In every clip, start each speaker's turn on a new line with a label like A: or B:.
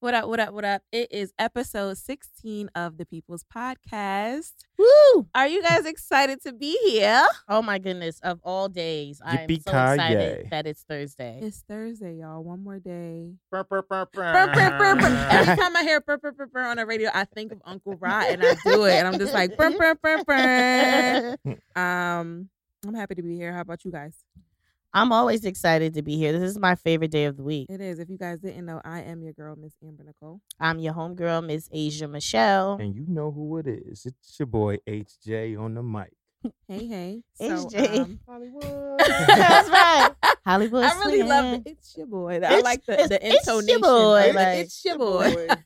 A: What up, what up, what up? It is episode 16 of the People's Podcast.
B: Woo!
A: Are you guys excited to be here?
B: Oh my goodness! Of all days, I am so
C: Yippee-ki-yay.
B: excited that it's Thursday.
A: It's Thursday, y'all. One more day.
C: Brr, brr, brr, brr.
A: Brr, brr, brr, brr. Every time I hear brr, brr, brr, brr on the radio, I think of Uncle Rod and I do it. And I'm just like, brr, brr, brr, brr. Um, I'm happy to be here. How about you guys?
B: I'm always excited to be here. This is my favorite day of the week.
A: It is. If you guys didn't know, I am your girl, Miss Amber Nicole.
B: I'm your homegirl, Miss Asia Michelle.
C: And you know who it is. It's your boy HJ on the mic.
A: Hey, hey. um,
B: HJ.
C: Hollywood.
B: That's right. Hollywood.
A: I really love
B: swinging.
A: it. It's your boy. I
B: It's-
A: like the,
B: it's-
A: the
B: it's your
A: intonation.
B: boy,
A: It's-
B: like-
A: it's your boy.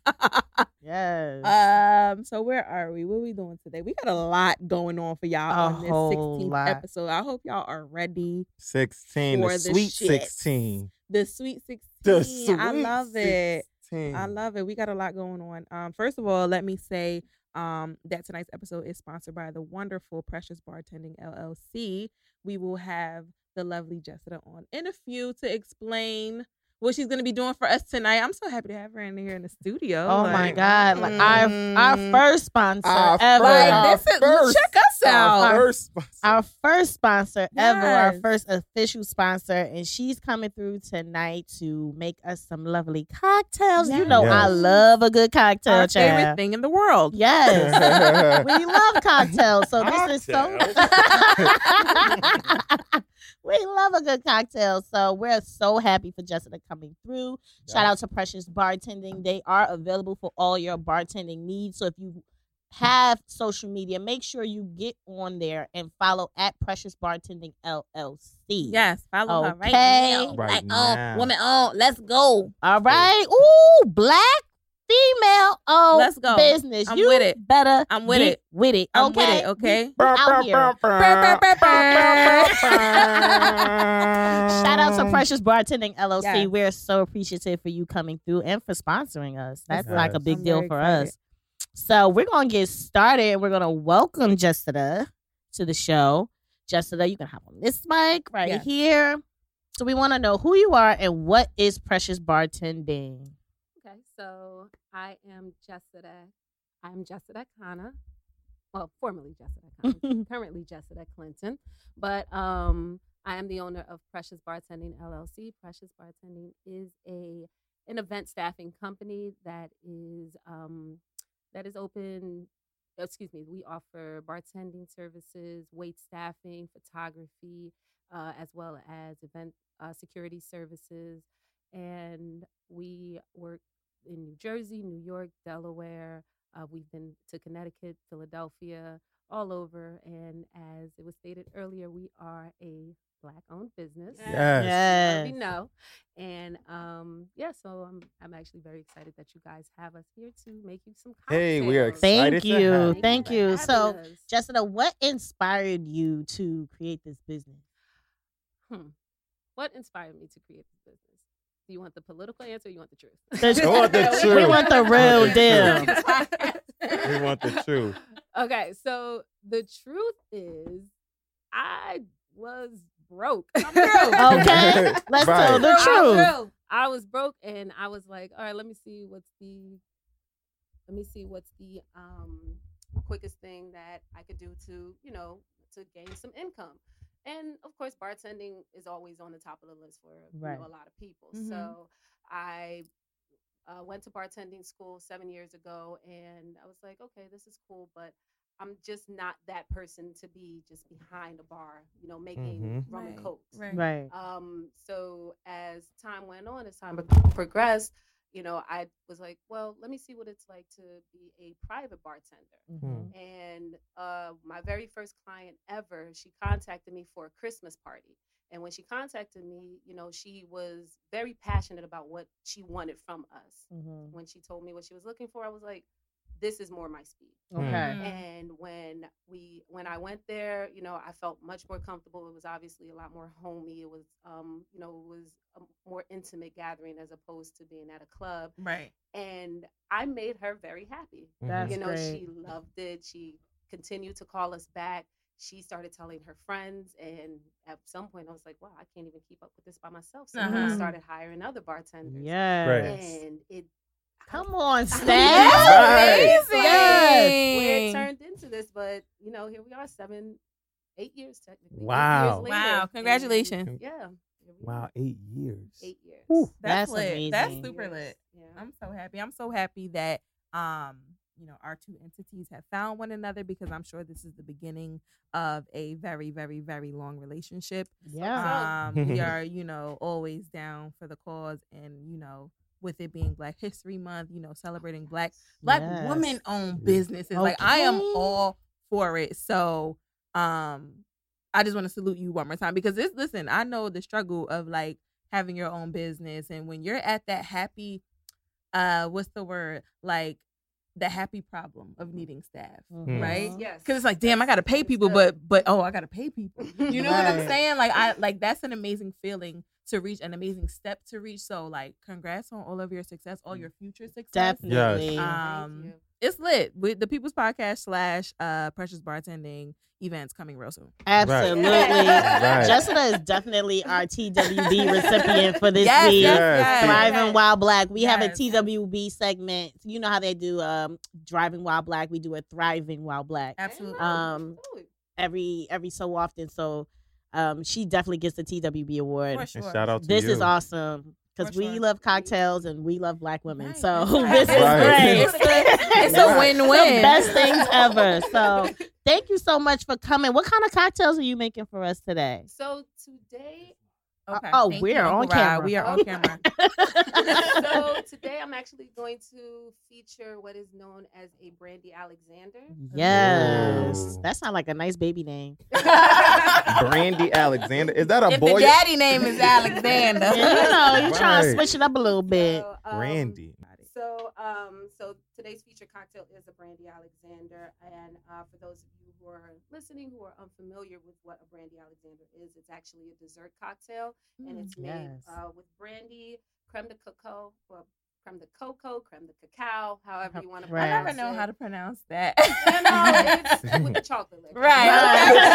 B: Yes.
D: Uh,
A: Um, so where are we? What we doing today? We got a lot going on for y'all
B: A
A: on this
B: whole
A: 16th
B: lot.
A: episode. I hope y'all are ready.
C: 16,
A: For
C: the
A: the
C: sweet
A: shits.
C: 16.
A: The sweet 16.
C: The sweet
A: I love it.
C: 16.
A: I love it. We got a lot going on. Um, first of all, let me say um, that tonight's episode is sponsored by the wonderful Precious Bartending LLC. We will have the lovely Jessica on in a few to explain what she's going to be doing for us tonight. I'm so happy to have her in here in the studio.
B: oh
A: Like, mm-hmm.
B: my God! Like our our
C: Mm.
B: first sponsor
C: Our first-
B: ever.
A: Like,
C: Our
A: this is,
C: first-
A: check us out.
C: Our first
B: our first sponsor ever, our
A: Yes.
B: first official sponsor, and she's coming through tonight to make us some lovely cocktails. You know, I
C: Yes.
B: love a good cocktail,
A: our favorite
B: child.
A: thing in the world.
B: Yes, we love cocktails. So this is so. we love a good cocktail, so we're so happy for Jessica coming through. Shout out to Precious Bartending; they are available for all your bartending needs. So if you have social media, make sure you get on there and follow at Precious Bartending LLC.
A: Yes, follow her right
B: Okay.
A: now.
C: Right
A: like,
C: now.
A: oh, woman, oh, let's go.
B: All right. Ooh, black female owned
A: Let's go.
B: business.
A: I'm
B: you
A: with it.
B: better.
A: I'm with
B: get
A: it.
B: With it.
A: I'm
B: okay?
A: with it, okay?
B: We out here. Shout
A: Um,
B: out to Precious Bartending LLC.
A: Yes.
B: We're so appreciative for you coming through and for sponsoring us. That's
C: Yes.
B: like a big
A: I'm
B: deal
A: very
B: for
A: excited.
B: us. So we're gonna get started and we're gonna welcome Jessica to the show. Jessica, you can hop on this mic right
A: Yes.
B: here. So we want to know who you are and what is Precious Bartending.
D: Okay, so I am Jessica. I'm Jessica Kana. Well, formerly Jessica Kana, currently Jessica Clinton. But um, I am the owner of Precious Bartending LLC. Precious Bartending is a an event staffing company that is um, that is open. Excuse me. We offer bartending services, wait staffing, photography, uh, as well as event uh, security services, and we work in New Jersey, New York, Delaware. Uh, we've been to Connecticut, Philadelphia, all over. And as it was stated earlier, we are a black owned business.
C: Yes.
D: as
B: Yes.
D: We know. And um, yeah, so I'm, I'm actually very excited that you guys have us here to make you some cocktails.
C: Hey, we are
B: Thank
C: excited to
B: you.
C: have
B: Thank
D: for
B: you.
D: having
B: So,
D: us.
B: Jessica, what inspired you to create this business?
D: Hmm. What inspired me to create this business? Do you want the political answer or you want the truth?
B: The-
C: I want the
D: We-
C: truth.
D: We want the real
A: deal.
D: deal.
C: We want the truth.
D: Okay, so the truth is I was broke.
A: I'm broke.
B: Okay, let's tell
C: Right.
B: the
D: I'm
B: truth.
D: broke. I was broke and I was like, all right, let me see what's the let me see what's the um quickest thing that I could do to, you know, to gain some income. And of course, bartending is always on the top of the list for you know,
B: Right.
D: a lot of people.
A: Mhm.
D: So I uh, went to bartending school seven years ago, and I was like, okay, this is cool, but I'm just not that person to be just behind a bar, you know, making
C: Mhm.
D: rum and
A: Right,
D: coke.
A: right.
B: Right.
D: Um, so as time went on, as time progressed, you know, I was like, well, let me see what it's like to be a private bartender.
A: Hmm.
B: Mhm.
D: And uh, my very first client ever, she contacted me for a Christmas party. And when she contacted me, you know, she was very passionate about what she wanted from us.
B: Mhm.
D: When she told me what she was looking for, I was like, this is more my speed
C: Hmm.
B: Okay.
D: and when we when i went there you know i felt much more comfortable it was obviously a lot more homey it was um you know it was a more intimate gathering as opposed to being at a club
A: Right.
D: and i made her very happy
C: Mhm.
D: you know
B: great.
D: she loved it she continued to call us back she started telling her friends, and at some point, I was like, "Wow, I can't even keep up with this by myself." So I
B: Uh-huh.
D: started hiring other
A: Hmm.
D: bartenders,
B: Yes.
D: and it
B: Come on,
D: I mean,
B: Stan.
D: it's amazing
B: Yes.
D: where it
E: Amazing.
D: turned into this, but you know, here we are, seven, eight years technically. eight years
C: Wow.
D: later,
E: Wow,
D: and,
E: congratulations.
D: yeah, here we
C: Wow,
D: are,
C: eight years.
D: eight years.
B: Whew.
A: That's,
B: That's
A: lit. That's
B: amazing.
A: super lit.
D: Yeah.
A: I'm so happy. I'm so happy that um, you know, our two entities have found one another because I'm sure this is the beginning of a very, very, very long relationship.
B: Yeah.
A: Um, we are, you know, always down for the cause and, you know, with it being Black History Month, you know, celebrating black black
B: Yes.
A: women owned
C: Mm.
A: businesses. Like I am
B: Okay.
A: all for it. So um I just want to salute you one more time because this listen, I know the struggle of like having your own business and when you're at that happy uh what's the word? Like the happy problem
B: Mm-hmm.
A: of needing staff.
B: Mhm.
A: right?
D: Yes.
A: Cause it's like, damn, I gotta pay
D: It's
A: people,
D: good.
A: but but oh, I gotta pay people. You know what I'm
B: Right.
A: saying? Like I like that's an amazing feeling to reach, an amazing step to reach. So like, congrats on all of your success, all your future success.
B: Definitely.
A: Yes.
D: Thank
A: Um,
D: you.
A: It's lit with the People's Podcast slash uh Precious Bartending events coming real soon.
B: Absolutely.
D: Right.
B: Jessica is definitely our TWB recipient for this
A: yes,
B: week.
A: Yes,
C: Yes,
A: yes.
B: Driving While Black. We have a
A: Yes.
B: TWB segment. You know how they do um Driving While Black. We do a Thriving While Black
A: Absolutely.
B: Um, every every so often. So um she definitely gets the TWB award.
A: For sure.
C: And shout out to
B: This
C: you.
B: is awesome because
A: For
B: we
A: sure.
B: love cocktails and we love black women.
A: Right.
B: So
A: Right.
B: this
C: Right.
B: is great.
E: It's a win-win.
B: The best things ever. So thank you so much for coming. What kind of cocktails are you making for us today?
D: So today,
A: Okay.
B: oh,
A: Thank
B: we're
A: you, Uncle
B: on
A: Rod.
B: camera.
A: We are on camera.
D: so today I'm actually going to feature what is known as a Brandy Alexander.
B: Yes,
C: Ooh.
B: that sounds like a nice baby name.
C: Brandy Alexander. Is that a
E: If
C: boy?
E: the daddy name is Alexander.
B: you know, you trying to
C: Right.
B: switch it up a little bit.
D: So, um,
C: Brandy.
D: So, um, so today's feature cocktail is a brandy Alexander, and uh, for those of you who are listening who are unfamiliar with what a brandy Alexander is, it's actually a dessert cocktail, and
A: Mm,
D: it's made
B: Yes.
D: uh, with brandy, creme de cocoa, or creme de cocoa, creme de cacao, however you want to.
B: Right.
A: I never
D: pronounce
A: know
D: it.
A: how to pronounce that.
D: You know, it's um, with the chocolate liquor.
E: Right.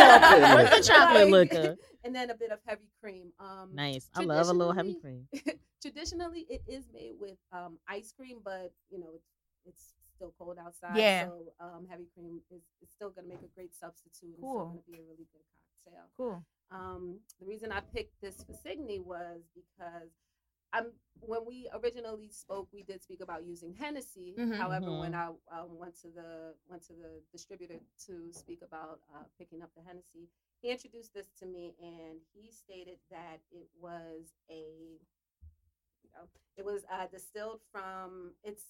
B: Right. With the chocolate
D: Like,
B: liquor.
D: and then a bit of heavy cream. Um,
B: Nice. I love a little heavy
D: Traditionally-
B: cream.
D: traditionally it is made with um, ice cream, but you know it's, it's still cold outside.
A: Yeah.
D: So um, heavy cream is, is still going to make a great substitute.
A: Cool.
D: It's going to be a really good cocktail.
A: cool.
D: Um, the reason I picked this for Signy was because I'm when we originally spoke, we did speak about using Hennessy.
A: Mhm.
D: However, when I um, went to the went to the distributor to speak about uh, picking up the Hennessy, he introduced this to me, and he stated that it was a you know, it was uh, distilled from its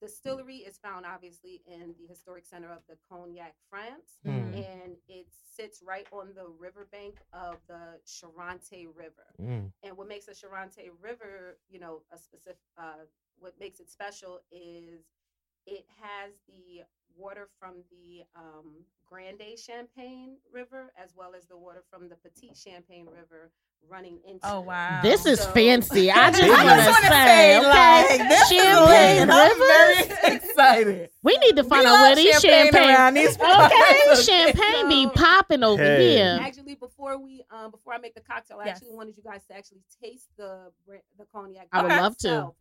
D: distillery is found obviously in the historic center of the Cognac, France
B: Mm-hmm.
C: Hmm.
D: and it sits right on the riverbank of the Charente River.
C: Mm.
D: And what makes the Charente River, you know, a specific, uh, what makes it special is it has the water from the um, Grande Champagne River as well as the water from the Petite Champagne River running into.
A: Oh
D: it.
A: wow.
B: This is
D: So-
B: fancy. I just
C: I just
B: want to
C: wanna
B: say, okay, champagne
C: lit. I'm
B: rivers.
A: excited.
B: We need to find
A: We
B: out where
A: love
B: these
A: champagne around
B: champagne.
A: these
B: Okay,
A: parts.
B: champagne be
D: So-
B: popping over
C: Hey.
B: here.
D: Actually, before we um before I make the cocktail, I
A: Yes.
D: actually wanted you guys to actually taste the br- the cognac.
B: I would
D: by
B: love to.
D: itself.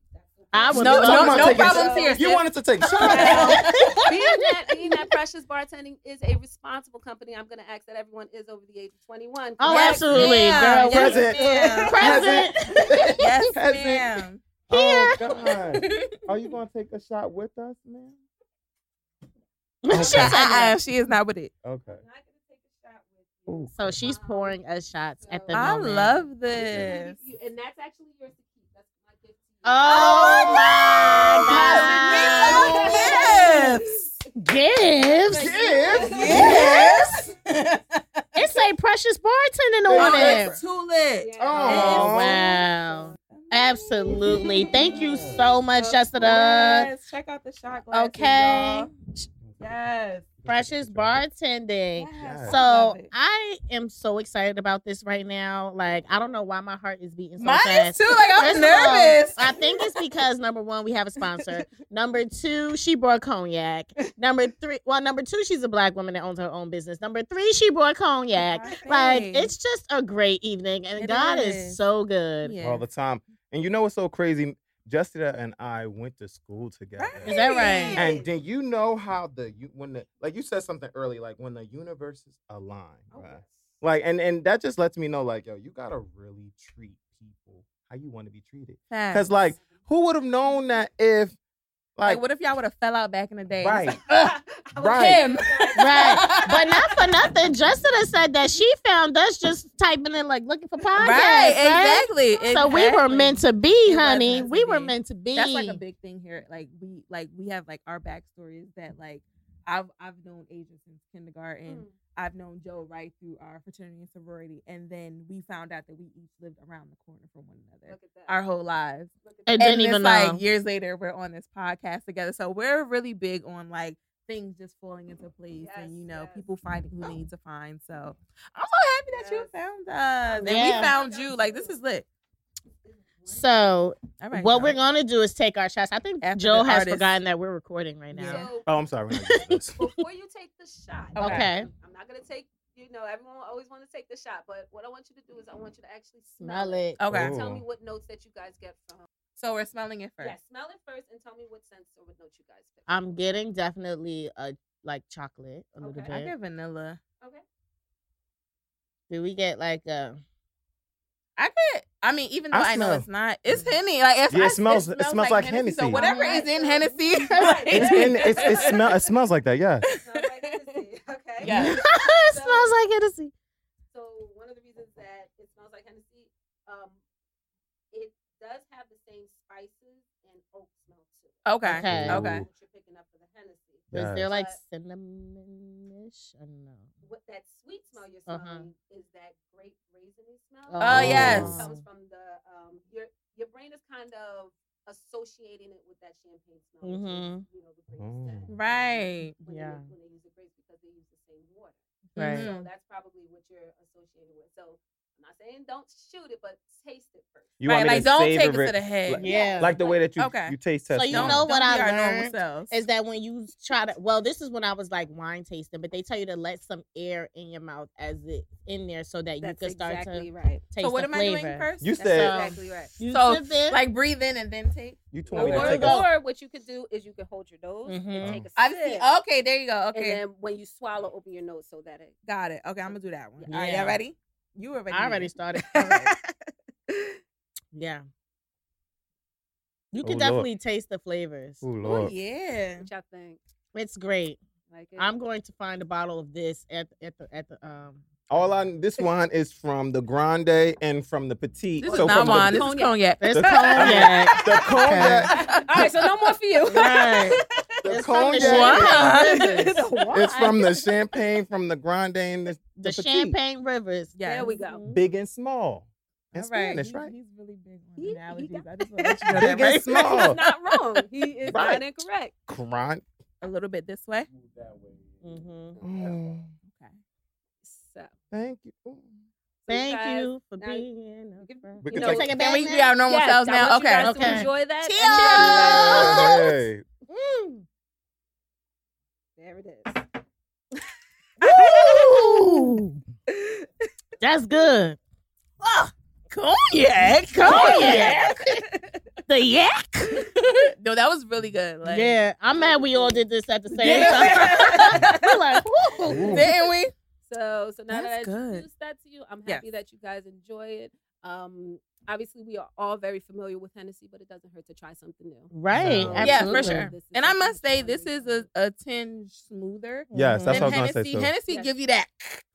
B: I would
A: No,
B: love
A: no,
C: Someone
A: no
C: take a-
A: problems here.
C: You
A: sis.
C: wanted to take shots.
D: Well, being that being that Precious Bartending is a responsible company, I'm gonna ask that everyone is over the age of 21.
B: Oh,
D: correct?
B: absolutely,
A: ma'am.
B: girl.
A: Yes,
C: Present.
A: ma'am.
B: Present.
A: Yes,
C: Present.
A: ma'am.
C: Oh God. Are you gonna take a shot with us, man?
A: She said, uh-uh, she is not with it.
C: Okay.
D: I'm not gonna take a shot with you.
C: Ooh.
B: So she's pouring us shots at the
A: I
B: moment.
A: love
D: And
A: this.
D: you- And that's actually yours to keep. That's my gift to you.
B: Oh,
A: Oh,
B: my
A: my
B: God.
A: God. We love gifts.
B: Gifts.
C: Yes.
A: Yes.
B: It's a precious bartending
C: Thank
B: on
A: Oh,
C: you.
B: it.
A: it's too lit.
D: Yeah.
C: Oh.
B: Wow. Absolutely. Thank you so much, Jessica.
A: Yes, check out the shot glasses,
B: Okay.
A: y'all. Yes.
B: Precious bartending.
F: Yes.
B: So
A: love it.
B: I am so excited about this right now. Like I don't know why my heart is beating so
G: Mine is
B: fast.
G: too. Like
B: First
G: I'm
B: of all,
G: nervous.
B: I think it's because number one, we have a sponsor. Number two, she brought cognac. Number three, well, number two, she's a black woman that owns her own business. Number three, she brought cognac. Like
A: Hey.
B: it's just a great evening, and
A: It
B: God is.
A: is.
B: so good.
A: Yeah.
F: all the time. And you know what's so crazy? Jessica and I went to school together.
B: Is that right?
F: And then you know how the you when the like you said something early, like when the universes align,
D: Oh.
A: Oh.
F: right? Like and and that just lets me know, like, yo, you gotta really treat people how you want to be treated. Cause like, who would have known that if like,
A: Like, what if y'all would have fell out back in the day?
F: right?
G: Right.
F: Right.
G: Him.
B: Right. But not for nothing. Jessica said that she found us just typing in like looking for podcasts.
G: Right,
B: right?
G: exactly.
B: So we were
G: exactly.
B: meant to
A: It
B: be,
A: was
B: honey.
A: meant to
B: We were
A: be.
B: meant to be.
A: That's like a big thing here. Like we like we have like our backstories that like I've I've known Asia since kindergarten.
D: Mm.
A: I've known Joe right through our fraternity and sorority, and then we found out that we each lived around the corner from one another
D: Mm, Look at that.
A: our whole lives.
D: Look at
B: And
D: that.
B: didn't
A: and
B: even
A: it's like
B: know.
A: years later, we're on this podcast together. So we're really big on like things just falling into place,
D: Yes,
A: and you know,
D: yes.
A: people finding who they need to find. So I'm so happy that you
D: Yes.
A: found us, and
B: Yeah.
A: we found you. Like this is lit.
B: so
A: All right,
B: what
A: y'all.
B: we're gonna do is take our shots. I think
A: After
B: Joe
A: the
B: has
A: artist.
B: forgotten that we're recording right now.
A: Yeah.
D: So
F: Oh, I'm sorry. we're not doing this.
D: before you take the shot,
A: Okay.
B: Okay.
D: I'm not gonna take. You know, everyone always want to take the shot, but what I want you to do is I want you to actually smell,
B: Smell
D: it.
B: it.
A: okay.
F: Oh.
D: Tell me what notes that you guys get from.
A: So we're smelling it first.
D: Yeah, smell it first and tell me what sense or what note you guys pick.
B: I'm getting definitely a like chocolate a little
D: Okay.
A: I
B: bit.
A: get vanilla.
D: okay.
B: Do we get like a
A: I get. I mean, even though
F: I
A: I, know
F: smell.
A: it's not, it's henny. Like if
F: Yeah, it
A: I-
F: smells- it smells like
A: So
F: Hennessy.
A: whatever is in Hennessy,
D: Right.
F: it's in it's it smell it smells like that, yeah.
D: Smell right in the sea, okay.
A: Yeah.
B: it smells like Hennessy.
D: So one of the reasons that it smells like Hennessy, um, it does have the same spices and oak smell too.
A: okay.
B: Okay.
A: Okay.
F: Ooh.
D: What you're picking up for the Hennessy.
B: Is there
F: Yes.
B: like
D: But-
B: cinnamonish? I don't know.
D: What that sweet smell you're
B: Uh-huh.
D: smelling is that grape raisiny smell.
B: Oh,
D: It
A: yes.
D: comes from the um your your brain is kind of associating it with that champagne smell. which is,
B: Mhm.
D: You know the grapes.
F: Mm.
D: that, um,
A: Right.
D: When
B: Yeah. Mm.
D: They, when they use the grapes because they use the same water.
B: Right.
D: So
A: Mhm.
D: that's probably what you're associated with. So I'm not saying don't shoot it, but taste it first.
F: You
A: right.
F: want me
A: Like
F: to
A: don't
F: savor
A: take it to
F: it
A: the head.
F: like-
B: Eh, Yeah.
F: like the way that you
A: Okay.
F: you taste
B: So
F: test.
B: you
A: don't,
B: know what
A: don't
B: I
A: be our normal
B: learned
A: selves.
B: is that when you try to well this is when i was like wine tasting but they tell you to let some air in your mouth as it in there so that you can start
D: exactly
B: to
D: right.
B: taste
A: so what
B: the
A: am
B: flavor
A: I doing first?
F: You
A: That's
F: said-
A: so-
D: Exactly right.
B: You
A: So,
B: sit there-
A: like breathe in and then take.
F: you told me to
D: Or,
F: take
B: go.
F: a
D: or what you could do is you could hold your nose
B: Mhm.
D: and take a sip.
A: I see.
F: oh,
A: Okay, there you go. Okay,
D: And then when you swallow, open your nose so that it.
A: got it. Okay, I'm gonna do that one. All right,
B: Yeah.
A: y'all ready? You already.
B: i
A: did
B: already
A: it.
B: started yeah you
F: Oh,
B: can
F: Lord.
B: definitely taste the flavors
F: Ooh,
A: oh
F: Lord.
A: yeah.
D: Which I think.
B: it's great
D: Like it.
B: i'm going to find a bottle of this at at the at the um
F: All I this wine is from the grande and from the petite.
A: This
F: So
A: is not
F: from the-
A: wine. This is cognac.
B: there's
F: The-
B: cognac
F: The cognac,
D: All right, so no more for you.
B: right
F: the
B: It's from the
F: cognac
B: champagne rivers.
F: is from the champagne, from the grande, and the,
B: the
F: petite.
B: champagne rivers
A: Yes.
D: There we go.
F: big and small. In
A: All right.
F: Spanish,
A: He-
F: right?
A: He's really big on
D: He- he
A: analogies.
D: got-
A: I just want to let you know that
F: Big and
A: right
F: small.
D: He's not wrong. He is
F: Right.
D: not incorrect.
F: Cron-
A: a little bit this way.
B: Mhm.
F: Mm,
A: Okay.
D: So,
F: Thank you. Ooh.
D: so
B: thank
D: guys-
B: you for
D: now-
B: being a
D: give-
B: friend.
F: We
D: You
F: can
D: know,
F: take
B: Take it
F: a
A: Can
B: back
A: we
B: now?
A: be our normal
D: Yes,
A: selves
D: I
A: now?
D: want you
A: Okay.
D: guys to
B: okay.
D: Enjoy that. and
A: Cheers.
D: cheers, you guys.
F: Hey.
B: Mm.
D: There it is.
B: Woo! That's good.
A: Oh, cognac,
B: Cognac. The yak.
A: no, that was really good. Like,
B: yeah, I'm mad we all did this at the same
A: Yeah.
B: time. We're like,
F: Ooh.
B: woo.
A: didn't we?
D: So, so now
A: That's
D: that I
A: good.
D: introduced that to you, I'm
A: Yes.
D: happy that you guys enjoy it. Um, obviously, we are all very familiar with Hennessy, but it doesn't hurt to try something new.
B: Right.
F: So-
A: Yeah,
B: absolutely.
A: for sure.
D: This is
A: And I
D: something
A: must say,
D: fun.
A: this is a, a tinge smoother
F: Yes, that's
B: Mm-hmm.
A: than
F: what I was gonna say
A: Hennessy.
F: too.
A: Hennessy
D: Yes.
A: give you that.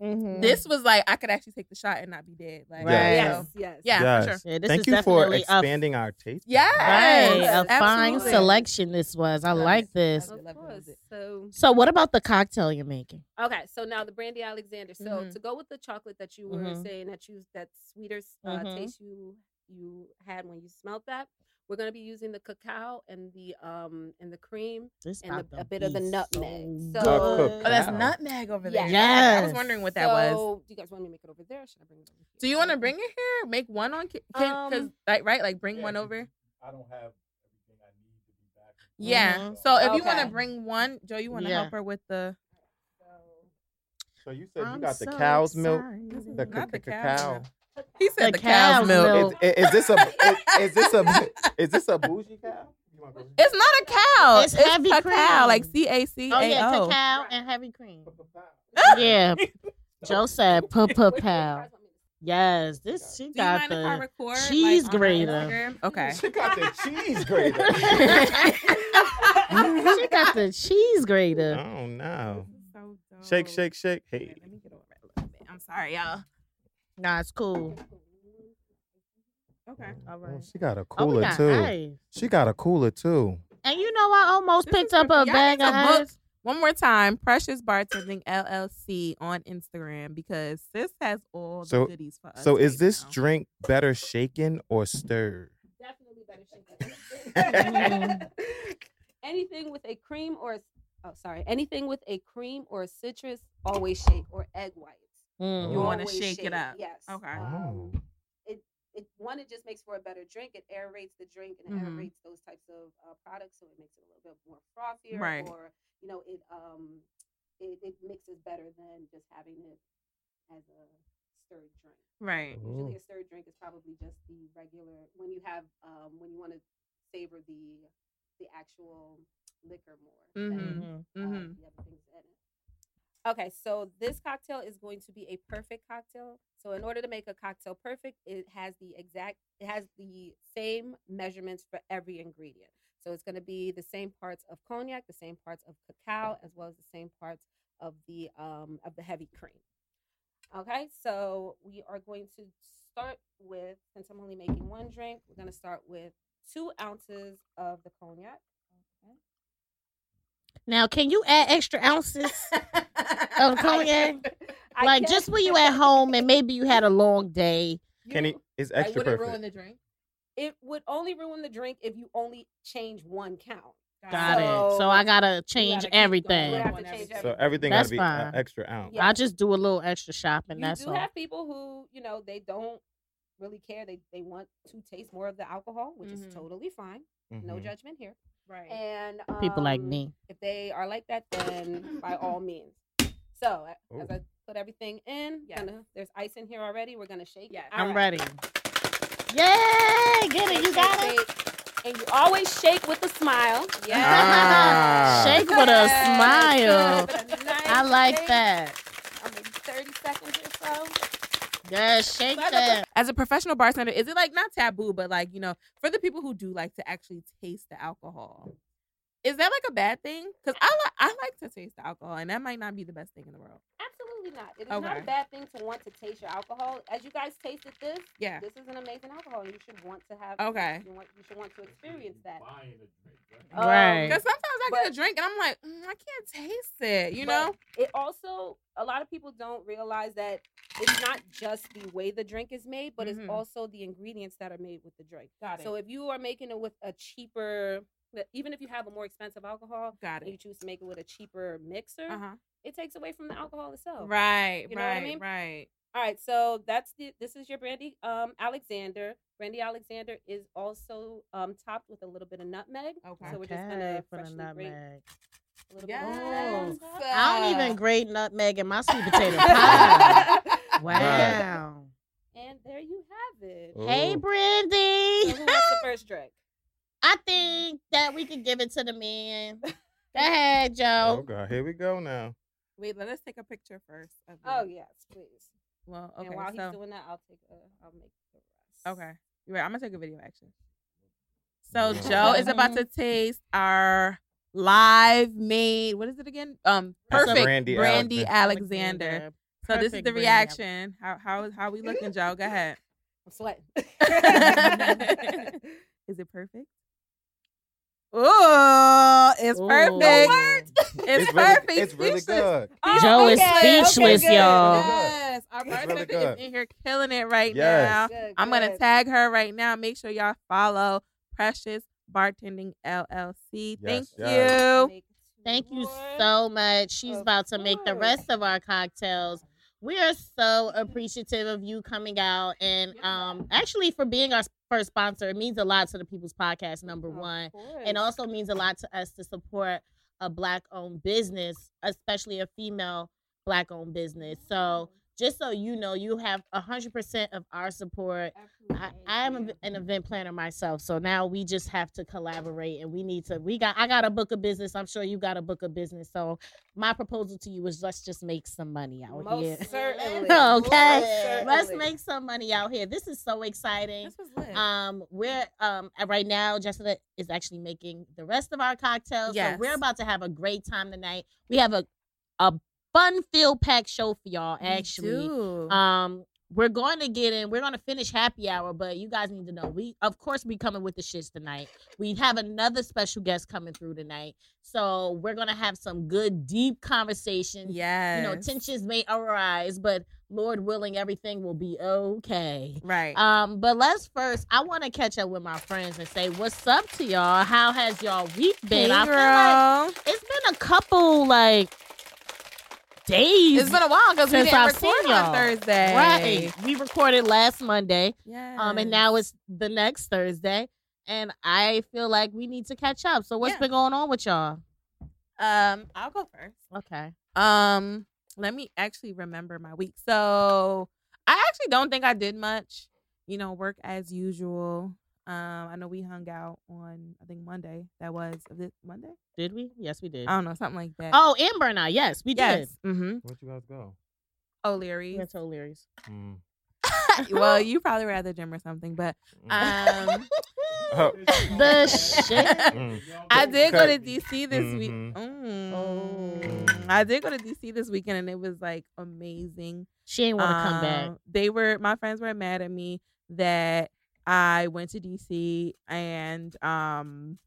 B: Mhm.
A: This was like I could actually take the shot and not be dead. Like,
F: Yes.
D: Yes,
A: so,
D: yes.
A: yeah,
F: yes.
A: for sure.
B: Yeah, this
F: Thank
B: is
F: you for
B: definitely
F: expanding our taste.
B: A,
A: Yes,
B: right, a fine
A: absolutely.
B: selection. This was. I like this.
A: Love it,
D: Of
A: love it, love
D: course.
A: it.
D: So,
B: So, what about the cocktail you're making?
D: okay, so now the Brandy Alexander. So,
A: Mhm.
D: to go with the chocolate that
A: Mm-hmm.
D: you were
B: Mhm.
D: saying that you that sweeter uh,
B: Mhm.
D: taste you you had when you smelled that, We're gonna be using the cacao and the um and the cream.
B: This
D: and
B: about
D: the-
B: to
D: a bit of the
B: be
D: nutmeg.
B: So,
D: So-
B: good.
C: Oh,
E: Oh, that's
C: Wow.
E: nutmeg over there.
B: Yes.
A: I was wondering what that was.
D: Do you guys want me to make it over there? or Should I bring it over here?
A: Do you want to bring it here? Make one on ca- can, cause,
D: Um,
A: like right, like bring
H: Yeah,
A: one
H: 'cause
A: over.
H: I don't have everything I need to be back.
A: Yeah.
F: Mm-hmm.
B: Mhm.
A: So if you want to
E: Okay.
A: bring one, Joe, you want to
B: Yeah.
A: help her with the.
C: So you said you
A: I'm
C: got the
A: so
C: cow's milk,
A: excited.
C: the
A: Not
C: c- c-
A: cow's
C: cacao.
A: milk. He said
B: The
A: the, cow's,
B: cow's
A: milk.
B: milk.
C: Is, i- is this a i- is this a is this a bougie cow? You wanna go-
A: It's not a cow.
B: It's heavy
A: cacao, like
B: cream.
A: C A C
B: Oh yeah,
A: A O.
B: cacao and heavy cream. yeah, Joe said "puh puh pow." Yes, this she
A: Do you
B: got
A: mind if I
B: the.
A: record?
B: cheese
A: on my
B: grater.
A: Instagram? Okay.
C: She got the cheese grater.
B: she got the cheese grater.
C: Oh no!
A: So dope.
C: Shake, shake, shake!
A: Okay,
C: Hey,
A: Let me get over it a little bit. I'm sorry, y'all.
B: Nah, it's cool.
A: Okay.
C: Oh,
B: All right.
C: she got a
B: Oh, we
C: cooler
B: got
C: too.
B: ice.
C: She got a cooler too.
B: And you know, I almost
A: This
B: picked
A: is
B: up a
A: perfect. Y'all
B: bag
A: need
B: of
A: to book
B: ice.
A: One more time, Precious Bartending LLC on Instagram because sis has all the
C: So-
A: goodies for us.
C: So is
A: right
C: this
A: now.
C: drink better shaken or stirred?
D: Definitely better shake.
A: Mm-hmm.
D: anything with a cream or a, oh sorry, anything with a cream or a citrus, always shake or egg whites.
B: Mm.
A: You want to
D: Always
A: shake it up?
D: Yes.
A: Okay.
D: Um,
C: Oh.
D: it it one it just makes for a better drink. It aerates the drink and it
A: Mhm.
D: aerates those types of uh, products, so it makes it a little bit more frothier.
A: Right.
D: Or you know it um it, it mixes better than just having it as a stirred drink.
A: Right.
C: Ooh.
D: Usually a stirred drink is probably just the regular when you have um when you want to savor the the actual liquor more. than,
A: Mhm.
B: Mhm.
D: uh,
A: Mm-hmm.
D: the other things in it. Okay, so this cocktail is going to be a perfect cocktail. So in order to make a cocktail perfect, it has the exact it has the same measurements for every ingredient. So it's going to be the same parts of cognac, the same parts of cacao, as well as the same parts of the um of the heavy cream. Okay, so we are going to start with since I'm only making one drink, we're going to start with two ounces of the cognac.
B: Now, can you add extra ounces?
D: of
B: cognac? Oh, Like just when you at home and maybe you had a long day.
C: Can it? It's extra
A: would it
C: perfect.
A: ruin the drink?
D: It would only ruin the drink if you only change one count.
B: Got it. So
D: So,
B: I gotta
A: You
B: change
A: gotta keep going
D: You
B: everything.
D: have
A: on
D: to change
C: so everything
B: That's
C: gotta be an
B: fine.
C: extra ounce.
D: Yeah.
B: I just do a little extra shopping.
D: You
B: That's
D: do
B: all.
D: have people who you know they don't really care. They they want to taste more of the alcohol, which
A: Mhm.
D: is
B: Mm-hmm.
D: totally fine. No
F: Mm-hmm.
C: Mhm.
D: judgment here.
A: Right.
D: And
B: People like
D: um,
B: me.
D: if they are like that, then by all means. So a- as
C: Ooh.
D: I put everything in,
A: Yes.
D: gonna- there's ice in here already. We're gonna shake.
A: Yes.
D: it.
B: I'm
D: Alright.
B: ready. Yay! Get it.
D: Shake,
B: You got
D: shake,
B: it.
D: shake. And you always shake with a smile.
C: Ah.
B: Shake with a
D: Yes.
B: smile.
D: With a nice
B: I like
D: shake.
B: that.
D: Um, maybe 30 seconds or so.
B: Yes, shake
D: But-
B: that.
A: As a professional bartender, is it like not taboo, but like you know, for the people who do like to actually taste the alcohol, is that like a bad thing? Because I like I like to taste the alcohol, and that might not be the best thing in the world.
D: Absolutely not. It is not
A: Okay.
D: a bad thing to want to taste your alcohol. As you guys tasted this,
A: Yeah.
D: this is an amazing alcohol, and you should want to have.
A: Okay.
D: You, want, you should want to experience that.
H: Buying a drink. That's
D: Um,
B: Right.
A: Because sometimes I get
D: But-
A: a drink and I'm like, mm, I can't taste it. You
D: But
A: know?
D: It also, a lot of people don't realize that it's not just the way the drink is made, but
A: Mhm.
B: Mm-hmm.
D: it's also the ingredients that are made with the drink.
A: Got
D: So if you are making it with a cheaper, even if you have a more expensive alcohol,
A: Got
D: and you
A: it.
D: choose to make it with a cheaper mixer,
A: Uh huh.
D: it takes away from the alcohol itself.
A: Right.
D: Oh. You know what I
A: right.
D: mean?
A: Right.
D: All right, so that's the this is your brandy um Alexander. Brandy Alexander is also um topped with a little bit of nutmeg.
A: Okay.
D: So we're just gonna
B: for the
D: freshly grate
B: nutmeg.
D: a little
A: Yes.
D: bit of nutmeg. on top.
B: I don't even grate nutmeg in my sweet potato pie. Wow.
D: and there you have it.
B: Hey,
C: Ooh.
D: So
B: Brandy.
D: who wants the first drink?
B: I think that we could give it to the man. Go ahead,
C: Oh
B: Joe.
C: god, here we go now.
A: Wait, let us take a picture first. Of
D: Oh
A: this.
D: yes, please.
A: Well,
D: and
A: okay.
D: while
A: So,
D: he's doing that, I'll take a I'll make the rest.
A: okay. You're right. I'm gonna take a video action. So
C: Yeah.
A: Joe is about to taste our live made. What is it again? Um,
C: That's
A: perfect
C: Brandy
A: brandy, Alexander. So this is
B: Perfect
A: the
B: Brandy Alex-
A: reaction. How how how we looking, Joe? Go ahead.
D: I'm sweating.
A: Is it perfect? Ooh, it's
B: Ooh.
A: perfect. It's,
C: really,
A: perfect.
C: It's really
A: Speechless.
C: good.
B: Joe is speechless,
A: good.
B: y'all.
A: Yes, our
C: really
A: bartender is
C: good.
A: in here killing it right
C: Yes.
A: now.
D: Good,
A: I'm gonna
D: good.
A: tag her right now. Make sure y'all follow Precious Bartending LLC. Thank
C: Yes, yes.
A: you.
B: Thank you so much. She's
F: Of
B: about to make the
F: course.
B: rest of our cocktails. We are so appreciative of you coming out and um actually for being our first sponsor. It means a lot to the People's Podcast number 1. It also means a lot to us to support a black owned business, especially a female black owned business. So just so you know, you have 100% of our support. I, I am a- an event planner myself, so now we just have to collaborate, and we need to. We got. I got a book of business. I'm sure you got a book of business. So my proposal to you is let's just make some money out
F: Most
B: here.
F: certainly.
B: Okay.
F: Most
B: Let's
F: certainly.
B: make some money out here. This is so exciting.
E: This was lit.
B: Um, we're um uh, right now. Jessica is actually making the rest of our cocktails. So we're
E: Yes.
B: about to have a great time tonight. We have a a fun filled packed show for y'all. Actually,
A: Mm-hmm.
B: um, we're going to get in. We're going to finish happy hour, but you guys need to know we, of course, we coming with the shits tonight. We have another special guest coming through tonight, so we're gonna have some good deep conversations.
A: Yes.
B: You know, tensions may arise, but Lord willing, everything will be okay.
A: Right.
B: Um, but let's first. I want to catch up with my friends and say what's up to y'all. How has y'all week been? I feel like it's been a couple like days.
E: it's been a while because we
B: Since
E: didn't
B: I've
E: record
B: seen y'all.
E: on Thursday.
B: Right. We recorded last Monday.
A: Yes.
B: Um, and now it's the next Thursday. And I feel like we need to catch up. So what's
A: Yeah.
B: been going on with y'all?
A: um, I'll go first.
B: Okay.
A: Um, let me actually remember my week. So I actually don't think I did much. You know, work as usual. Um, I know we hung out on I think Monday. That was of this Monday.
B: Did we? Yes, we did.
A: I don't know, something like that.
B: oh, and burnout. Yes, we did.
A: Um, yes. Mm-hmm.
C: Where'd you guys go?
B: We
A: O'Leary.
B: went to O'Leary's.
C: Mm.
A: well, you probably were at the gym or something, but
C: Mm.
A: um,
C: Oh.
B: The shit. Mm-hmm.
C: Mm.
A: I did go to
C: Cut.
A: DC this week.
C: Mhm.
A: Mm.
B: Oh.
A: I did go to DC this weekend, and it was like amazing.
B: She ain't want to come back.
A: Um, They were my friends were mad at me that I went to DC and um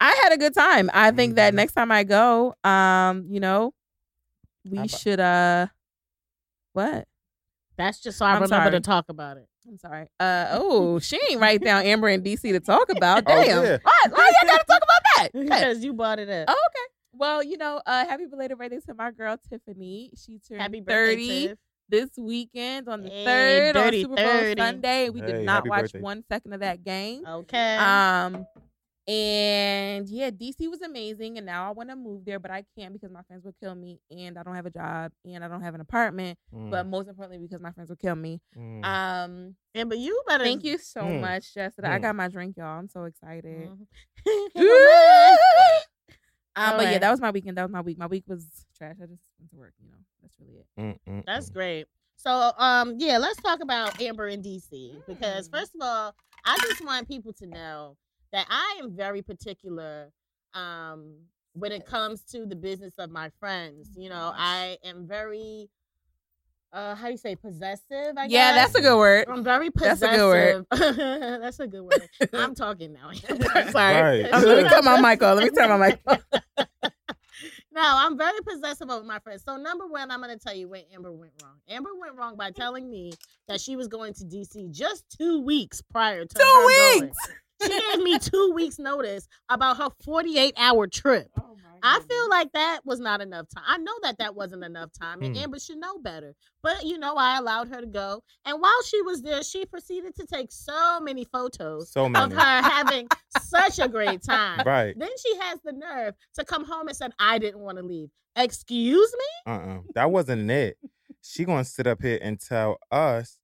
A: I had a good time. I think that
B: Mm-hmm.
C: Mhm.
A: next time I go, um, you know, we
C: How about-
A: should uh what?
B: That's just so I
A: I'm
B: remember to
A: sorry.
B: talk about it.
A: I'm sorry. Uh oh, she ain't right down Amber in DC to talk about.
C: Oh,
A: Damn.
C: yeah.
A: Why, why y'all gotta talk about that? Shit.
B: Because you brought it up.
A: Oh, okay. Well, you know, uh happy belated birthday to my girl Tiffany. She turned
B: Happy
A: 30.
B: birthday. Tiff.
A: this weekend on the
B: Hey,
A: third on
B: dirty
A: Super
B: thirty.
A: Bowl Sunday. We did
C: Hey,
A: not
C: happy
A: watch
C: birthday.
A: one second of that game.
B: Okay.
A: Um, and yeah, DC was amazing, and now I want to move there, but I can't because my friends will kill me, and I don't have a job, and I don't have an apartment. But
C: Mm.
A: most importantly, because my friends will kill me.
C: Mm.
A: Um,
B: and but you better
A: thank you so
C: Mm.
A: much, Jessica. I
C: Mm.
A: got my drink, y'all. I'm so excited.
B: Mhm.
A: Um, but yeah,
B: Alright.
A: that was my weekend. That was my week. My week was trash. I just went to work. You know, that's really it.
C: Mm, mm,
B: That's
C: mm.
A: Mm-hmm.
B: great. So, um, yeah, let's talk about Amber in DC because
A: Mm.
B: first of all, I just want people to know that I am very particular um when it comes to the business of my friends. You know, I am very uh how do you say possessive, I
A: yeah,
B: guess.
A: that's a good word.
B: I'm very
A: That's a
B: possessive.
A: good word.
B: That's a good word. I'm talking now. I'm sorry.
C: Right.
A: Oh, let me turn my mic off. Let me turn my mic off.
B: No, I'm very possessive of my friends. So number one, I'm gonna tell you where Amber went wrong. Amber went wrong by telling me that she was going to DC just two weeks prior to
A: Two
B: her going.
A: weeks!
B: She gave me two weeks notice about her 48 hour trip. I feel like that was not enough time. I know that that wasn't enough time, and
C: Mm.
A: Hmm.
B: Amber should know better. But you know, I allowed her to go, and while she was there, she proceeded to take so many photos
C: So
B: of
C: many.
B: her having such a great time.
C: Right.
B: Then she has the nerve to come home and said, I didn't want to leave. Excuse me?
C: Uh uh That wasn't it. She gonna sit up here and tell us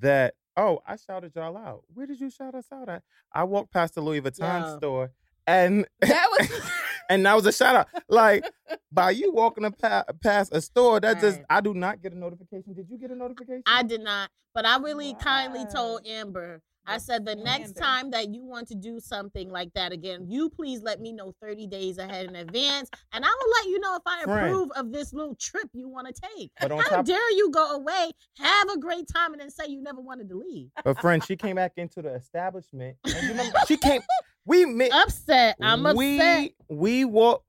C: that, oh, I shouted y'all out. Where did you shout us out at? I walked past the Louis Vuitton
B: Yo.
C: store and
E: That was
C: and that was a shout out. Like by you walking a pa- past a store, that just
B: Right.
C: I do not get a notification. Did you get a notification?
B: I did not. But I really kindly
A: Wow.
B: told Amber, I said, the next
A: Amber.
B: time that you want to do something like that again, you please let me know 30 days ahead in advance. And I will let you know if I
C: Friend.
B: approve of this little trip you want to take.
C: But on
B: How
C: top,
B: dare you go away, have a great time, and then say you never wanted to leave?
C: but friend, she came back into the establishment. And you remember, she came. We met.
B: Upset. Uh, I'm upset.
C: We we walk.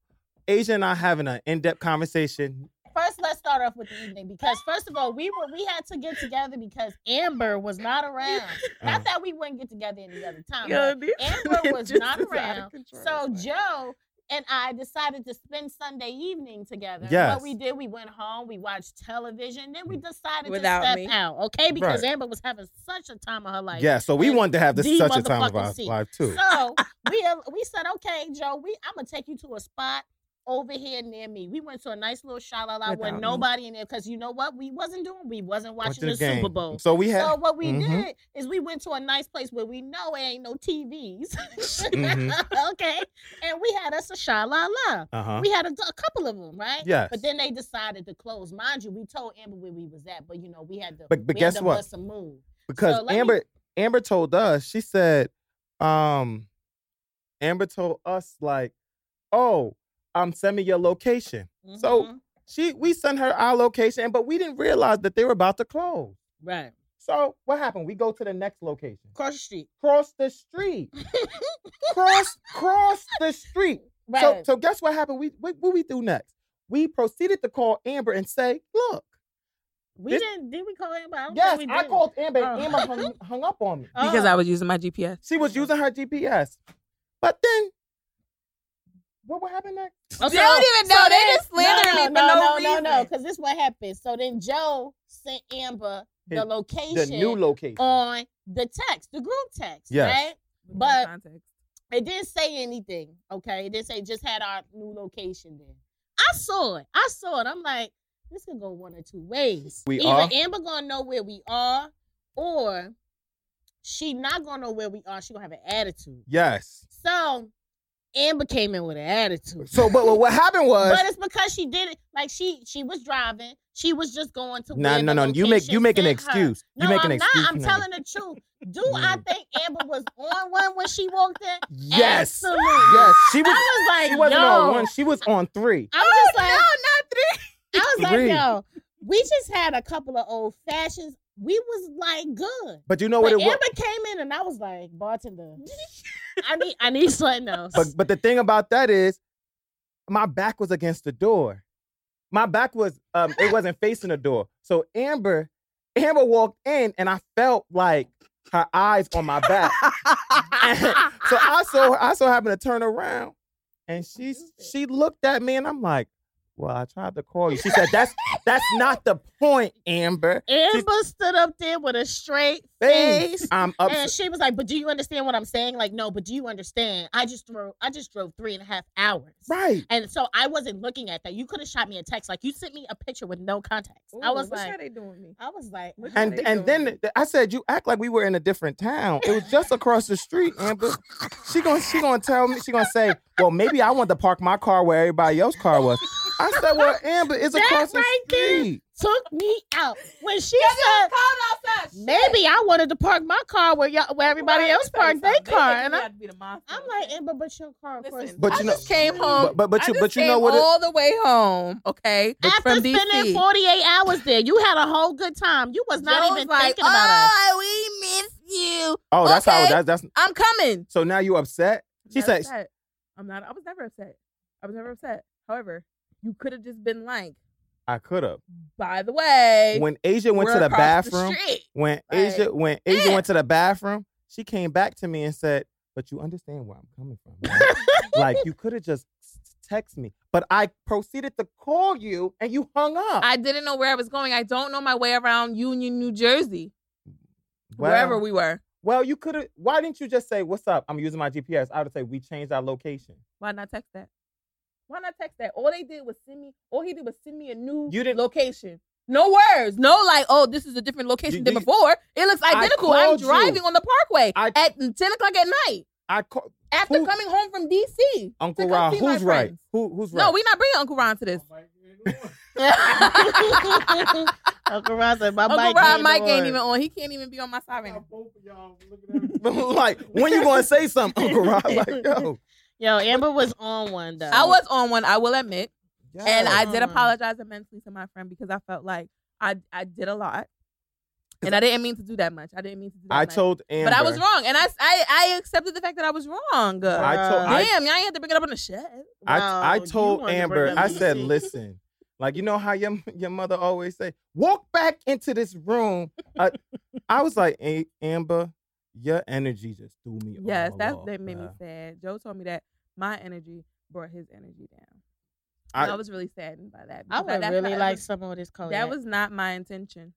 C: Asia and I having an in depth conversation.
B: First, let's start off with the evening because first of all, we were we had to get together because Amber was not around.
C: uh,
F: Oh.
B: Not that we wouldn't get together any other time. but
I: these
B: Amber was
I: just
B: not
I: is out of
B: around,
I: control.
B: So
I: Like,
B: Joe and I decided to spend Sunday evening together.
F: Yes.
B: What we did, we went home, we watched television, then we decided
I: Without
B: to step
I: me.
B: out, okay? Because
F: Right.
B: Amber was having such a time of her life.
F: yeah, so we
B: and
F: wanted to have
B: the
F: this such a time of
B: motherfucking
F: our
B: seat.
F: life too.
B: So we uh, we said, okay, Joe, we I'm gonna take you to a spot over here near me. We went to a nice little shalala
I: Without
B: with
I: me.
B: nobody in there because you know what we wasn't doing? We wasn't
F: Went
B: watching
F: to
B: the, Super
F: game.
B: Bowl.
F: So we had
B: So what we
F: Mhm.
B: did is we went to a nice place where we know it ain't no TVs.
F: Mhm.
B: okay. And we had us a sha-la-la.
F: uh-huh.
B: We had a, a couple of them, right?
F: Yes.
B: But then they decided to close. Mind you, we told Amber where we was at, but you know, we had to
F: But- but
B: we
F: guess
B: had to
F: what?
B: bust a move.
F: because
B: let me-
F: Amber Amber told us she said um Amber told us like oh um send me your location So-
B: Mhm.
F: she we sent her our location but we didn't realize that they were about to close
B: right.
F: so what happened we go to the next location
B: Across the street.
F: cross the street cross cross the street
B: Right.
F: so so guess what happened we what, what we do next we proceeded to call Amber and say look
B: we
F: this-
B: didn't did we call Amber? I don't
F: yes
B: think we
F: I
B: did.
F: called Amber and
B: Oh.
F: Amber hung, hung up on me
A: Because
B: Oh.
A: I was using my GPS.
F: She was
B: Mm-hmm.
F: using her GPS. But then, what would happen next?
B: Oh,
A: They don't even know. They just slandering me for no
B: No, no,
A: reason.
B: because this what happened. So then Joe sent Amber the
F: His-
B: location
F: The new location.
B: on the text, the group text,
F: Yes.
B: right?
A: With no
B: But-
A: context.
B: It didn't say anything, okay? It didn't say just had our new location there. I saw it. I saw it. I'm like, this could go one or two ways.
F: We
B: Either
F: are-
B: Amber gonna know where we are, or she not gonna know where we are. She gonna have an attitude.
F: yes.
B: So Amber came in with an attitude.
F: So, uh, but, but what happened was
B: But it's because she did it. Like she she was driving. She was just going to.
F: no,
B: where
F: no,
B: the
F: no. You make you
B: location
F: make an
B: sent her.
F: excuse.
B: No,
F: you make
B: I'm
F: an excuse.
B: not. I'm
F: now.
B: telling the truth. Do I
F: Mm.
B: think Amber was on one when she walked in?
F: Yes,
B: Absolutely.
F: yes. She was.
B: I was like,
F: She wasn't
B: yo.
F: on one. Oh, She was on three.
B: I was just like,
A: not three.
B: I was
F: Agreed.
B: like, yo, we just had a couple of old fashions. We was like good.
F: But you know what
B: but
F: it was.
B: Amber came in and I was like, bartender. I need I need something else.
F: But but the thing about that is, my back was against the door. My back was um it wasn't facing the door. So Amber, Amber walked in and I felt like her eyes on my back. so I saw her, I saw her having to turn around and she she looked at me and I'm like, Well, I tried to call you. She said, That's that's not the point, Amber.
B: Amber stood up there with a straight
F: Face.
B: face.
F: I'm up.
B: And she was like, "But do you understand what I'm saying?" Like, no, but do you understand? I just drove. I just drove three and a half hours,
F: Right.
B: and so I wasn't looking at that. You could have shot me a text. Like, you sent me a picture with no context. I
I: ooh,
B: was
I: look how
B: like,
I: they doing me.
B: I was like,
I: Look how
F: And
I: they doing
F: and then
I: me.
F: th- I said, "You act like we were in a different town. It was just across the street, Amber." She gonna she gonna tell me she gonna say, "Well, maybe I want to park my car where everybody else's car was." I said, "Well, Amber, it's
B: That
F: across the
B: right there.
F: street."
B: took me out when she said, "Maybe I wanted to park my car where y'all, where everybody else parked their car," and I, I'm like, "Amber, but your car, of course."
A: Listen,
F: But
A: I
F: you know-
A: just came
F: But
A: home.
F: but, but
A: I
F: you
A: just
F: but you know
A: came
F: what? It,
A: All the way home, okay?
B: After
A: from
B: spending
A: DC.
B: 48 hours there, you had a whole good time. You was not
A: Joe's
B: even
A: like,
B: thinking about us.
A: Oh, we miss you.
F: oh, that's how
A: okay.
F: that's that's.
A: I'm coming.
F: So now you upset?
I: I'm
F: She
I: not
F: said,
I: upset. I'm not. I was never upset. I was never upset. However, you could have just been like,
F: "I could have."
I: by the way,
F: When Asia went
I: we're
F: to the
I: across the
F: bathroom,
I: street.
F: when
I: Like,
F: Asia when
A: Eh.
F: Asia
I: yeah.
F: went to the bathroom, she came back to me and said, "But you understand where I'm coming from, right? like you could have just text me, but I proceeded to call you and you hung up.
A: I didn't know where I was going. I don't know my way around Union, New Jersey,
F: well,
A: wherever we were.
F: well, you could have. Why didn't you just say, "What's up? I'm using my GPS." I would say we changed our location.
I: Why not text that? Why not text that? All they did was send me. All he did was send me a new
F: You didn't-
I: location.
A: No words. No, like, oh, this is a different location
F: You-
A: than
F: you-
A: before. It looks identical. I'm
F: called you.
A: driving on the parkway
F: I-
A: at 10 o'clock at night
F: I call
A: after
F: Who-
A: coming home from D.C.
F: Uncle
A: To come
F: Ron.
A: see my
F: Who's right?
A: friends.
F: Who, who's right?
A: No, we're not bringing Uncle Ron to this.
B: Uncle Ron said, "My
A: Uncle
B: mic
A: Ron Mike
B: on."
A: ain't even on. He can't even be on my side right now.
F: like when you gonna say something, Uncle Ron? Like yo,
B: Yo, Amber was on one though.
A: I was on one, I will admit. And I did
B: Yes.
A: apologize immensely to my friend because I felt like I, I did a lot. And I didn't mean to do that much. I didn't mean to do that
F: I
A: much.
F: told Amber,
A: But I was wrong. And I, I, I accepted the fact that I was wrong.
F: I told I
A: Damn, y'all ain't have to bring it up on the shit.
F: I,
B: Wow,
F: I
B: you
F: told
B: wanted to bring
F: Amber,
B: up
F: I said,
B: DC.
F: listen,
C: Like you know how your your mother always say, "Walk back into this room." I, I was like, "A- "Amber, your energy just threw me."
A: Yes,
C: all
A: that's
C: off,
A: that made me
C: bruh."
A: sad. Joe told me that my energy brought his energy down.
C: I-
A: I, I was really saddened by that.
B: I
A: because
B: would
A: that's
B: really
A: not-
B: like someone of this color.
A: that was not my intention.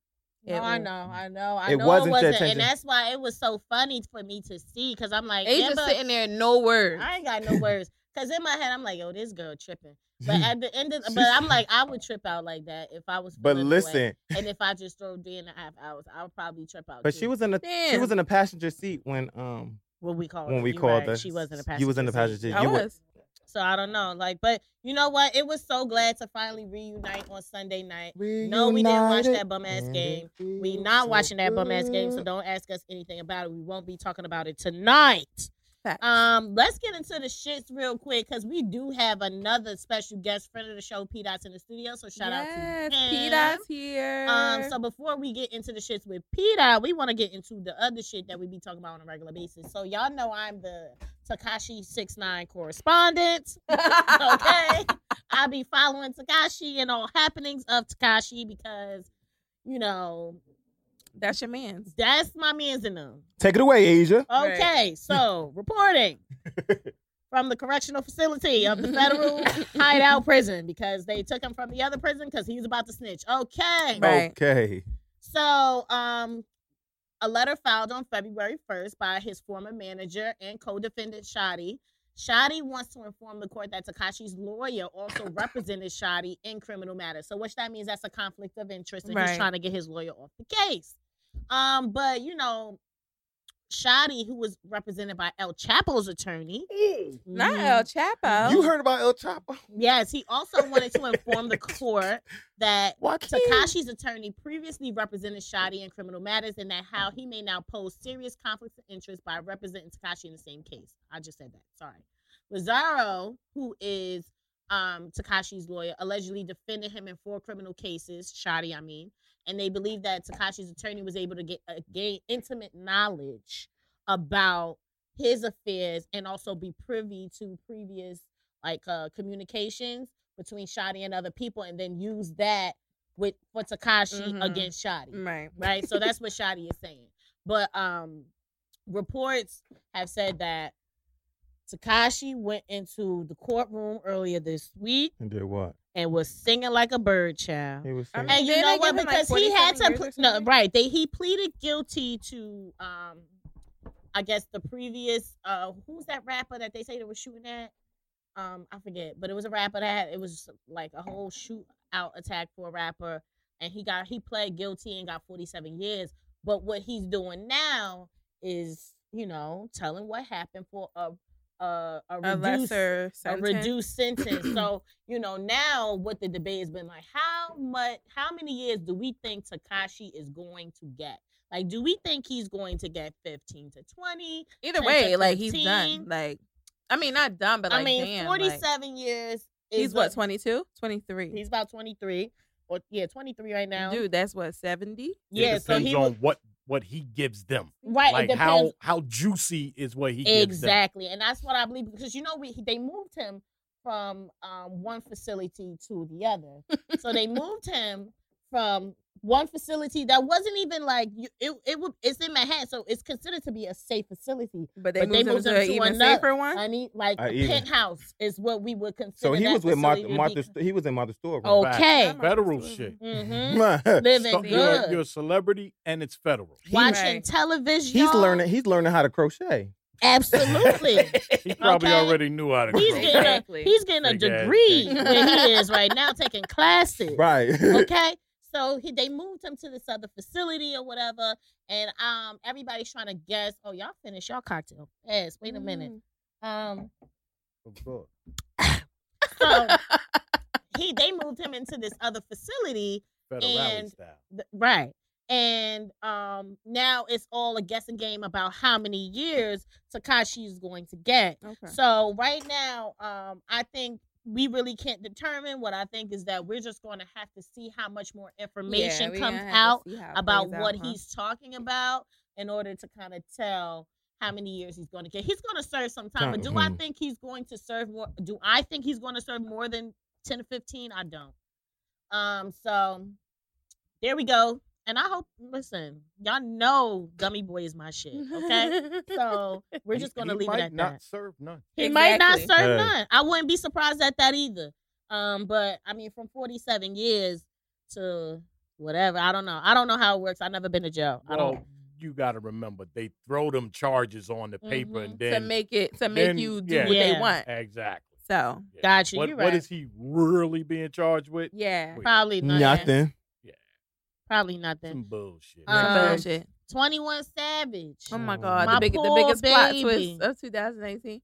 B: No,
A: at
B: I
A: all.
B: know, I know, I
C: It
B: know
C: wasn't
B: it
C: your
B: wasn't,
C: attention.
B: and that's why it was so funny for me to see because I'm like,
E: Asia
B: Amber,
E: sitting there, no words.
B: I ain't got no words because in my head I'm like, yo, this girl tripping. But at the end of, the, but I'm like, I would trip out like that if I was.
C: But
B: feeling the way.
C: listen,
B: and if I just drove three and a half hours, I would probably trip out.
C: but
B: too.
C: she was in the she
A: Damn.
C: was in the passenger seat when um
B: when we called
C: when
B: her.
C: we
B: You
C: called
B: right.
C: her.
B: She was in the passenger.
C: You was in the passenger seat.
A: I
C: You were-
A: was.
B: So I don't know, like, but you know what? It was so glad to finally reunite on Sunday night. No, we didn't watch that bum ass game. We not watching that bum ass game, so don't ask us anything about it. We won't be talking about it tonight.
A: Facts.
B: Um, let's get into the shits real quick because we do have another special guest friend of the show, P Dots, in the studio. So shout
A: yes,
B: out to him.
A: P Dot's here.
B: Um, so before we get into the shits with Peter, we want to get into the other shit that we be talking about on a regular basis. So y'all know I'm the Takashi six nine correspondent. okay, I be following Takashi and all happenings of Takashi because you know
A: that's your man's.
B: that's my man's in them.
C: Take it away, Asia.
A: Right.
B: Okay, so reporting from the correctional facility of the federal hideout prison because they took him from the other prison because he was about to snitch. Okay.
A: Right.
C: Okay.
B: So, um, a letter filed on February 1st by his former manager and co-defendant Shadi. Shadi wants to inform the court that Takashi's lawyer also represented Shadi in criminal matters. So, which that means that's a conflict of interest, and he's
A: Right.
B: trying to get his lawyer off the case. Um, but you know, Shadi, who was represented by El Chapo's attorney,
A: Not
B: Mhm.
A: El Chapo.
C: You heard about El Chapo?
B: yes, he also wanted to inform the court that
C: What?
B: Takashi's attorney previously represented Shadi in criminal matters, and that how he may now pose serious conflicts of interest by representing Takashi in the same case. I just said that. Sorry. Lazaro, who is um, Takashi's lawyer, allegedly defended him in four criminal cases. Shadi, I mean, and they believe that Takashi's attorney was able to get uh, gain intimate knowledge about his affairs and also be privy to previous like uh, communications between Shadi and other people, and then use that with for Takashi
A: Mhm.
B: against Shadi
A: Right.
B: right? So that's what Shadi is saying. But um reports have said that Takashi went into the courtroom earlier this week
C: And did what?
B: and was singing like a bird child.
C: He was
A: I mean,
C: saying-
B: And you
A: Didn't
B: know
A: they
B: what?
A: give him, like,
B: Because he had
A: 47
B: to
A: years or
B: put, no,
A: something?
B: right. They he pleaded guilty to um I guess the previous uh who's that rapper that they say they were shooting at? Um, I forget, but it was a rapper that had, it was like a whole shootout attack for a rapper, and he got he pled guilty and got forty seven years. But what he's doing now is, you know, telling what happened for a a, a
A: A
B: reduced-
A: lesser sentence.
B: a reduced sentence. so you know now what the debate has been like: how much, how many years do we think Takashi is going to get? Like, do we think he's going to get fifteen to twenty?
A: Either
B: 10
A: way,
B: to
A: like he's
B: 15.
A: done. Like, I mean, not done, but like,
B: I mean,
A: damn, like,
B: forty-seven years. Is
A: he's what,
B: a-
A: 22? 23.
B: He's about twenty-three, or yeah, twenty-three right now.
A: Dude, that's what, 70?
B: yeah,
H: it
B: so
H: depends
B: he
H: on
B: was,
H: what what he gives them.
B: right.
H: like
B: it depends
H: how how juicy is what he gives them.
B: exactly, and that's what I believe because you know we they moved him from um, one facility to the other, so they moved him from one facility that wasn't even like you, it it would it's in Manhattan, so it's considered to be a safe facility.
A: But they
B: But
A: moved
B: they
A: him
B: moved
A: to
B: him
A: an
B: to
A: even
B: another-
A: safer one?
B: I need like
C: Uh,
B: a
C: even-
B: penthouse is what we would consider.
C: so he
B: that
C: was with Martha.
B: facility to
C: Martha
B: be-
C: St- he was in Martha Stewart. with
H: Oh,
B: Okay,
H: Federal shit. Mm-hmm.
B: hmm
C: him.
B: living
H: So you're,
B: good,
H: you're a celebrity and it's federal.
B: watching
A: Right.
B: television.
C: he's
B: y'all.
C: learning. He's learning how to crochet.
B: absolutely.
H: He probably
B: Okay.
H: already knew how to
B: He's
H: grow.
B: getting a,
A: Exactly.
B: he's getting a
H: Big ass
B: degree
H: thing.
B: where he is right now taking classes.
C: Right.
B: Okay. So he, they moved him to this other facility or whatever. And um everybody's trying to guess, oh, y'all finish y'all cocktail. Yes, wait a minute. Um
C: Of course.
B: so he they moved him into this other facility
H: Federale
B: And-
H: style.
B: Th- right and um now it's all a guessing game about how many years takashi is going to get
A: Okay.
B: so right now um i think we really can't determine what i think is that we're just going to have to see how much more information comes out about what he's talking about in order to kind of tell how many years he's going to get. He's going to serve some time, but do I
H: hmm.
C: Mhm.
B: think he's going to serve more? Do I think he's going to serve more than 10 to 15? I don't. Um, so there we go. And I hope listen, y'all know Gummy Boy is my shit. Okay. so we're
H: He-
B: just gonna
H: he
B: leave
H: might
B: it at
H: not
B: that.
H: serve none.
B: He might not
A: Exactly.
B: serve
H: Hey.
B: none. I wouldn't be surprised at that either. Um, but I mean, from forty-seven years to whatever, I don't know. I don't know how it works. I've never been to jail. I don't.
H: Well, you got to remember they throw them charges on the paper
B: Mhm.
H: and
A: to
H: then
A: make it to make
H: then-
A: you do
H: yeah.
A: what
B: Yeah.
A: they want.
H: exactly.
A: So
H: Yeah.
B: Got you.
H: What,
B: You're
H: what
B: right.
H: is he really being charged with?
A: yeah,
H: Wait,
B: Probably nothing.
C: Nothing.
B: Probably nothing.
H: Some bullshit.
B: Um,
A: some bullshit.
B: Twenty-one Savage.
A: Oh my god,
B: my
A: the, big, the
B: poor
A: biggest plot
B: baby.
A: twist of 2018.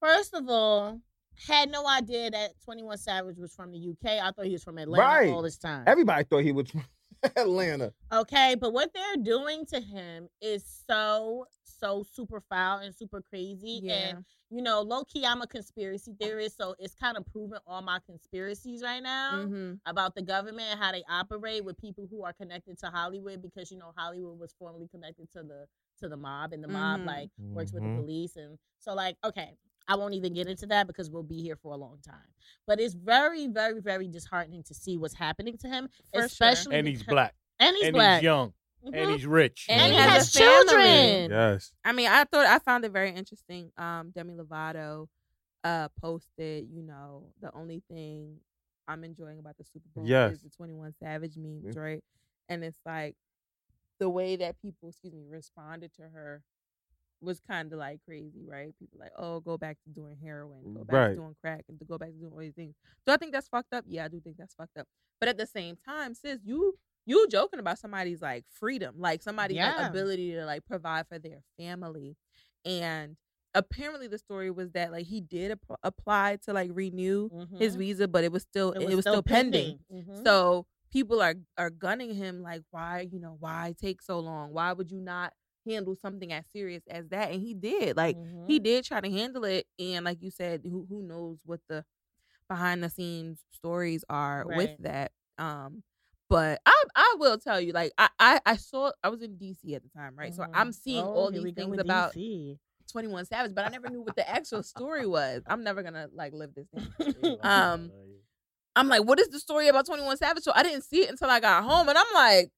B: First of all, had no idea that Twenty One Savage was from the UK. I thought he was from Atlanta
C: Right.
B: all this time.
C: Everybody thought he was from Atlanta.
B: Okay, but what they're doing to him is so so super foul and super crazy.
A: Yeah.
B: And you know, low key, I'm a conspiracy theorist, so it's kind of proving all my conspiracies right now
A: Mm-hmm.
B: about the government and how they operate with people who are connected to Hollywood because you know Hollywood was formerly connected to the to the mob and the mob
A: Mhm.
B: like works with the
H: Mm-hmm.
C: Mhm.
B: police and so like okay I won't even get into that because we'll be here for a long time but it's very very very disheartening to see what's happening to him especially
H: and he's
B: because-
H: black.
B: and he's
H: and
B: black
H: he's young.
B: Mhm.
H: And he's rich.
B: And he
A: he has
B: has
A: a family.
B: children
C: Yes.
A: I mean, I thought I found it very interesting. Um, Demi Lovato uh posted, you know, the only thing I'm enjoying about the Super Bowl
C: Yes.
A: is the 21 Savage memes,
C: Mhm.
A: right? And it's like the way that people, excuse me, responded to her was kind of like crazy, right? People like, oh, go back to doing heroin, go back
C: Right.
A: to doing crack, and to go back to doing all these things. Do I think that's fucked up? Yeah, I do think that's fucked up. But at the same time, sis, you you joking about somebody's like freedom, like somebody's
B: Yeah.
A: like, ability to like provide for their family, and apparently the story was that like he did ap- apply to like renew his
B: Mhm.
A: visa, but it was still Mm-hmm. it was, still, pending. Mm-hmm.
B: Mhm.
A: So people are are gunning him like, why you know why take so long? Why would you not handle something as serious as that? And he did like
B: Mhm.
A: he did try to handle it and like you said who who knows what the behind the scenes stories are with
B: Right.
A: that um but i i will tell you like i i, I saw i was in dc at the time right so
B: Mhm.
A: i'm seeing
B: Oh,
A: all
B: here we
A: these
B: go
A: things
B: with
A: about
B: DC.
A: 21 savage but i never knew what the actual story was i'm never gonna like live this down. Um, i'm like what is the story about 21 savage so i didn't see it until i got home and i'm like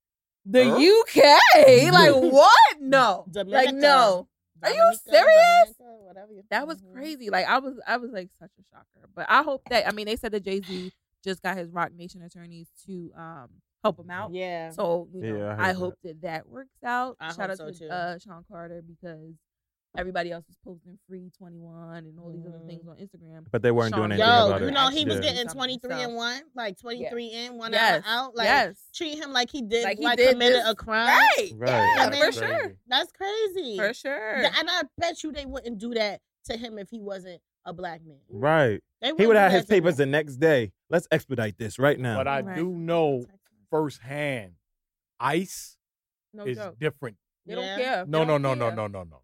A: the
C: Huh?
A: uk like what no
B: Dominica.
A: like no Are you
B: Dominica,
A: serious?
B: Dominica, whatever you-
A: That was
B: Mhm.
A: crazy. Like I was, I was like such a shocker. But I hope that I mean they said that Jay Z just got his Rock Nation attorneys to um help him out.
B: Yeah.
A: So you know,
C: Yeah, I heard
A: I,
C: that.
A: hope that that works out.
B: I
A: Shout
B: hope
A: out
B: so,
A: to
B: too.
A: uh Sean Carter because everybody else is posting free twenty one and all these
B: Mhm.
A: other things on Instagram.
C: But they weren't
A: Sean
C: doing anything
A: Yo,
C: about
B: Yo,
C: it.
B: you know he was
A: Yeah.
B: getting
A: Something,
B: 23 and
A: so-
B: 1, like 23 in, 1
A: Yes.
B: hour out. Like,
A: yes.
B: treat him like he did,
A: Like he
B: like
A: did
B: committed
A: this.
B: a crime.
A: Right.
C: Right.
A: Yeah,
B: Yeah,
A: for sure.
B: That's crazy.
A: For sure.
B: Th- And I bet you they wouldn't do that to him if he wasn't a black man.
C: Right.
B: They
C: He would
B: wouldn't
C: have
B: do
C: his
B: that to
C: papers
B: him.
C: the next day. Let's expedite this right now.
H: But I
A: Right.
H: do know firsthand, ICE
B: Oh,
A: no
H: is
A: joke.
H: different.
A: They don't
B: Yeah.
A: care. They
H: No, no,
A: don't
H: no, no,
A: care.
H: no, no, no.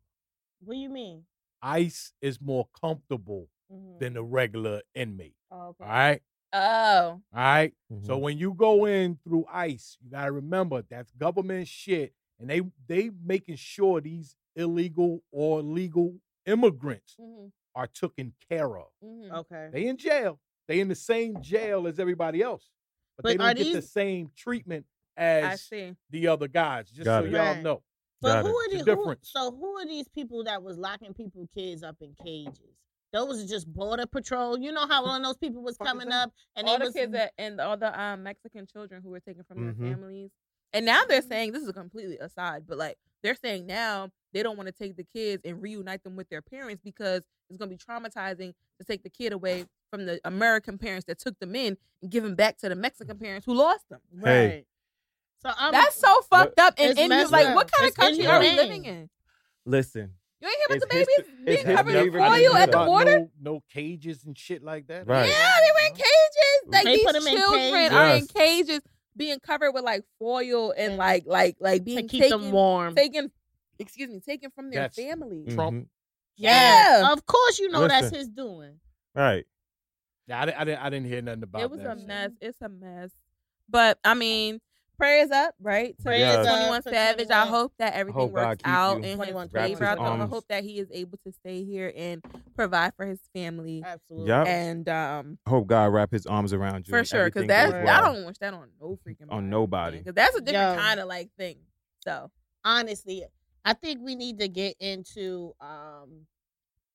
B: What do you mean?
H: ICE is more comfortable
B: Mhm.
H: than the regular inmate.
B: Oh, okay.
H: All right.
A: Oh.
H: All right. So
C: Mhm.
H: when you go in through ICE, you gotta remember that's government shit, and they they making sure these illegal or legal immigrants
A: Mhm.
H: are taken care of.
A: Mhm.
B: Okay.
H: They in jail. They in the same jail as everybody else, but, they
B: But are
H: don't get the
B: these-
H: same treatment
A: I
H: as
A: see.
H: the other guys. Just
C: Got
H: so
C: it.
H: y'all
B: Right.
H: know,
B: But
C: Got
B: who
C: it.
B: are
H: It's
B: these?
H: a
B: Who,
H: difference.
B: so who are these people that was locking people kids up in cages? Those are just border patrol. You know how one of those people was
C: Fuck is
B: coming
C: that?
B: up and
A: all
B: they
A: the
B: was Mm-hmm.
A: kids that, and all the um, Mexican children who were taken from
C: Mhm.
A: their families. And now they're saying this is completely aside, but like they're saying now they don't want to take the kids and reunite them with their parents because it's going to be traumatizing to take the kid away from the American parents that took them in and give them back to the Mexican parents who lost them.
C: Hey.
B: right. So I'm
A: That's so fucked up. And,
B: Um, It's
A: and you
B: messed
A: like,
B: up.
A: what kind
B: It's
A: of country are we
B: inhumane.
A: living in?
C: Listen.
A: You ain't here with the
C: It's histo-
A: babies
C: it's
A: being covered
C: history
A: for
C: running
A: you at the
C: together.
A: border.
H: No, no cages and shit like that.
C: Right.
A: Yeah, they were in cages. Like
B: They
A: these
B: put 'em in
A: children are in
C: cages.
A: cages, being covered with like foil and like like like
B: to
A: being
B: keep
A: taken,
B: them warm.
A: taken, excuse me, taken from their
H: That's-
A: families.
H: Trump.
C: Mhm.
A: Yeah.
B: Of course, you know that's
C: Listen.
B: his doing.
C: Right.
H: Yeah, I, di- I didn't. I didn't hear nothing about.
A: It was
H: that
A: a
H: shit.
A: mess. It's a mess. But I mean, prayers up, right? To
C: Prayers up
A: Twenty One
B: for
A: Savage.
B: 21.
A: I hope that everything
C: Hope God
A: works
C: keep
A: out
C: you
A: in his
B: 21
A: favor. I
C: wraps his
A: I
C: arms.
A: hope that he is able to stay here and provide for his family.
B: Absolutely.
C: Yep.
A: And um,
C: Hope God wrap His arms around you.
A: for
C: and
A: sure, because
C: everything
A: that's
C: goes
A: I
C: well.
A: don't wish that on no freaking
C: On nobody.
A: because that's a different
B: Yo.
A: kind of like thing. So
B: Honestly, I think we need to get into um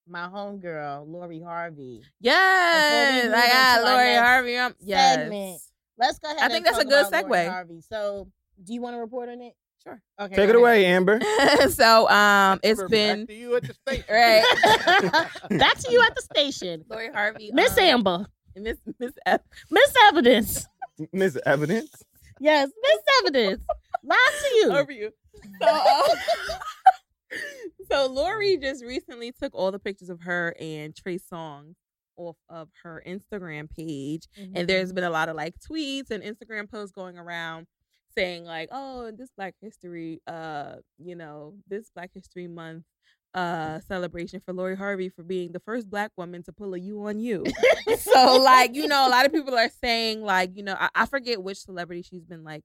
B: my homegirl, Lori Harvey.
A: yes,
B: move
A: I got
B: into our
A: Lori
B: next
A: Harvey. Um,
B: segment,
A: yes,
B: Let's go ahead.
A: I
B: and
A: think that's
B: talk
A: a good
B: about Lori
A: segue.
B: Harvey. So, do you want to report on it?
A: sure.
B: Okay.
C: Take it
B: go ahead.
C: away, Amber.
A: so um, it's
H: Remember, back
A: been
H: to you at the station.
A: Right.
B: Back to you at the station.
A: Lori Harvey,
B: Miss
A: um,
B: Amber,
A: Miss Miss F.
B: Miss Evidence.
C: Miss Evidence.
B: Yes, Miss Evidence. Lied to you.
A: over you. So, um, so Lori just recently took all the pictures of her and Trey Songz off of her Instagram page, and there's
B: Mm-hmm.
A: been a lot of like tweets and Instagram posts going around saying like, "Oh, this Black History, uh, you know, this Black History Month." Uh, celebration for Lori Harvey for being the first black woman to pull a U on you. so, like, you know, a lot of people are saying, like, you know, I, I forget which celebrity she's been like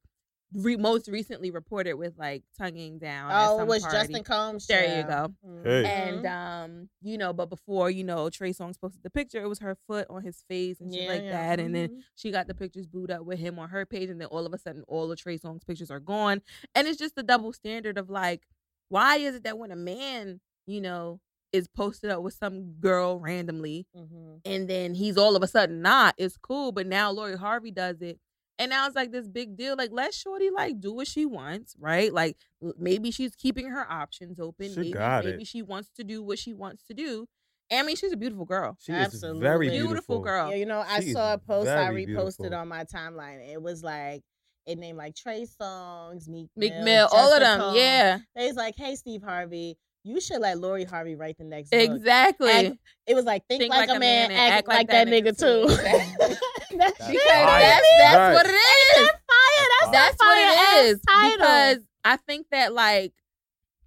A: re- most recently reported with like tonguing down. at
B: oh, it
A: some
B: was
A: party.
B: Justin Combs. Mm-hmm.
A: There you
B: child.
C: Hey.
A: And um, you know, but before you know, Trey Songz posted the picture. It was her foot on his face and shit like that. And then
B: Mhm.
A: she got the pictures booed up with him on her page, and then all of a sudden, all of Trey Songz pictures are gone. And it's just the double standard of like, why is it that when a man, you know, is posted up with some girl randomly,
B: Mhm.
A: and then he's all of a sudden not. It's cool, but now Lori Harvey does it. And now it's like this big deal. Like, let Shorty like do what she wants, right? Like, l- maybe she's keeping her options open.
C: She
A: maybe
C: got
A: maybe
C: it.
A: she wants to do what she wants to do. I mean, she's a beautiful girl.
C: She
B: Absolutely.
C: is very
A: Beautiful,
C: beautiful.
A: girl.
B: Yeah, you know, I
C: She is
B: saw a post I
C: very
B: reposted
C: beautiful.
B: on my timeline. It was like it named like Trey Songs, Meek Mill,
A: McMill, all of
B: Justin
A: them.
B: Combs.
A: Yeah.
B: They was like, "Hey, Steve Harvey, you should let Lori Harvey write the next book."
A: Exactly.
B: Act- it was like think, like, a man, act, like, that, nigga, too. that's
A: because
C: fire.
A: that's, that's
C: Right.
A: what it is.
C: That's
A: That's
B: a
A: what it
B: fire-ass
A: is.
B: title.
A: Because I think that like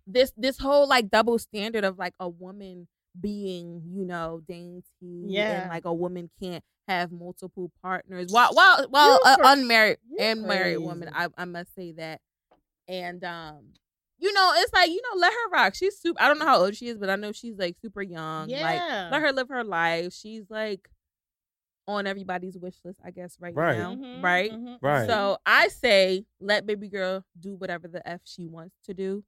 A: this this whole like double standard of like a woman being, you know, dainty
B: Yeah.
A: and like a woman can't have multiple partners. While while while
B: You
A: an
B: cra-
A: unmarried
B: you
A: and married woman, I,
B: crazy.
A: I must say that. And um you know, it's like, you know, let her rock. She's super I don't know how old she is, but I know she's like super young. um, Like
B: yeah.
A: let her live her life. She's like on everybody's wish list, I guess, right,
C: Right.
A: now.
B: Mhm,
A: Right.
B: mhm.
C: Right.
A: So I say let baby girl do whatever the f she wants to do,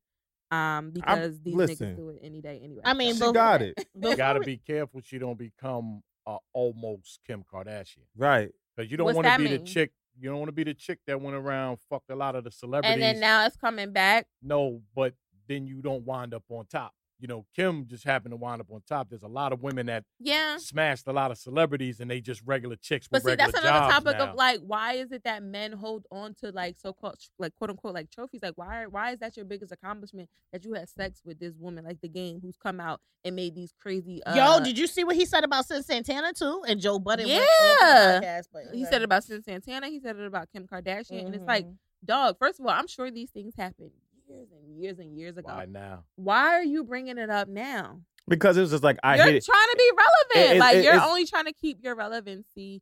A: um, because these
C: listen.
A: niggas do it any day anyway.
B: I mean,
C: She
B: before-
C: got it.
H: You
B: before
H: gotta
B: we-
H: be careful she don't become uh, almost Kim Kardashian.
C: Right.
H: Because you don't
A: What's
H: want to
A: that
H: be the
A: mean?
H: chick. You don't want to be the chick that went around fucked a lot of the celebrities.
A: and then now it's coming back.
H: no, but then you don't wind up on top. You know, Kim just happened to wind up on top. There's a lot of women that
A: Yeah.
H: smashed a lot of celebrities, and they just regular chicks
A: But
H: with
A: see,
H: regular
A: that's another
H: jobs
A: topic
H: now.
A: of like, why is it that men hold on to like so called like quote unquote like trophies? Like, why why is that your biggest accomplishment that you had sex with this woman like the game who's come out and made these crazy? Uh,
B: Yo, did you see what he said about Sin Santana too? And Joe Budden. went
A: Yeah.
B: off the podcast, but
A: he said it about Sin Santana. He said it about Kim Kardashian, and it's like,
B: Mhm.
A: dog. First of all, I'm sure these things happened years and years and years ago.
H: Why now?
A: why are you bringing it up now?
C: Because it was just like I
A: you're
C: hit
A: trying
C: it.
A: to be relevant.
C: It- it-
A: like
C: it-
A: you're
C: it's-
A: only trying to keep your relevancy.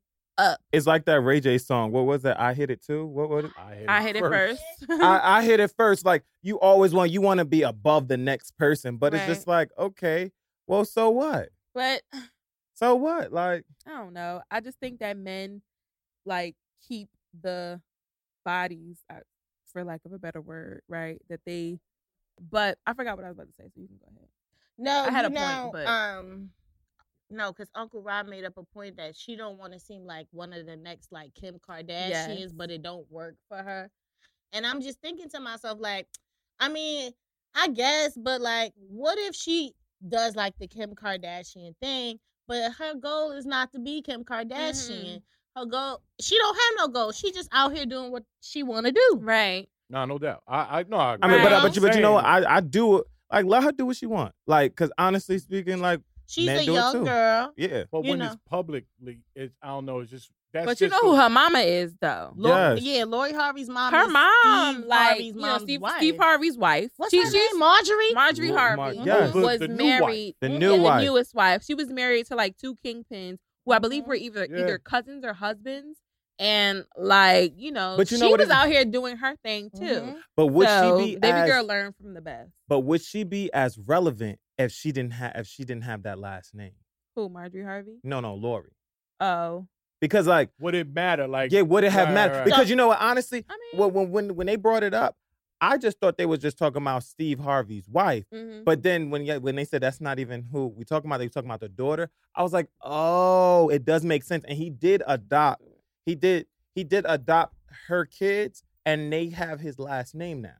C: It's like that Ray J song. What was that? I hit it too. What was it?
H: I hit,
A: I hit it first.
C: I, I hit it first. Like you always want you want to be above the next person, but it's just like okay, well, so what?
A: but I
C: So what? Like
A: don't know. I just think that men like keep the bodies, uh, for lack of a better word, right? That they. But I forgot what I was about to say, so you can go ahead.
B: No,
A: I had
B: you
A: a point,
B: know,
A: but-
B: um, no, because Uncle Rob made up a point that she don't want to seem like one of the next like Kim Kardashians,
A: Yes.
B: but it don't work for her. And I'm just thinking to myself, like, I mean, I guess, but like, what if she does like the Kim Kardashian thing, but her goal is not to be Kim Kardashian.
A: Mm-hmm.
B: Her goal, she don't have no goal. She just out here doing what she want to do.
A: Right.
H: No, no doubt. I, I no. I,
C: I mean, but uh,
A: Right.
C: but you but you know what?
H: I,
C: I I do it. Like let her do what she want. Like because honestly speaking, like
B: She's
C: Men
B: a
C: do it
B: young
C: too.
B: girl.
C: yeah,
H: but
B: you
H: when
B: know.
H: it's publicly, it's I don't know. It's just that's.
A: But you know
H: just
A: who
H: the-
A: her mama is, though.
B: Lori,
C: Yes.
B: Yeah, Lori Harvey's mom.
A: her
B: is
A: mom,
B: Steve
A: like
B: Harvey's
A: you know,
B: mom's
A: Steve,
B: wife.
A: Steve Harvey's wife.
B: What's
A: She-
B: her
A: she's
B: name? Marjorie.
A: Marjorie
C: Mar-
A: Harvey
C: yes.
A: who
H: The-
A: was
H: the new wife.
A: married
C: the
B: Mhm.
C: new
A: yeah,
C: wife.
A: the
B: Mm-hmm.
A: newest wife. She was married to like two kingpins who I believe were either
H: Yeah.
A: either cousins or husbands. and like you know,
F: But you know
A: she
F: what
A: was
F: it-
A: out here doing her thing too.
B: Mhm.
F: But would
A: so
F: she be
A: baby
F: as,
A: girl learned from the best.
F: But would she be as relevant if she didn't have if she didn't have that last name?
A: Who, Marjorie Harvey?
F: No, no, Lori.
A: Oh,
F: Because like,
J: Would it matter? Like,
F: yeah, would it have
J: Right,
F: mattered?
J: right, right.
F: Because you know what? Honestly,
A: I mean,
F: when when when when they brought it up, I just thought they was just talking about Steve Harvey's wife.
A: mhm.
B: Mm-hmm.
F: But then when yeah, when they said that's not even who we talking about, they were talking about the daughter. I was like, oh, it does make sense. And he did adopt. He did he did adopt her kids, and they have his last name now.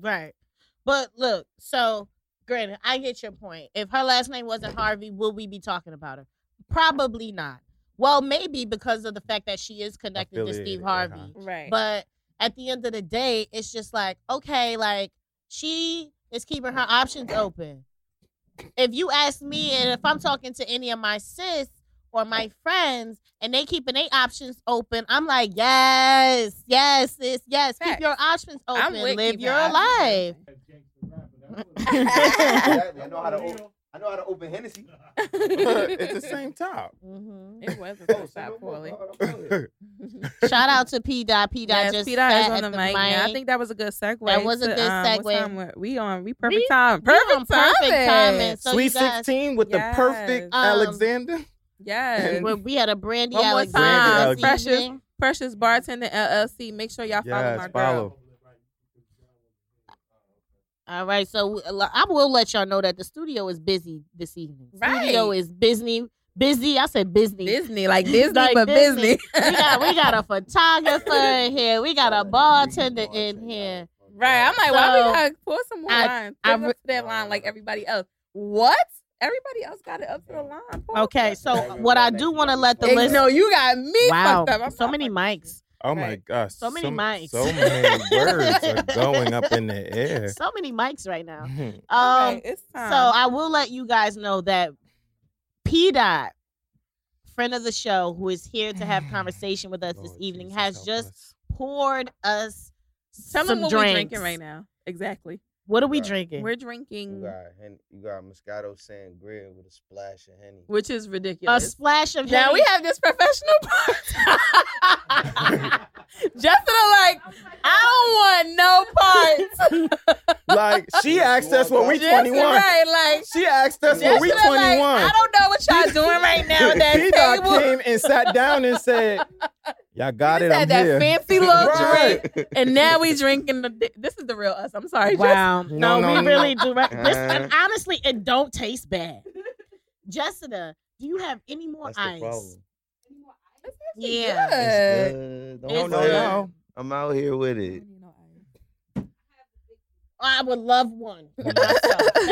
B: Right. But look, so granted, I get your point. If her last name wasn't Harvey, would we be talking about her? Probably not. Well, maybe because of the fact that she is connected to
F: Affiliated
B: Steve
F: with
B: Harvey.
F: her.
A: right.
B: But at the end of the day, it's just like, okay, like she is keeping her options open. If you ask me, and if I'm talking to any of my sis or my friends, and they keeping their options open, I'm like, yes, yes, sis, yes, keep
A: Facts.
B: your options
A: I'm
B: open,
A: with
B: live
A: keeping
B: your
A: our options
B: life.
H: Exactly. I know how to open, I know how to open Hennessy.
F: it's the same top.
B: Mhm.
A: it was a
H: Oh,
A: good
H: say no
A: stop,
H: more.
A: Paulie.
H: Hold on, hold on.
B: Shout out to P Dot. P Dot
A: Yes,
B: just
A: P-Dot
B: sat
A: is
B: at
A: on the, mic. now. I think that was a good segue.
B: That was a
A: to,
B: good
A: um, what
B: segue.
A: time we're- we on we perfect
B: We-
A: time.
B: we
A: Perfect,
B: on perfect timing. So
F: Sweet
B: you guys,
F: sixteen with the perfect
A: Yes.
B: Um,
F: Alexander.
A: Yes.
B: when we had a Brandy
A: One more
B: Alexander
F: time.
B: this
A: Precious.
B: evening.
A: Precious Bartender LLC. Make sure y'all follow my girl.
B: All right, so uh, li- I will let y'all know that the studio is busy this evening. Studio
A: Right.
B: is busy, busy. I said busy.
A: Disney, like Disney,
B: Like
A: but
B: Disney.
A: Disney.
B: We got we got a photographer in here. We got a bartender in here.
A: Right. I'm like, why
B: So,
A: we gotta pull some more
B: I-
A: lines?
B: I
A: Put it
B: re-
A: up to that line like everybody else. What? Everybody else got it up to the line. Pull
B: Okay, so what I do want to let the
A: it.
B: list.
A: No, you got me
B: Wow,
A: fucked up. I'm
B: so many
A: fucked up.
B: mics,
F: Oh my
A: Right.
F: gosh.
B: So many mics.
F: So many words are going up in the air.
B: so many mics right now.
F: Mhm.
B: Um,
A: Okay, it's
B: So
A: time.
B: I will let you guys know that P Dot, friend of the show, who is here to have conversation with us this
F: Lord
B: evening,
F: Oh, Jesus,
B: has
F: help
B: just
F: us.
B: poured us
A: tell
B: some
A: them what
B: drinks.
A: we're drinking right now. Exactly.
B: What are we
K: Right.
B: drinking?
A: We're
K: You
A: drinking,
K: got hen- you got Moscato Sangria with a splash of Henny.
A: which is
B: a
A: ridiculous.
B: splash of
A: Now
B: Henny.
A: we have this professional part. Justin like, I don't want no parts.
F: like she asked us when we
K: Just
F: twenty
A: Justin
F: one.
A: right, like
F: She asked us when we
A: Justin
F: twenty
A: like, I
F: one.
A: don't know what y'all doing right now at that
F: P-Dot
A: table.
F: came and sat down and said, "Y'all got it.
A: Just
F: I'm
A: had that
F: here."
A: fancy little
F: Right.
A: drink, and now we drinking the. This is the real us. I'm sorry. Justin.
B: wow. No,
F: No, no,
B: we
F: no.
B: really do. Right? This,
K: Uh-huh.
B: and honestly, it don't taste bad. Jessica, do you have any more
K: That's the
B: ice?
K: problem.
B: Yeah.
K: It's
A: Good.
K: good. Don't
B: It's
K: know
B: good.
K: now. I'm out here with it.
A: Mm,
B: I would love one. for myself. Thank you.
F: I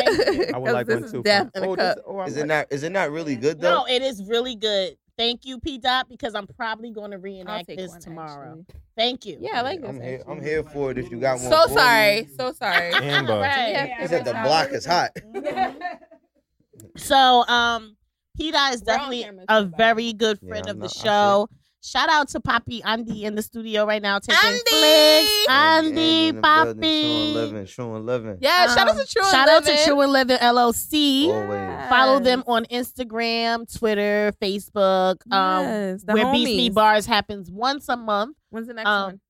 F: would
A: Because
F: like
A: this
F: one
A: is
F: too.
A: death in a
F: oh,
A: cup.
F: This, oh, I'm
K: Is it not? Is it not really good though?
B: No, it is really good. Thank you, P Dot, because I'm probably going to reenact this tomorrow. Thank you.
A: Yeah, I like this.
K: I'm here. I'm
A: actually.
K: here for it. If you got one.
A: So
K: for me.
A: sorry. So sorry.
F: Amber.
B: Right.
K: He said the block is hot.
B: So, um, P Dot is
A: We're on
B: definitely
A: camera,
B: a
A: so bye.
B: very good
K: Yeah,
B: friend
K: I'm
B: of the
K: not- I see
B: show. Shout out to Poppy Andy in the studio right now taking
A: Andy!
B: flicks. Andy,
K: in the building, Showing
B: Poppy.
K: loving. Showing loving.
A: Yeah. shout out
B: Um,
A: to True.
B: Shout out to True and Living LLC.
K: Always.
B: Follow them on Instagram, Twitter, Facebook. Um,
A: yes, the
B: where Beast Me
A: homies.
B: Bars happens once a month.
A: When's the next
B: um,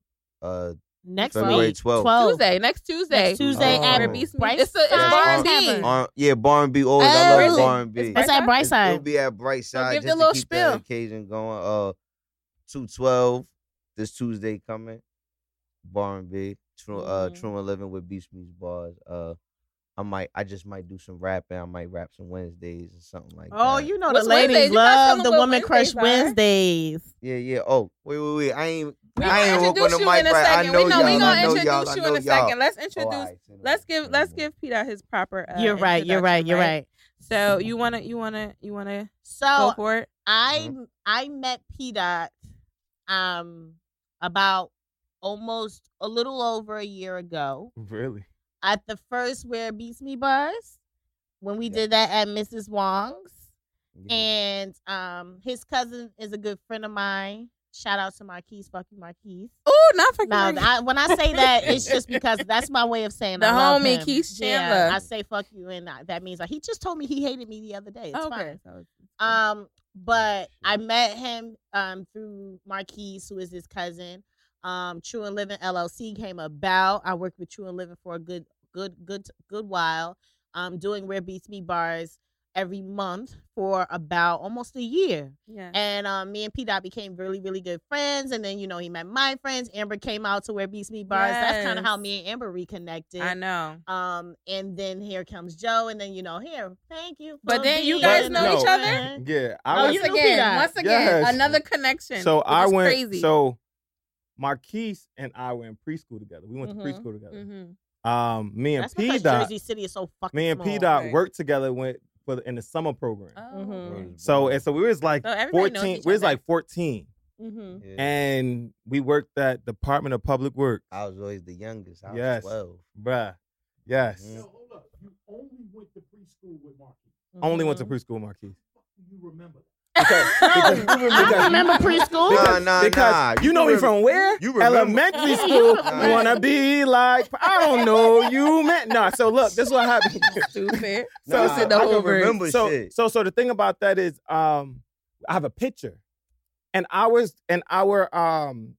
A: one?
K: Uh,
B: Next
K: February
B: week,
K: 12th.
B: 12th.
A: Tuesday. oh, Next Tuesday.
B: Next Tuesday
K: Oh.
B: at
A: Where Beast Me.
B: Bryce
A: It's a, it's
B: Side
A: bar and
B: Tavern.
A: bean.
K: Ar- yeah, Barn B. Always. I
A: Oh.
K: love Barn B.
B: It's at
K: It'll
B: Brightside.
K: be at Bright Side.
A: give
K: just
A: the
K: to
A: little
K: keep that
A: spiel.
K: occasion going. Uh, two twelve this Tuesday coming. Bar and B. True, uh,
A: Mm-hmm.
B: Mhm.
K: True Eleven with Beast Meets Bars. Uh, I might. I just might do some rapping. I might rap some Wednesdays or something like that.
B: Oh, you know
A: What's
B: the ladies
A: Wednesdays? You gotta tell
B: love
A: them
B: the
A: what
B: Woman Crush
A: Wednesdays are.
B: Wednesdays.
K: Yeah, yeah. Oh, wait, wait, wait. I ain't. oh,
A: We
K: I
A: gonna
K: ain't walk on
A: introduce
K: the
A: you
K: mic
A: in a
K: right. I
A: second.
K: know
A: we know
K: y'all.
A: we
K: I
A: gonna
K: know
A: introduce
K: y'all. I
A: you
K: know
A: in a
K: y'all.
A: second. Let's
K: Oh,
A: introduce.
K: alright, so
A: Let's give let's
K: anyway.
A: give Peter his proper. Uh,
B: you're right. You're right.
A: introduction,
B: You're right.
A: So you wanna you wanna you wanna
B: So
A: go for it?
B: I
A: Mm-hmm.
B: I met P Dot um about almost a little over a year ago
F: Really?
B: at the first Where It Beats Me Bars when we
K: Yeah.
B: did that at Mrs. Wong's.
A: Mm-hmm.
K: Yeah.
B: And um his cousin is a good friend of mine. Shout out to Marquise, fuck you, Marquise.
A: Oh, not fucking.
B: Now,
A: Marquise.
B: I, when I say that, it's just because that's my way of saying
A: The
B: I love
A: homie
B: him.
A: Keith
B: Yeah,
A: Chandler.
B: uh, I say fuck you, and I, that means like he just told me he hated me the other day. It's
A: Oh,
B: fine.
A: So it's-
B: Um, but I met him um through Marquise, who is his cousin. Um, True and Living LLC came about. I worked with True and Living for a good, good, good, good while. Um, doing Rare Beats Me bars every month for about almost a year.
A: Yeah.
B: And um, me and P Dot became really, really good friends. And then you know he met my friends. Amber came out to Rare Beats Me bars. That's kind of how
A: Yes.
B: me and Amber reconnected.
A: I know.
B: Um, and then here comes Joe, and then you know, here, thank you.
A: But
B: for
A: then you
B: being
A: guys
B: a
A: know each other?
B: friend."
F: Yeah,
B: Oh,
F: I
B: you knew
F: was.
E: once
B: who
E: again,
B: that-
E: once again,
F: Yes.
E: another connection.
F: So
E: which
F: I
E: is
F: went.
E: crazy.
F: So Marquise and I were in preschool together. We went
B: Mhm.
F: to preschool together.
A: Mm-hmm.
F: Um, me and
B: That's
F: P
B: because
F: Dot.
B: Jersey City is so fucking
F: Me and
B: small.
F: P Dot
A: Right.
F: worked together when for the, in the summer
A: Oh.
F: program.
B: Mhm.
A: Mm-hmm.
F: So and so we was like
A: So everybody knows
F: fourteen.
A: each
F: We was
A: other.
F: like fourteen,
B: Mm-hmm.
K: Yeah.
F: and we worked at Department of Public Works.
K: I was always the youngest. I was
F: Yes.
K: 12.
F: Bruh. Yes.
K: Mhm.
H: Yo, hold up. You only went to preschool with Marquis.
F: Only went to
A: Mm-hmm.
F: preschool, Marquise.
H: Fuck do you remember that?
F: Okay.
B: No,
F: because-
B: I don't
F: because-
B: remember
A: Oh.
B: preschool.
K: Nah, nah,
F: because
K: nah.
F: You
K: You
F: know me
K: remem-
F: from where?
K: you remember-
F: Elementary
B: Yeah,
F: school.
B: you remember.
F: Wanna be like I don't know you man. Nah. So look, this is what happened.
E: stupid.
K: Nah,
F: so,
K: I can remember
F: so,
K: shit.
F: so so the thing about that is um I have a picture. And ours and our um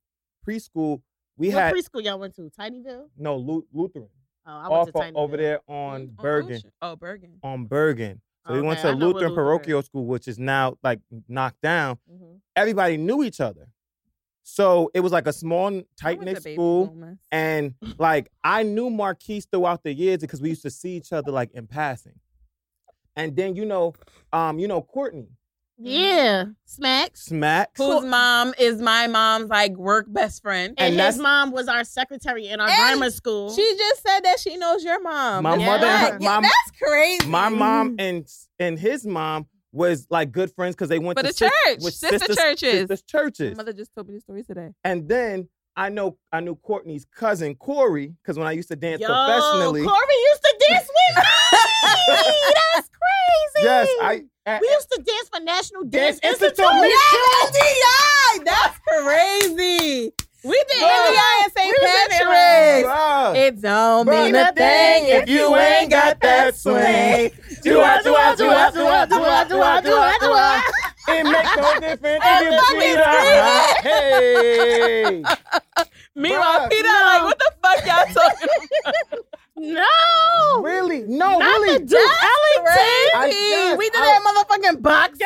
F: preschool, we
B: what
F: had
B: preschool y'all went to? Tinyville?
F: no Lu- Lutheran.
B: Oh, I went
F: Off
B: to
F: of-
B: Tinyville.
F: over there on Bergen.
A: Oh, Bergen.
F: On Bergen. So we went
B: Okay,
F: to
B: I know where
F: Lutheran
B: Lutheran-
F: parochial school, which is now like knocked down.
B: Mhm.
F: Everybody knew each other. So it was like a small, tight knit school. And like I knew Marquise throughout the years because we used to see each other like in passing. And then you know, um, you know Courtney
B: Yeah, smacks.
F: smacks,
A: Whose mom is my mom's like work best friend?
B: And,
F: And
B: his
F: that's-
B: mom was our secretary in our
A: And
B: grammar school.
A: She just said that she knows your mom.
F: my
A: That's
F: mother,
B: Yeah.
F: and her, my
A: That's crazy.
F: my
A: Mm.
F: mom and and his mom was like good friends because they went
A: But
F: to
A: the
F: sis-
A: church,
F: with
A: sister
F: sisters-
A: churches.
F: sisters
A: My
F: churches.
A: mother just told me the story today.
F: And then I know I knew Courtney's cousin Corey because when I used to dance
B: Yo,
F: professionally,
B: Corey used to dance with me. That's crazy.
F: yes, I at,
B: We used to dance for National Dance,
F: Dance
B: Institute.
F: Institute. Me
A: That's crazy. We did
F: Bruh.
A: NDI and St.
B: We was in
A: Patrick's.
F: Bruh.
A: It don't
F: Bruh,
A: mean a
F: that
A: thing
F: thing
A: if you ain't got that swing.
F: Do I, do I, do I, do I, do I, do I, do I, do I.
B: I?
F: It makes no difference if
A: Everybody
F: your feet are high. Hey.
A: Meanwhile,
F: Bruh.
A: Peter, like, what the fuck y'all talking about?
B: No.
F: Really?
B: Not
F: No, really.
B: the Duke Ellington.
F: I guess
B: we did
F: I-
B: that motherfucking box.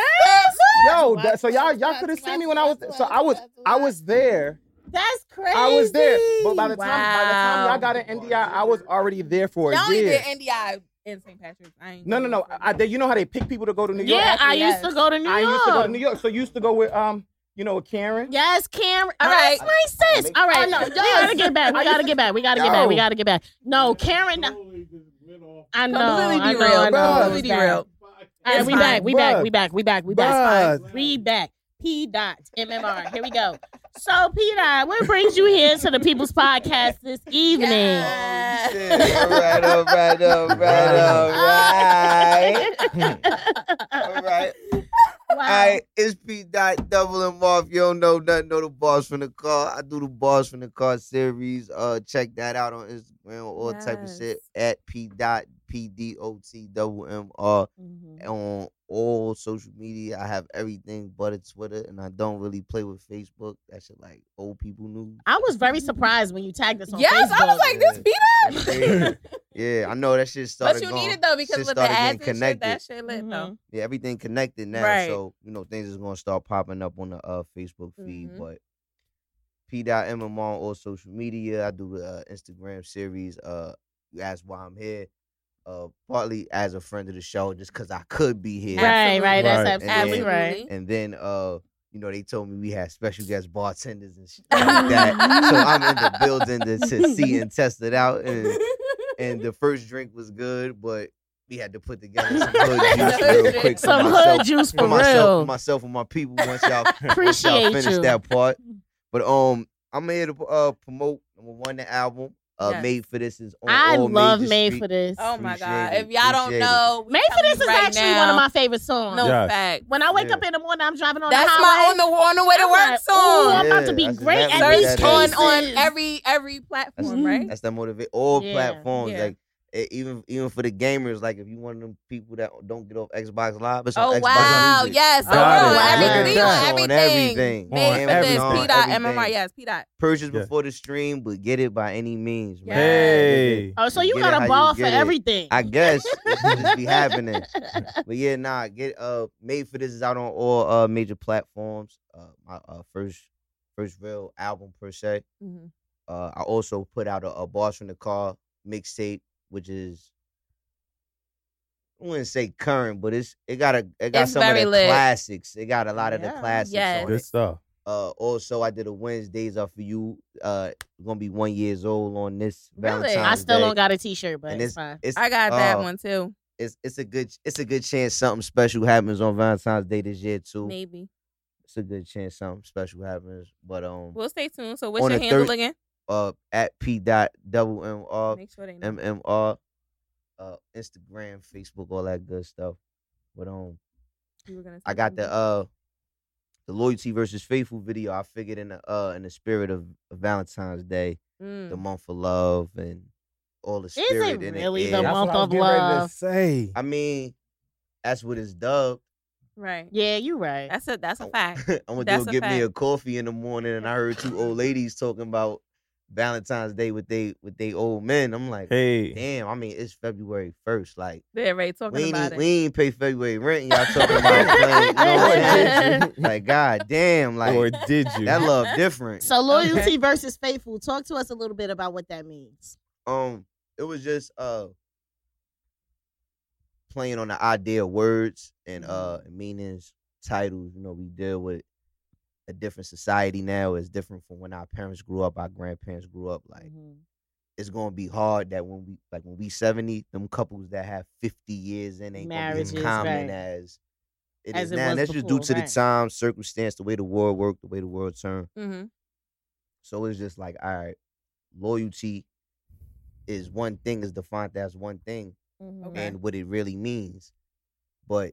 F: Yo, that, so y'all y'all could have seen me when I was so I was I was there.
B: That's crazy.
F: I was there. But by the time by the time
A: Wow.
F: y'all got an NDI, I was already there for
E: Y'all
F: a
E: only
F: year.
E: did NDI in St. Patrick's. I ain't
F: No, no,
E: doing
F: no.
E: this
F: I, they, you know how they pick people to go to New York?
B: yeah, I
E: Yes.
B: used to go to New
F: I
B: York.
F: used to go to New York. So you used to go with um, you know, with Karen.
B: Yes, Cameron. All right,
F: That's
B: my sis. All right,
F: know,
B: we gotta get back. We gotta get back. We gotta get back. We
F: Yo.
B: gotta get back. No, Karen.
H: Totally just went off.
B: I know.
A: Completely
B: I know. I
A: derailed.
B: know.
F: Bruh.
A: Completely derailed.
B: All right,
A: It's
B: we
A: fine.
B: back, we back,
F: Bruh.
B: we back, we back, we back,
F: Bruh.
B: we back. P dot MMR. Here we go. So P dot, what brings you here to the People's Podcast this evening?
E: Uh.
K: Shit. All right, all right, all right, all right. All right. All right, it's P. Dot Double M off. You don't know nothing. Know the bars from the car. I do the bars from the car series. Uh, check that out on Instagram or all type of shit at P. Dot P. D. O. T. Double M R
B: Mhm.
E: Mm-hmm.
K: on all social media. I have everything but a Twitter, and I don't really play with Facebook. That shit like old people news.
B: I was very surprised when you tagged us on
E: Yes, I was
B: Facebook.
E: like, this beat
K: That's crazy. yeah, I know that shit started.
E: But you
K: going.
E: need it though because
K: Shit
E: with the
K: started getting
E: ads
K: Mm-hmm.
E: and shit, that shit lit though.
B: Mhm.
K: yeah, everything connected now.
E: Right.
K: So you know things is gonna start popping up on the uh, Facebook feed.
B: Mm-hmm.
E: Mhm.
K: But P dot MMR on all social media. I do the uh, Instagram series. Uh, you asked why I'm here. Uh, partly as a friend of the show, just because I could be here.
B: Right, right. That's
K: Right.
B: absolutely right.
E: Absolutely.
K: And then uh, you know, they told me we had special guest bartenders and shit like that. so I'm in the building to, to see and test it out. And and the first drink was good, but we had to put together some hood juice real quick. for
B: Some
K: myself-
B: hood juice for
K: for myself, for
B: real.
K: myself and my people once y'all, once y'all
B: Appreciate
K: finish
B: you.
K: that part. But um I'm here to uh promote number one the album. Uh
E: Yes.
K: Made for This is on
B: I
K: all
B: love
K: major
B: Made
K: street-
B: for This.
E: Oh my god!
K: Appreciate
E: If
K: it,
E: y'all don't
K: appreciate it.
E: know, we
B: Made for
E: telling
B: This
E: you
B: is
E: right
B: actually
E: now,
B: one of my favorite songs.
E: no
F: Yes.
E: fact.
B: When I wake
K: Yeah.
B: up in the morning, I'm driving on
E: That's
B: the
E: my
B: highway.
E: on the on the way to
B: I'm
E: work
B: like, "Ooh,
E: song.
B: I'm about to
K: Yeah,
B: be
K: that's
B: great
K: exactly
B: at
K: what
B: these
E: Search
K: that
E: on
B: cases.
K: is.
E: on every every platform,
B: Mhm.
E: right?
K: That's the motive all
B: Yeah.
K: platforms.
E: Yeah.
K: Like e- even even for the gamers, like if you one of them people that don't get off Xbox Live, it's on
E: Oh
K: Xbox
E: wow!
K: Music.
E: Yes, so
F: Got
E: we're
F: it. Look
E: on
F: at
E: everything. We
F: that.
E: on
K: On
E: everything.
K: everything.
E: Made
K: On
E: for this.
K: everything.
E: P dot
K: On
E: MMR.
K: everything.
E: Yes, P dot.
K: Purchase
F: Yeah.
K: before the stream, but get it by any means, man.
F: Hey.
B: Oh, so you
K: Get it how
B: got a
K: you
B: ball for
K: get it.
B: everything.
K: I guess it should just be happening. But yeah, nah, get uh made for this is out on all uh major platforms. Uh my uh first first real album per se.
B: Mm-hmm.
A: Mhm.
K: Uh I also put out a, a boss from the car mixtape, which is I wouldn't say current, but it's it got a it got
E: It's
K: some of
E: very
K: the
E: lit.
K: classics. It got a lot of the
A: Yeah.
K: classics
E: Yes.
K: on
F: Good
K: it.
F: stuff.
K: Uh, also, I did a Wednesdays up for you. Uh, gonna be one years old on this
E: Really? I
K: Valentine's
B: I still
K: Day.
B: don't got a T-shirt, but
K: And
B: it's fine.
K: It's,
E: I got that
K: uh,
E: one too.
K: It's it's a good it's a good chance something special happens on Valentine's Day this year too.
E: Maybe.
K: It's a good chance something special happens. But um,
E: We'll stay tuned. So what's
K: On
E: your
K: the
E: handle
K: thir-
E: again?
K: uh, at p dot double m r
E: Make sure they know.
K: m m r, uh, Instagram, Facebook, all that good stuff. But um,
E: You were gonna say
K: I got the
E: something.
B: Mm-hmm.
K: uh the loyalty versus faithful video. I figured in the uh in the spirit of Valentine's Day,
E: Mm.
K: the month of love and all the
B: it
K: spirit in
B: really
K: it.
B: the
K: Yeah.
B: month?
F: That's what I was
B: of
F: getting ready to
B: love.
F: Say.
K: I mean, that's what it's dubbed.
E: Right.
B: Yeah, you right.
E: That's a
K: Oh.
E: that's a fact.
K: I'm gonna
E: That's
K: go
E: a
K: get me a
E: fact.
K: coffee in the morning, and I heard two old ladies talking about Valentine's Day with they with they old men. I'm like,
F: Hey.
K: damn. I mean, it's February first. Like,
E: They're already talking
K: we ain't,
E: about
K: e-
E: it.
K: we ain't pay February rent. and Y'all talking about playing, you know what I'm saying? Like, god damn. Like,
F: or did you?
K: that love different.
B: So loyalty versus faithful. Talk to us a little bit about what that means.
K: um it was just uh playing on the idea of words and
B: Mm-hmm.
K: uh meanings titles you know we deal with a different society now is different from when our parents grew up our grandparents grew up like
B: Mm-hmm.
K: it's gonna be hard that when we like when we 70 them couples that have 50 years in ain't
B: Marriages,
K: gonna be as common
B: right.
K: as it is
B: As it
K: now and
B: was
K: that's just due
B: before,
K: to
B: right.
K: the time circumstance the way the world worked the way the world turned
E: Mm-hmm.
K: so it's just like, all right, loyalty is one thing, is defined as one thing,
E: Okay.
K: and what it really means. But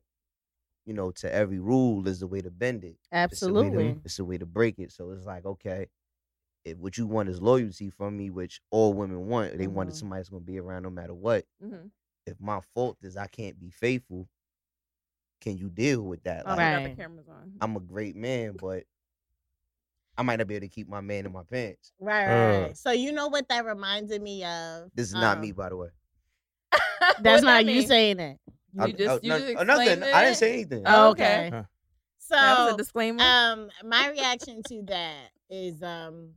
K: you know, to every rule is a way to bend it. It's a way
B: Absolutely.
K: to, it's a way to break it. So it's like, okay, if what you want is loyalty from me, which all women want, they want
B: Mhm.
K: somebody that's gonna be around no matter what.
E: Mhm.
K: If my fault is I can't be faithful, can you deal with that?
E: Oh,
K: Like,
E: we got the
B: Right.
E: cameras on.
K: I'm a great man, but I might not be able to keep my man in my pants.
B: Right,
F: Uh.
B: right, right. So you know what that reminded me of?
K: This is not
B: Um,
K: me, by the way.
B: That's
E: What
B: not
E: that
B: you
E: mean?
B: saying it.
K: I-
E: You just
K: oh,
E: you
K: no-
E: just
K: oh, nothing.
E: explained
K: I didn't
E: it.
K: say
B: Uh,
K: anything.
E: Oh,
B: okay.
F: Huh.
B: So
E: That was a disclaimer.
B: Um, my reaction to that is um,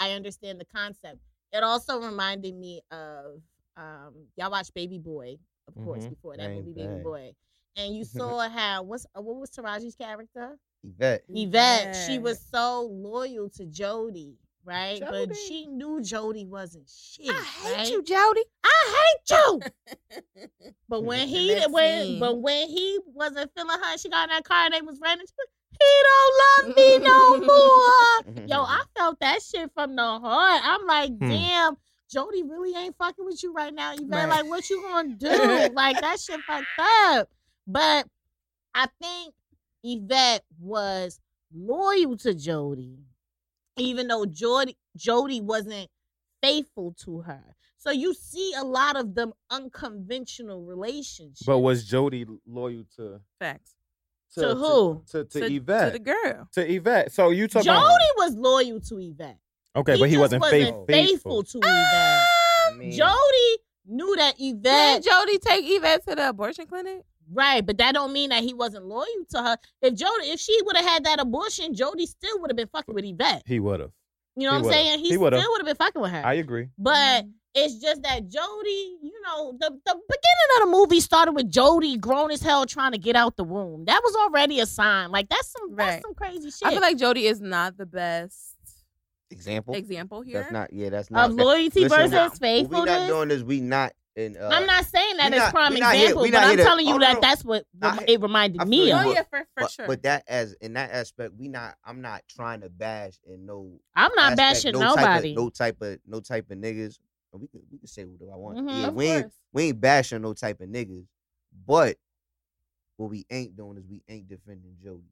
B: I understand the concept. It also reminded me of um, y'all watch Baby Boy, of course,
F: Mhm.
B: before that
K: Same
B: movie Baby
K: thing.
B: Boy, and you saw how what's uh, what was Taraji's character?
K: Yvette.
B: Yvette. She
E: Yvette.
B: was so loyal to Jody, right? But
E: Jody.
B: she knew Jody wasn't shit.
E: I hate
B: right?
E: you, Jody.
B: I hate you. But when
E: And
B: he
E: that
B: when
E: scene.
B: but when he wasn't feeling her, she got in that car and they was running. She was, he don't love me no more.
K: Mm-hmm,
B: Yo, I felt that shit from the heart. I'm like,
F: Mm-hmm. Hmm.
B: damn, Jody really ain't fucking with you right now. You better
E: Right.
B: like, what you gonna do? like that shit fucked up. But I think Yvette was loyal to Jody, even though Jody Jody wasn't faithful to her. So you see a lot of them unconventional relationships.
F: But was Jody loyal to
E: Facts.
B: to, who?
F: To, to,
E: To- to
F: Yvette.
E: To the girl.
F: To Yvette. So you talk
B: Jody
F: about
B: was loyal to Yvette.
F: Okay, but he
B: just
F: wasn't, faith-
B: faithful
F: faithful.
B: to Yvette.
K: Ah, I mean,
B: Jody knew that
E: Did
B: Yvette
E: Jody take Yvette to the abortion clinic?
B: right, but that don't mean that he wasn't loyal to her. If Jody, if she would have had that abortion, Jody still would have been fucking with Yvette.
F: He would have.
B: You know what
F: He
B: I'm
F: would've.
B: saying? He,
F: He
B: still would
F: would've.
B: have been fucking with her.
F: I agree.
B: but It's just that Jody, you know, the, the beginning of the movie started with Jody grown as hell trying to get out the room. That was already a sign. Like that's some
E: Right.
B: that's some crazy shit.
E: I feel like Jody is not the best
K: example.
E: example here.
K: That's not. Yeah, that's not.
B: of loyalty
K: Listen,
B: versus
K: nah,
B: Uh, faithfulness.
K: We not doing this. We not. In, uh,
B: I'm not saying that
K: we
B: as
K: not-
B: prime
K: we not here-
B: example,
K: we
B: but
K: not
B: I'm
K: here to-
B: telling you
K: oh, no,
B: that
K: no.
B: that's what
K: I-
B: it reminded
K: I
B: me
K: feel
B: of.
K: you.
E: oh yeah, for, for
K: But,
E: sure.
K: but that as in that aspect, we not. I'm not trying to bash and no.
B: I'm not
K: aspect,
B: bashing
K: no
B: nobody.
K: Type of, no type of no type of niggas. We can we can say what I want.
B: Mhm.
K: Yeah,
E: Of
K: we ain't
E: course.
K: we ain't bashing no type of niggas, but what we ain't doing is we ain't defending Jody.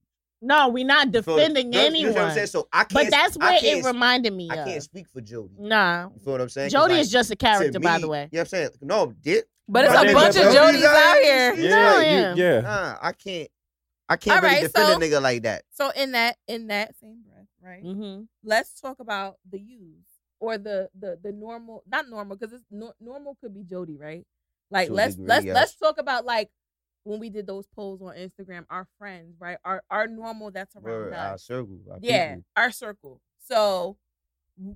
B: No, we're not
K: Feel the-
B: defending
K: you know- you know
B: anyone.
K: what I'm saying? So I can't.
B: but that's
K: I
B: where
K: can't
B: it
K: speak-
B: reminded me
K: I
B: of.
K: can't speak for Jody. You
B: Nah,
K: feel what I'm saying? 'Cause,
B: Jody
K: like,
B: is just a
K: to
B: character, by
K: me-
B: the way.
K: You know what I'm saying? No, did
A: But it's
F: But
A: a
F: they
A: bunch of
F: got
A: Jodys
K: Jodys
A: out
K: out
A: here.
K: here.
B: No, yeah.
F: yeah. You, yeah.
K: Nah, I can't. I can't
A: All
K: really
A: right,
K: defend
A: so-
K: a nigga like that.
A: So in that in that same breath, right?
B: Mm-hmm.
A: Let's talk about the youths or the the the normal, not normal, because it's nor normal could be Jody, right? Like
K: To a
A: let's
K: degree,
A: let's
K: yes.
A: let's talk about like when we did those polls on Instagram, our friends, right? Our our normal that's around
K: Word,
A: us.
K: our circle, our
A: yeah,
K: people.
A: our circle. So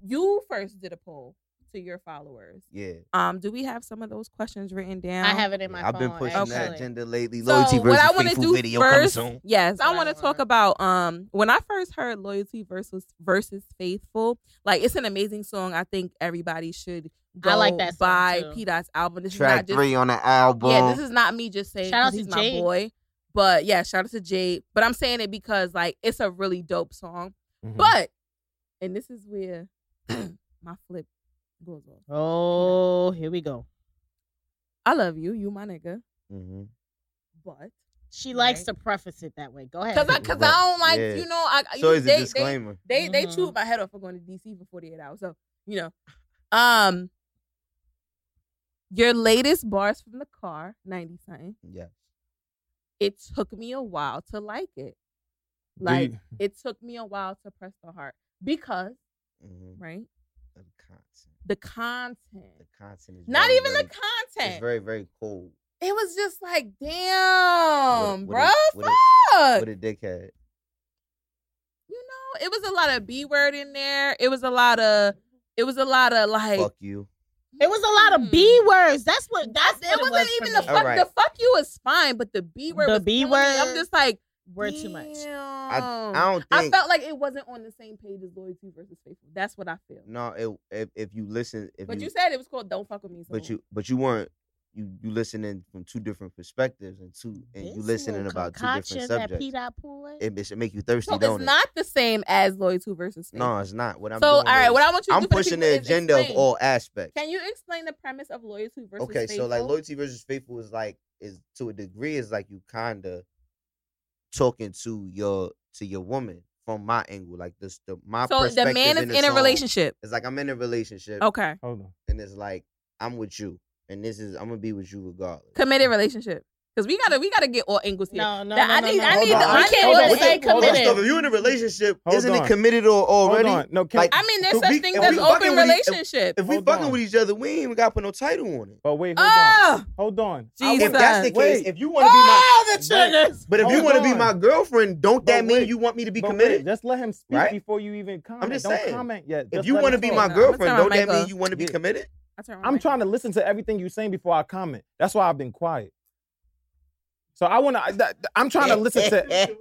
A: you first did a poll to your followers.
K: Yeah,
A: Um, do we have some of those questions written down?
B: I have it in my
K: I've been
B: phone,
K: pushing that
B: actually.
K: agenda lately.
A: So
K: Loyalty
A: what
K: versus
A: I want to
K: faithful
A: do
K: video
A: first,
K: coming soon.
A: yes,
B: That's
A: I
B: what I
A: want to talk
B: want.
A: about um when I first heard loyalty versus versus faithful. Like it's an amazing song. I think everybody should go
B: I like that song,
A: buy
B: too.
A: P Dot's album. This
K: Track
A: is not
K: three
A: just
K: on the album.
A: yeah, this is not me just saying
B: Shout out
A: 'cause
B: to
A: he's
B: Jade.
A: my boy. But yeah, shout out to Jade. But I'm saying it because like it's a really dope song.
K: Mm-hmm.
A: But and this is where my flip goes off.
B: Oh, here we go.
A: I love you, you my nigga.
K: Mhm.
A: But
B: She likes
A: Right.
B: to preface it that way. Go ahead.
A: because I, cause I don't like
K: Yeah.
A: you know I uh, you
K: So
A: know,
K: it's a
A: they- they,
K: disclaimer.
A: They they
B: Mhm.
K: Mm-hmm.
A: chewed my head off for going to DC for 48 hours. So, you know. Um your latest bars from the car, 90 something.
K: yeah.
A: It took me a while to like it. Like it took me a while to press the heart because,
K: Mhm.
A: right?
K: The content.
A: The content.
K: The content is
A: Not
K: very,
A: even
K: very,
A: the
K: It's
A: content.
K: very very cold.
A: it was just like,
K: What a-
A: damn,
K: what
A: bro.
K: a- what a-
A: fuck.
K: What a dickhead.
A: you know, it was a lot of B word in there. It was a lot of it was a lot of like mm-hmm.
K: Fuck you.
B: It was a lot of B words. That's what. That's
A: Hmm. it
B: what
A: wasn't
B: was for
A: even
B: me.
A: the fuck.
K: Alright.
A: The fuck you was fine, but the B word.
B: The
A: was
B: B
A: killing me. I'm
B: word
A: just like
B: word too much.
K: I,
A: I,
K: I don't
A: I
K: think.
A: felt like it wasn't on the same page as loyalty versus faithful. That's what I feel.
K: no, it, if if you listen, if
A: But you said it was called "Don't Fuck with Me." So
K: but you but you weren't you you listening from two different perspectives and two Oh, and you
B: This
K: listening
B: little
K: about two different
B: concoction that
K: subjects.
B: P. Dot poured.
K: It, it should make you thirsty,
A: so
K: don't
A: it's
K: it?
A: not the same as loyalty versus faithful.
K: no, it's not. What I'm
A: so all
K: doing
A: right,
K: is
A: what I want you to
K: I'm
A: do for
K: pushing
A: the,
K: the
A: people is
K: agenda of
A: explain.
K: all aspects.
A: Can you explain the premise of loyalty versus
K: okay,
A: faithful?
K: so like loyalty versus faithful is like is to a degree is like you kinda talking to your to your woman from my angle, like this the my
A: So the
K: perspective
A: man is
K: in,
A: in,
K: the
A: a
K: song.
A: relationship. Oh.
K: It's like I'm in a relationship,
A: Okay,
F: Hold on.
K: and it's like I'm with you, and this is I'm gonna be with you regardless.
A: committed relationship. Because we gotta we gotta get all angles here.
B: No, no,
A: That- I
B: no,
A: need-
B: no,
A: I
B: no.
A: need
F: the- I
K: Hold
F: can't
K: on,
F: even
K: hold
F: say
K: on,
F: committed.
K: hold on, Stop, if you're in a relationship,
F: Hold
K: isn't
F: on.
K: it committed or already?
F: Hold on. No, can,
K: Like,
A: I mean, there's
K: If
A: such
K: we-
A: things
K: if
A: as
K: we fucking
A: open
K: with each-
A: relationship.
K: If we
F: Hold
K: fucking
F: on.
K: with each other, we ain't even got to put no title on it.
F: but wait, hold on.
A: Oh,
F: Hold on.
A: Jesus.
K: If that's the case,
F: Wait.
K: if you want to be my,
B: the triggers.
K: but if you
F: Hold
K: want to be
F: on.
K: my girlfriend, don't
F: But
K: that mean
F: wait.
K: you want me to be
F: But
K: committed?
F: wait, just let him speak
K: Right?
F: before you even comment.
K: just
F: Don't
K: saying.
F: comment yet.
K: if
F: Just
K: you
F: let
K: want to
F: him
K: be
F: talk.
K: my
A: I'ma turn
K: girlfriend,
A: my
K: don't
A: mic
K: that mean
A: off.
K: you want to be
F: Yeah.
K: committed?
A: I turn my
F: I'm
A: mic.
F: trying to listen to everything you're saying before I comment. That's why I've been quiet. So I want to. I'm trying to listen to.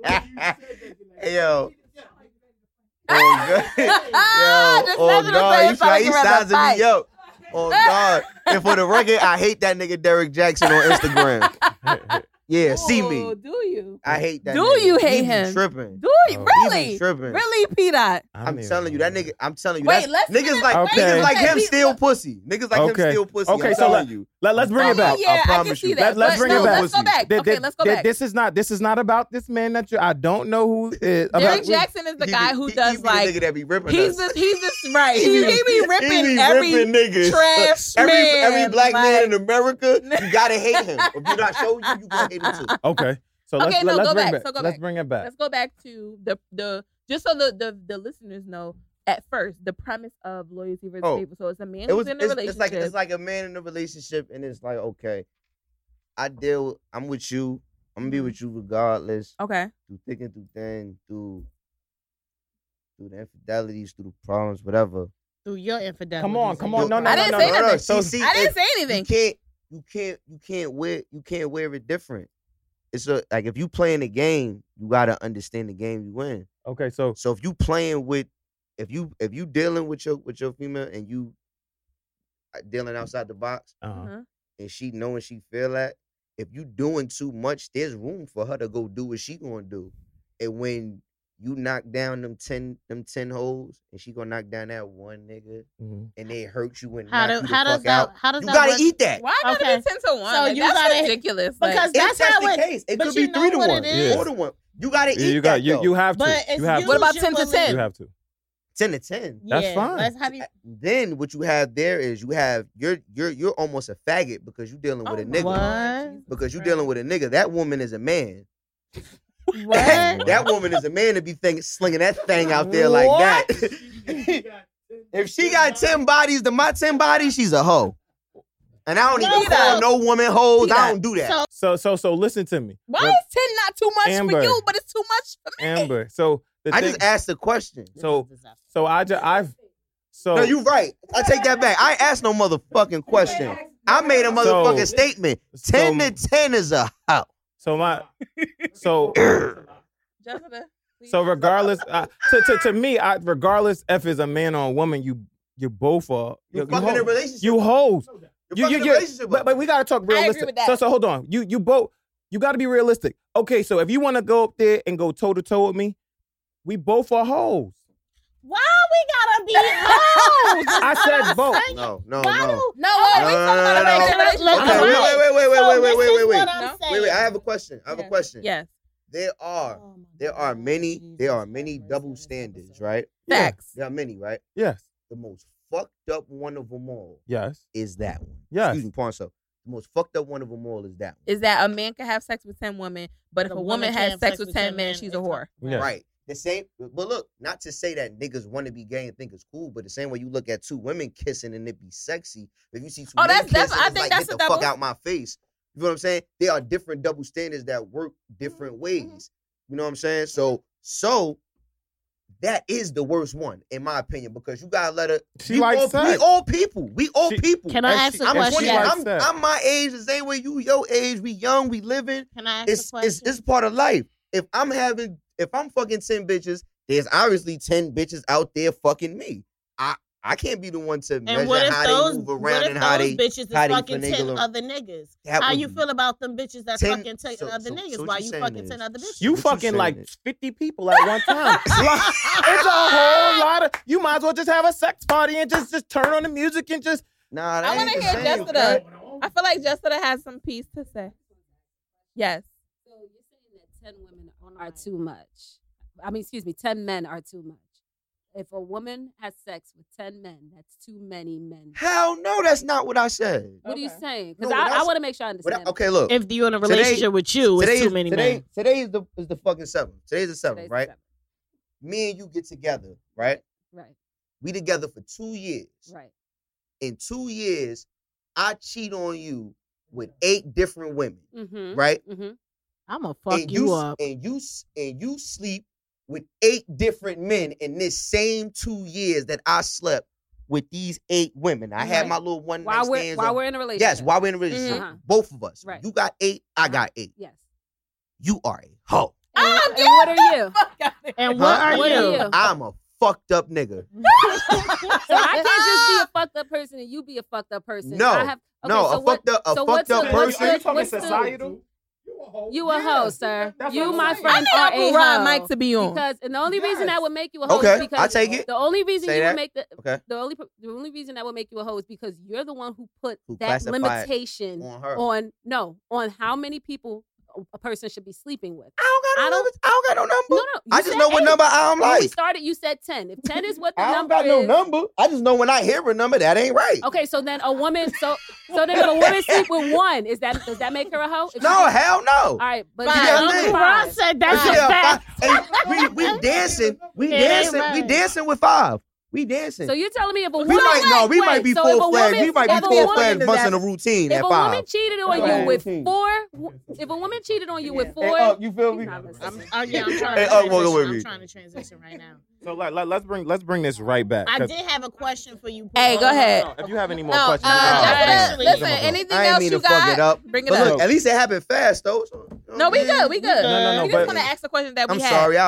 K: Yo. Oh God. Yo,
A: Ah, just
K: oh
A: nothing to say
K: God, you
A: about
K: try,
A: the
K: he
A: rest of
K: sizing
A: fight.
K: me up. Oh God. And for the record, I hate that nigga Derek Jackson on Instagram. Yeah, see me.
A: Oh, Do you?
K: I hate that.
A: Do
K: nigga.
A: you
K: He
A: hate
K: be
A: him?
K: Tripping.
A: Do you
F: Oh.
K: He be
A: really?
K: tripping.
A: Really, P dot.
K: I'm telling you, that nigga. I'm telling you.
A: Wait, let's
K: that's- niggas
A: finish-
K: like
F: Okay.
K: niggas like
A: Okay.
K: him steal pussy. Niggas like
F: Okay.
K: him steal pussy.
F: Okay,
K: I'm
F: so
K: telling
F: let-
K: you.
F: Let, let's bring
A: oh,
F: it back.
A: Yeah, I, can
K: promise
A: see
K: you.
A: that.
F: Let- let's
A: but
F: bring it
A: no,
F: back.
A: Let's go back.
F: Th-
A: okay,
F: th-
A: let's go
F: th-
A: back.
F: This is not. This is not about this man that you. I don't know who is. About,
A: Derek Jackson is the
K: He be-
A: guy who
K: he- he
A: does
K: be the
A: like
K: nigga that be ripping
A: he's
K: us.
A: just he's just right. He, he be ripping
K: He be
A: every
K: ripping niggas.
A: trash
K: every,
A: man.
K: every black man
A: like-
K: in America, you gotta hate him. If you not show you, you gonna hate him too.
F: Okay. So let's,
A: Okay, no,
F: let's
A: go
F: bring It
A: back.
F: back.
A: So go
F: let's
A: back.
F: bring it back.
A: Let's go back to the the just so the, the the listeners know at first the premise of loyalty versus
K: Oh.
A: faithful. So it's a man
K: It
A: who's
K: was
A: in a
K: it's,
A: relationship.
K: it's like it's like a man in a relationship, and it's like okay, I deal. I'm with you. I'm gonna be
A: Mm-hmm.
K: with you regardless.
A: okay,
K: through thick and through thin, through through the infidelities, through the problems, whatever.
B: Through your infidelity.
F: Come on, come on. No, no,
A: I
F: no,
A: didn't
F: no,
A: say
F: no,
A: nothing.
F: no. So
K: See, see,
A: I didn't
K: if-
A: say
K: You
A: anything.
K: can't, you can't, you can't wear, you can't wear it different. It's a, like if you playing a game, you gotta understand the game you in.
F: okay. So
K: So if you playing with, if you if you dealing with your with your female and you uh, dealing outside the box
F: uh,
K: and she knowing she feel that, if you doing too much, there's room for her to go do what she gonna do, and when you knock down them ten them ten holes, and she gonna knock down that one nigga,
E: Mm-hmm.
F: Mhm.
K: and they hurt you and
B: How
K: knock
B: do
K: you the
B: how
K: fuck
B: does that
K: out.
B: how does
K: You
B: that
K: gotta
B: work?
K: eat that.
E: Why gotta
B: Okay.
E: be ten to one?
B: So
E: Like,
B: you
E: that's
B: gotta-
E: ridiculous. like,
B: because that's
K: if that's
B: how
K: the
B: it-
K: case, it
B: but
K: could
B: you
K: be
B: know
K: three to
B: what
K: one,
B: it is?
K: four to one. You gotta eat
F: you
K: that
F: got you,
K: though.
F: you have
B: But
F: to.
B: it's
F: You have
E: What
F: to.
E: about 10 to
B: usually-
E: 10?
F: You have to.
K: ten to ten.
F: That's
B: yeah,
F: fine.
B: That's how do you,
K: Then what you have there is you have you're you're you're almost a faggot because you're dealing
B: Oh
K: with a nigga.
E: oh, uh,
B: What?
K: Because you're dealing with a nigga. That woman is a man.
B: what?
K: that woman is a man to be thing, slinging that thing out there like
E: What?
K: that. if she got 10 bodies to my 10 bodies, she's a hoe. And I don't
B: No,
K: even call
B: no.
K: no woman hoes. I
E: Peanut.
K: don't do that.
B: So
F: So so so listen to me,
E: why
F: Re-
E: is ten not too much
F: Amber.
E: for you, but it's too much for me?
F: Amber. So the
K: I
F: thing,
K: just asked a question.
F: So so I just I've so
K: No, you right. I take that back. I ain't asked no motherfucking question. I made a motherfucking
F: So-
K: statement.
F: so-
K: 10 to 10 is a hoe.
F: so my so
E: Jessica, please.
F: so regardless I, to, to to me I regardless if it's a man or a woman you you both are
K: You
F: you
K: fucking in a
F: hoes.
K: relationship.
F: You hoes.
K: You're
F: You,
K: fucking
F: you,
K: in a
F: you-
K: relationship.
F: but, but we gotta talk
E: agree
F: realistic.
E: with that.
F: So so hold on. You you both you gotta be realistic. Okay, so if you wanna go up there and go toe to toe with me, we both are hoes.
B: why we gotta be hoes?
F: I said both.
K: no, no,
B: Why
K: no.
B: do
E: no, wait,
K: No,
E: we
K: no,
E: talking
K: no,
E: about
K: no,
E: a
K: no.
E: regular relationship.
K: Okay,
B: I'm
K: wait, wait, wait, wait,
B: so
K: wait, wait,
B: this
K: wait,
B: is
K: wait, wait.
B: what I'm
E: No.
K: Wait, wait, I have a
B: saying.
K: question. I have a
E: Yeah.
K: question.
E: Yes,
K: There are
B: Oh my
K: there are
B: God,
K: many
B: Jesus
K: there are
B: Christ,
K: many
B: this
K: double
B: episode.
K: standards, right?
E: facts.
K: There are many, right?
F: Yes.
K: The most fucked up one of them all
F: Yes.
K: is that one.
F: Yes.
K: Excuse me, porn so. The most fucked up one of them all is that one.
E: Is that a man can have sex with ten women, but if a woman
B: can't
E: has
B: have
E: sex with ten men, she's a
B: it's
E: whore.
F: Yeah.
K: Right. The same but look, not to say that niggas want to be gay and think it's cool, but the same way you look at two women kissing and it be sexy, if you see two
E: Oh,
K: men
E: that's-
K: kissing,
E: that's- I
K: it's
E: think
K: like,
E: that's
K: get
E: a
K: the fuck
E: double-
K: out my face. You know what I'm saying? There are different double standards that work
E: Mm-hmm,
K: different ways. You know what I'm saying? So so that is the worst one, in my opinion, because you gotta let her.
F: She
K: we
F: likes
K: all, We
F: sex.
K: all people. We all
F: She-
K: people.
B: Can I
F: And
B: ask
F: she-
B: a
K: I'm,
F: and she
B: question?
K: 20,
F: likes
K: I'm,
F: sex.
K: I'm my age the same way you your age. We young, we living.
B: Can I ask
K: It's,
B: a question?
K: it's it's part of life. If I'm having, if I'm fucking ten bitches, there's obviously ten bitches out there fucking me. I I can't be the one to
B: and
K: measure
B: what if
K: how
B: those
K: they move
B: what
K: around
B: if
K: and how
B: those
K: they.
B: bitches is
K: how they
B: fucking ten
K: finagle 'em?
B: other niggas?
K: that
B: How
K: would
B: you
K: be-
B: feel about them bitches that
K: Ten-
B: fucking taking
K: so-
B: other
K: so-
B: niggas
K: so what
B: while
K: you
B: you
K: saying
B: fucking
K: is-
B: ten other bitches?
F: You
K: What you
F: fucking
K: saying
F: like
K: is-
F: 50 people at one time. Like, it's a whole lot of you might as well just have a sex party and just just turn on the music and just
K: Nah, that
E: I want
K: ain't
E: to
K: the
E: hear
K: same,
E: Jessica. I feel like Jessica has some piece to say. Yes.
D: So you're saying that ten women are too much. I mean, excuse me, ten men are too much. If a woman has sex with ten men, that's too many men.
K: Hell no, that's not what I said.
D: What are you
E: Okay.
D: saying? Because
K: No, what I
D: I, I
K: s-
D: want to make sure I
K: What I-
D: understand.
K: okay, look.
B: if you're in a
K: Today-
B: relationship with you, it's
K: today
B: too
K: is-
B: many
K: today,
B: men.
K: Today is the is the fucking seventh. Today's the seventh,
D: Today's
K: right?
D: seven.
K: Me and you get together, right?
D: Right,
K: We together for two years.
D: right.
K: In two years, I cheat on you with eight different women,
D: Mm-hmm.
K: right?
D: Mm-hmm.
B: I'm gonna fuck
K: and
B: you
K: s-
B: up.
K: and you s- and you sleep with eight different men in this same two years that I slept with these eight women. I had
D: Right.
K: my little one night
D: While we're
K: stands.
D: while
K: on-
D: we're in a relationship.
K: yes, while we're in a relationship,
D: Uh-huh.
K: both of us.
D: Right.
K: You got eight, I
D: Uh-huh.
K: got eight.
D: yes.
K: You are a hoe.
D: And,
E: Ah,
D: and what are you?
B: And what
K: Huh?
B: are
D: What are
B: you?
D: you?
K: I'm a fucked up nigga.
D: Mm-hmm. So I can't just be a fucked up person and you be a fucked up person.
K: No.
D: I have, okay,
K: no,
D: so
K: a
D: what,
K: fucked up, a
D: so what's
K: fucked up
D: the- what's
K: person.
D: the- what's the- You a hoe, sir.
H: that's
D: you,
H: what I'm
D: my
H: saying.
D: friend, are a
E: Uncle Ron
D: hoe.
E: Mike to be on.
D: because and the only reason that
H: Yes.
D: would make you a hoe
K: Oh. Okay,
D: is because
K: I take it.
D: the only reason
K: Say
D: you
K: that.
D: would make the
K: Okay.
D: the only the only reason that would make you a hoe is because you're the one who put
K: Who
D: that
K: classified
D: limitation
K: on her.
D: on no on how many people a person should be sleeping with.
K: I don't got
D: I
K: no
D: don't-
K: numbers. I don't got no
D: No,
K: number.
D: no,
K: I
D: you
K: just
D: said
K: know what
D: eight.
K: number I'm
D: When we
K: like.
D: started, you said ten. If ten is what the
K: I don't
D: number
K: got no
D: is-
K: number. I just know when I hear a number that ain't right.
D: Okay, so then a woman, so so then if a woman sleep with one, is that does that make her a hoe? If
K: No,
D: she-
K: hell no.
D: all right, but
K: Fine.
D: then
K: Yeah,
D: only
K: man.
B: Ron
D: five.
B: said that's
K: Yeah,
B: a fact.
K: five- hey, we we dancing. We
B: Yeah, they
K: dancing. We
B: right.
K: dancing with five. We dancing.
D: So you're telling me if a
K: we
D: woman,
K: might no, we
D: wait,
K: might be
D: so if a
K: full flags. We
D: woman-
K: might
D: if
K: be
D: a
K: full
D: woman-
K: flags busting a routine
D: if
K: at
D: a
K: five.
D: woman cheated on
K: Right.
D: you with
K: Routine.
D: four, if a woman cheated on you with
F: Hey,
D: four,
F: Ugg, you feel
D: she's
F: me?
D: not listening.
B: I'm, oh, yeah, I'm trying
K: Hey,
B: to
K: Ugg, walk
B: transition.
K: away with
B: I'm
K: me.
B: trying to transition right now.
F: So like, let, us bring let's bring this right back.
B: I
F: 'cause-
B: did have a question for you.
E: Hey,
B: Paul.
E: go ahead.
F: No, if you have any more
E: No,
F: questions,
E: uh,
B: Jessica,
E: Jessica,
B: actually-
E: listen,
B: Come on, come on.
E: anything
K: I ain't
E: else
K: mean
E: you
K: to fuck it
E: got,
K: up.
E: bring it
K: But
E: up.
K: look, at least it happened fast though. So, you know
E: no,
K: what
E: we
K: I'm saying?
E: good. We good.
F: No, no, no,
E: We
F: but-
E: just want to ask the question that we
K: I'm
E: had.
K: sorry, I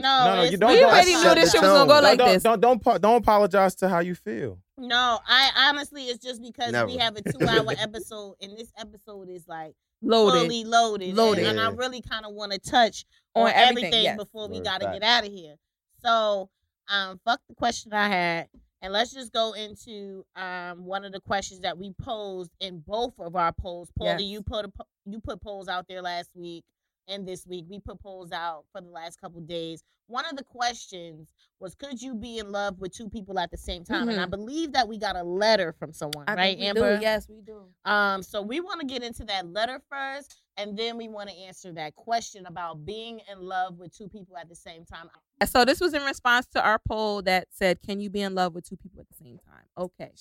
B: No,
F: No, no,
B: it's
F: you don't
E: We
F: go-
E: already
K: I
E: knew
K: set
E: this
K: the
E: shit was gonna
K: tone.
E: go like
F: don't,
E: this.
F: Don't don't, pa- don't apologize to how you feel.
B: No, I honestly, it's just because we
K: Never.
B: have a two-hour episode, and this episode is like
A: Loaded.
B: fully loaded, and-
A: Loaded.
B: And, I
K: Yeah.
B: really kind of want to touch
A: On
B: on,
A: everything,
B: everything,
A: yes.
B: before we
K: Word,
B: gotta
K: facts.
B: get out of here. So, um, fuck the question I had, and let's just go into um one of the questions that we posed in both of our polls. Paula,
A: Yes.
B: you put a, po- you put polls out there last week and this week. We put polls out for the last couple days. One of the questions was, could you be in love with two people at the same time? And I believe that we got a letter from someone,
A: Mm-hmm. I
B: right,
A: think we
B: Amber?
A: Do. Yes, we do.
B: Um, so we want to get into that letter first, and then we want to answer that question about being in love with two people at the same time.
A: So this was in response to our poll that said, "Can you be in love with two people at the same time?" Okay.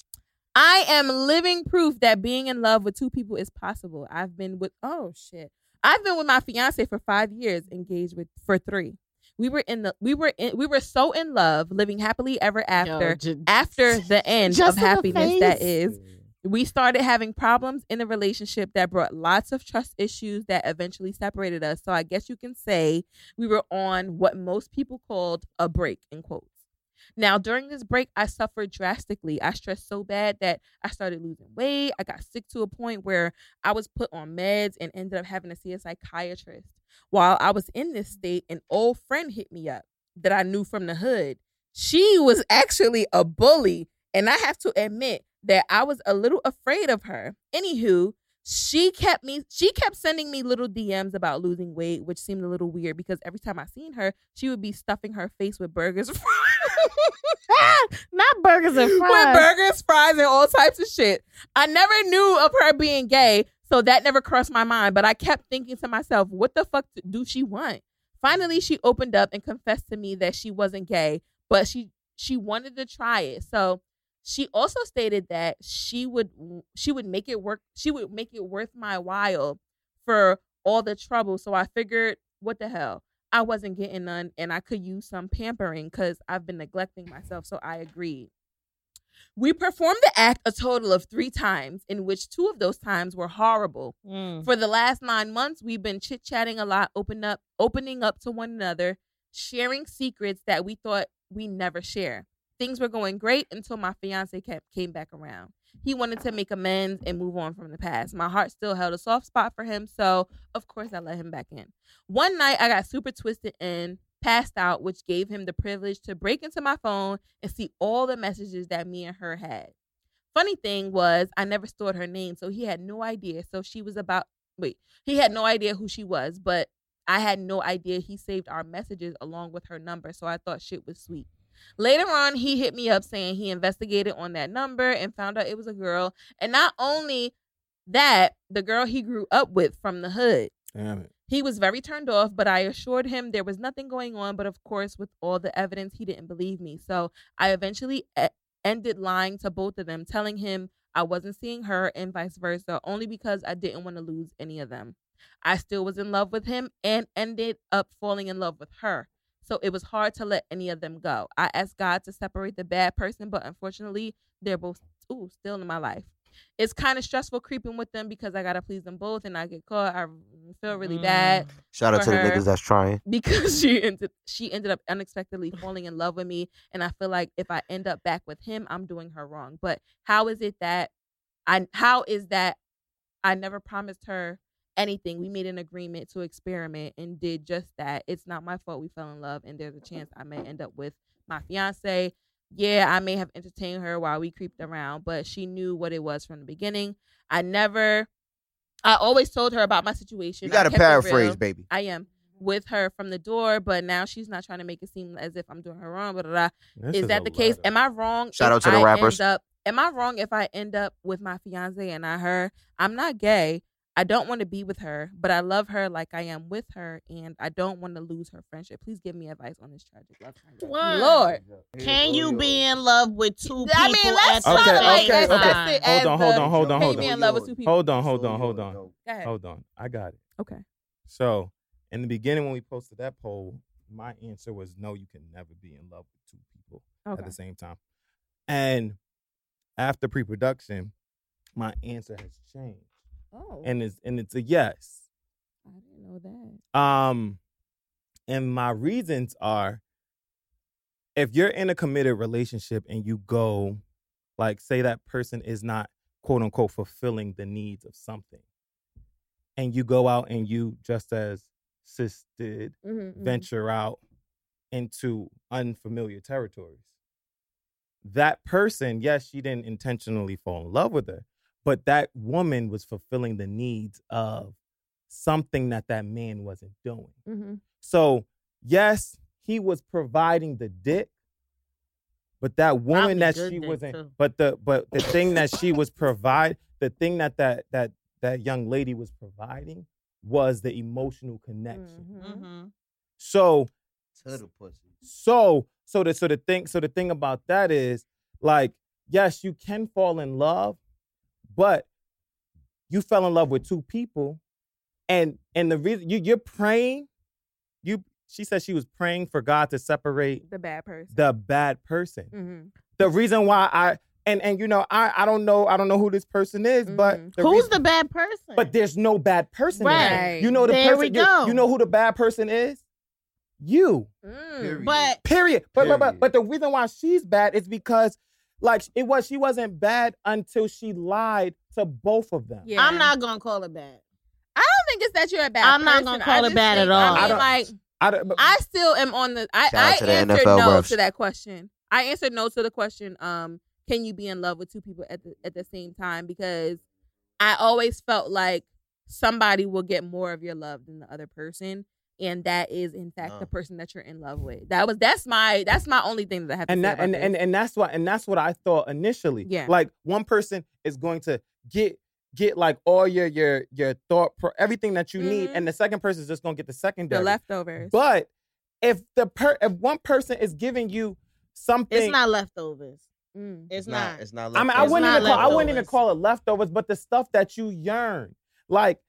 A: I am living proof that being in love with two people is possible. I've been with oh shit. I've been with my fiance for 5 years, engaged with for 3. We were in the we were in, we were so in love, living happily ever after. after the end
B: Just
A: of
B: in the
A: happiness that
B: face.
A: is we started having problems in the relationship that brought lots of trust issues that eventually separated us so i guess you can say we were on what most people called a break in quotes now during this break i suffered drastically i stressed so bad that i started losing weight i got sick to a point where i was put on meds and ended up having to see a psychiatrist while i was in this state an old friend hit me up that i knew from the hood she was actually a bully. And I have to admit that I was a little afraid of her. Anywho, she kept me, she kept sending me little DMs about losing weight, which seemed a little weird because every time I seen her, she would be stuffing her face with burgers.
B: Not burgers and
A: with
B: fries.
A: burgers, fries, and all types of shit. I never knew of her being gay, so that never crossed my mind. But I kept thinking to myself, what the fuck do she want? Finally, she opened up and confessed to me that she wasn't gay, but she she wanted to try it. So she also stated that she would she would make it work. She would make it worth my while for all the trouble. So I figured, what the hell? I wasn't getting none, and I could use some pampering because I've been neglecting myself. So I agreed. We performed the act a total of three times, in which two of those times were horrible.
B: Mm.
A: For the last nine months, we've been chit chatting a lot, open up, opening up to one another, sharing secrets that we thought we never share. Things were going great until my fiance kept, came back around. He wanted to make amends and move on from the past. My heart still held a soft spot for him, so of course I let him back in. One night I got super twisted and passed out, which gave him the privilege to break into my phone and see all the messages that me and her had. Funny thing was, I never stored her name, so he had no idea. So she was about wait, he had no idea who she was, but I had no idea he saved our messages along with her number, so I thought shit was sweet. Later on, he hit me up saying he investigated on that number and found out it was a girl. And not only that, the girl he grew up with from the hood.
F: Damn it.
A: He was very turned off, but I assured him there was nothing going on. But of course, with all the evidence, he didn't believe me. So I eventually e- ended lying to both of them, telling him I wasn't seeing her and vice versa, only because I didn't want to lose any of them. I still was in love with him and ended up falling in love with her. So it was hard to let any of them go. I asked God to separate the bad person, but unfortunately, they're both ooh, still in my life. It's kind of stressful creeping with them because I gotta please them both, and I get caught. I feel really
B: Mm.
A: bad
K: Shout out
A: For
K: to the
A: her.
K: niggas that's trying.
A: because she ended she ended up unexpectedly falling in love with me and I feel like if I end up back with him I'm doing her wrong but how is it that I how is that I never promised her anything we made an agreement to experiment and did just that it's not my fault we fell in love and there's a chance I may end up with my fiance yeah I may have entertained her while we creeped around but she knew what it was from the beginning I never I always told her about my situation
K: You
A: I
K: gotta
A: kept it real.
K: paraphrase, baby.
A: I am with her from the door, but now she's not trying to make it seem as if I'm doing her wrong. Blah, blah, blah.
F: This
A: Is that
F: a
A: the case?
F: letter.
A: Am I wrong?
K: Shout
A: if
K: out to the
A: I
K: rappers.
A: end up- am I wrong if I end up with my fiance and not her? I'm not gay. I don't want to be with her, but I love her like I am with her, and I don't want to lose her friendship. Please give me advice on this tragic love. triangle.
B: Wow.
A: Lord,
B: Can you be in love with two people?
A: I mean, let's
B: at
A: try
B: the
A: to
F: Okay, Oh,
A: like
B: same
F: okay,
A: let's
F: okay.
B: time?
A: list it as
F: Hold on, hold
A: the-
F: on, hold on,
A: Can you
F: hold
A: be
F: on.
A: in love with two people?
F: Hold on, hold on, hold on.
A: Go ahead.
F: Hold on. I got it.
A: Okay.
F: So, in the beginning, when we posted that poll, my answer was no, you can never be in love with two people
A: Okay.
F: at the same time. And after pre production, my answer has changed.
A: Oh,
F: And it's, and it's a yes.
A: I didn't know that.
F: Um, and my reasons are if you're in a committed relationship and you go like say that person is not quote unquote fulfilling the needs of something and you go out and you just as sis did
A: Mm-hmm,
F: venture out into unfamiliar territories that person yes she didn't intentionally fall in love with her but that woman was fulfilling the needs of something that that man wasn't doing
A: mm-hmm.
F: so yes, he was providing the dick, but that
B: Probably
F: woman that
B: good
F: she
B: dick,
F: wasn't.
B: too.
F: But the but the thing that she was provide, the thing that that that that young lady was providing was the emotional connection.
B: Mm-hmm.
A: Mm-hmm.
F: So
K: To the pussy.
F: so so the so the thing so the thing about that is like yes, you can fall in love, but you fell in love with two people, and and the reason you you're praying, you she said she was praying for God to separate
A: The bad person.
F: the bad person.
B: Mm.
A: Mm-hmm.
F: The reason why I and and you know I I don't know I don't know who this person is,
A: Mhm.
F: but the
B: Mm-hmm. Who's
F: reason-
B: the bad person?
F: but there's no bad person. in it.
B: Right.
F: You know the
B: There
F: person.
B: we
F: you-
B: go.
F: you know who the bad person is. You.
K: Period.
B: but
F: Period. But, but but
K: Period.
F: but the reason why she's bad is because like it was she wasn't bad until she lied to both of them.
A: Yeah.
B: I'm not gonna call it bad.
E: I think it's that you're a bad.
B: I'm not
E: person.
B: gonna
E: I
B: call it
E: just
B: bad at
E: think-
B: all.
E: I
F: I
E: mean,
F: don't-
E: like
F: I don't, but-
E: I still am on the. I,
K: Shout out
E: I
K: to the
E: answered
K: NFL
E: no
K: refs.
E: to that question. I answered no to the question. Um, can you be in love with two people at the at the same time? Because I always felt like somebody will get more of your love than the other person, and that is in fact
K: Uh.
E: the person that you're in love with. That was that's my that's my only thing that I have to
F: and
E: say
F: that
E: about
F: and,
E: this.
F: and and that's what and that's what I thought initially.
E: Yeah.
F: Like one person is going to get get like all your your your thought pro- everything that you need,
B: Mm-hmm.
E: Mhm.
F: and the second person is just gonna get the
A: the
F: secondary.
A: leftovers.
F: But if the per if one person is giving you something,
B: It's not leftovers.
A: Mm.
B: It's, not.
K: It's
F: I
K: not.
F: mean, I
K: leftovers.
F: wouldn't
B: not
F: even call, I wouldn't even
B: leftovers.
F: call it leftovers, but the stuff that you yearn. Like,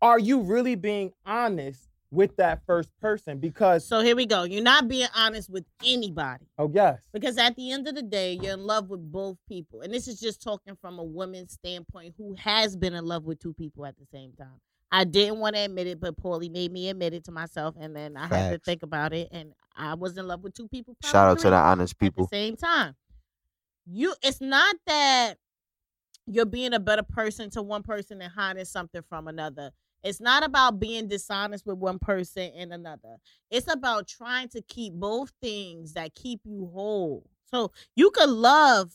F: are you really being honest with that first person? Because
B: So here we go. You're not being honest with anybody.
F: oh yes,
B: Because at the end of the day, you're in love with both people. And this is just talking from a woman's standpoint who has been in love with two people at the same time. I didn't want to admit it, but Paulie made me admit it to myself. And then I had to
K: Facts.
B: think about it. And I was in love with two people. probably
K: Shout out to
B: three
K: the honest
B: at
K: people.
B: the same time. You it's not that you're being a better person to one person and hiding something from another. It's not about being dishonest with one person and another. It's about trying to keep both things that keep you whole. So you could love,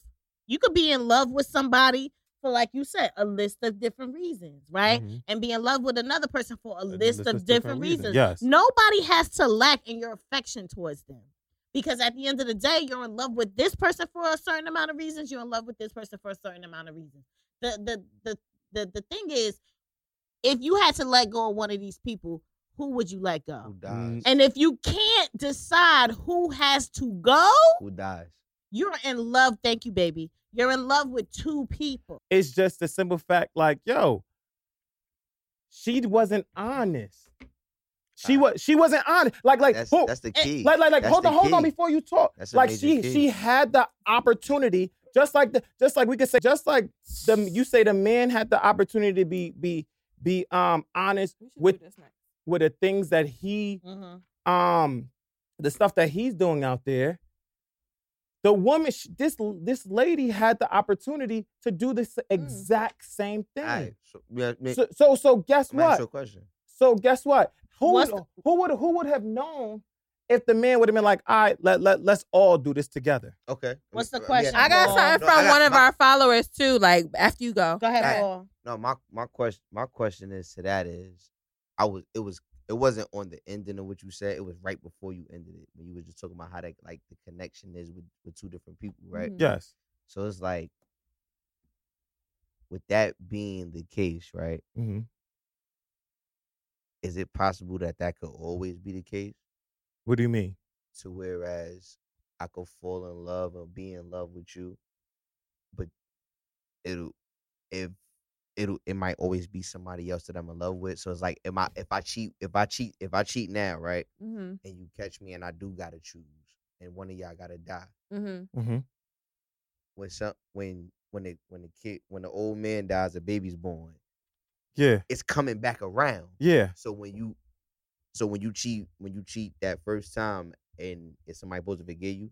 B: you could be in love with somebody for like you said, a list of different reasons, right?
F: Mm-hmm.
B: And be in love with another person for a, list, of different, reasons.
F: Yes,
B: Nobody has to lack in your affection towards them. Because at the end of the day, you're in love with this person for a certain amount of reasons. You're in love with this person for a certain amount of reasons. The the the the, the thing is, if you had to let go of one of these people, who would you let
K: Who
B: go?
F: Mm-hmm.
K: dies?
B: And if you can't decide who has to go,
K: Who dies?
B: you're in love. Thank you, baby. You're in love with two people.
F: it's just the simple fact, like yo, she wasn't honest. She was she wasn't honest. Like like
K: That's
F: who-
K: that's the
F: eh,
K: key.
F: Like like like
K: That's
F: hold
K: the
F: on hold on
K: key.
F: before you talk.
K: That's a
F: like
K: major
F: she
K: key.
F: she had the opportunity just like the just like we could say just like the you say the man had the opportunity to be be be um honest
A: We should
F: with
A: do this next.
F: with the things that he
B: Mm-hmm.
F: um the stuff that he's doing out there the woman sh- this this lady had the opportunity to do this exact same thing
K: Alright, so, yeah, may-
F: so, so so guess
K: I'm gonna ask
F: what
K: you a question.
F: so guess what who
B: What's
F: would, uh, who would who would have known if the man would have been like all right let, let let's all do this together
K: Okay.
B: What's the
K: Yeah,
B: question?
E: I got
B: Paul?
E: something
K: No, I
E: from
K: got-
E: one of
K: my-
E: our followers too. Like after you go,
B: Go ahead,
K: Alright.
B: Paul.
K: No, my my question my question is to that is, I was it was it wasn't on the ending of what you said. It was right before you ended it when you were just talking about how that like the connection is with with two different people, right?
A: Mhm.
F: yes
K: So it's like, with that being the case, right?
F: mm-hmm.
K: Is it possible that that could always be the case?
F: what do you mean
K: To whereas I could fall in love and be in love with you, but it'll if it'll it might always be somebody else that I'm in love with. So it's like, am I if I cheat if I cheat if I cheat now, right?
A: Mm-hmm.
K: And you catch me and I do gotta choose, and one of y'all gotta die.
A: Mm-hmm.
F: mm-hmm.
K: When some when when the when the kid when the old man dies, the baby's born.
F: yeah
K: It's coming back around.
F: yeah
K: So when you, so when you cheat, when you cheat that first time, and is somebody supposed to forgive you?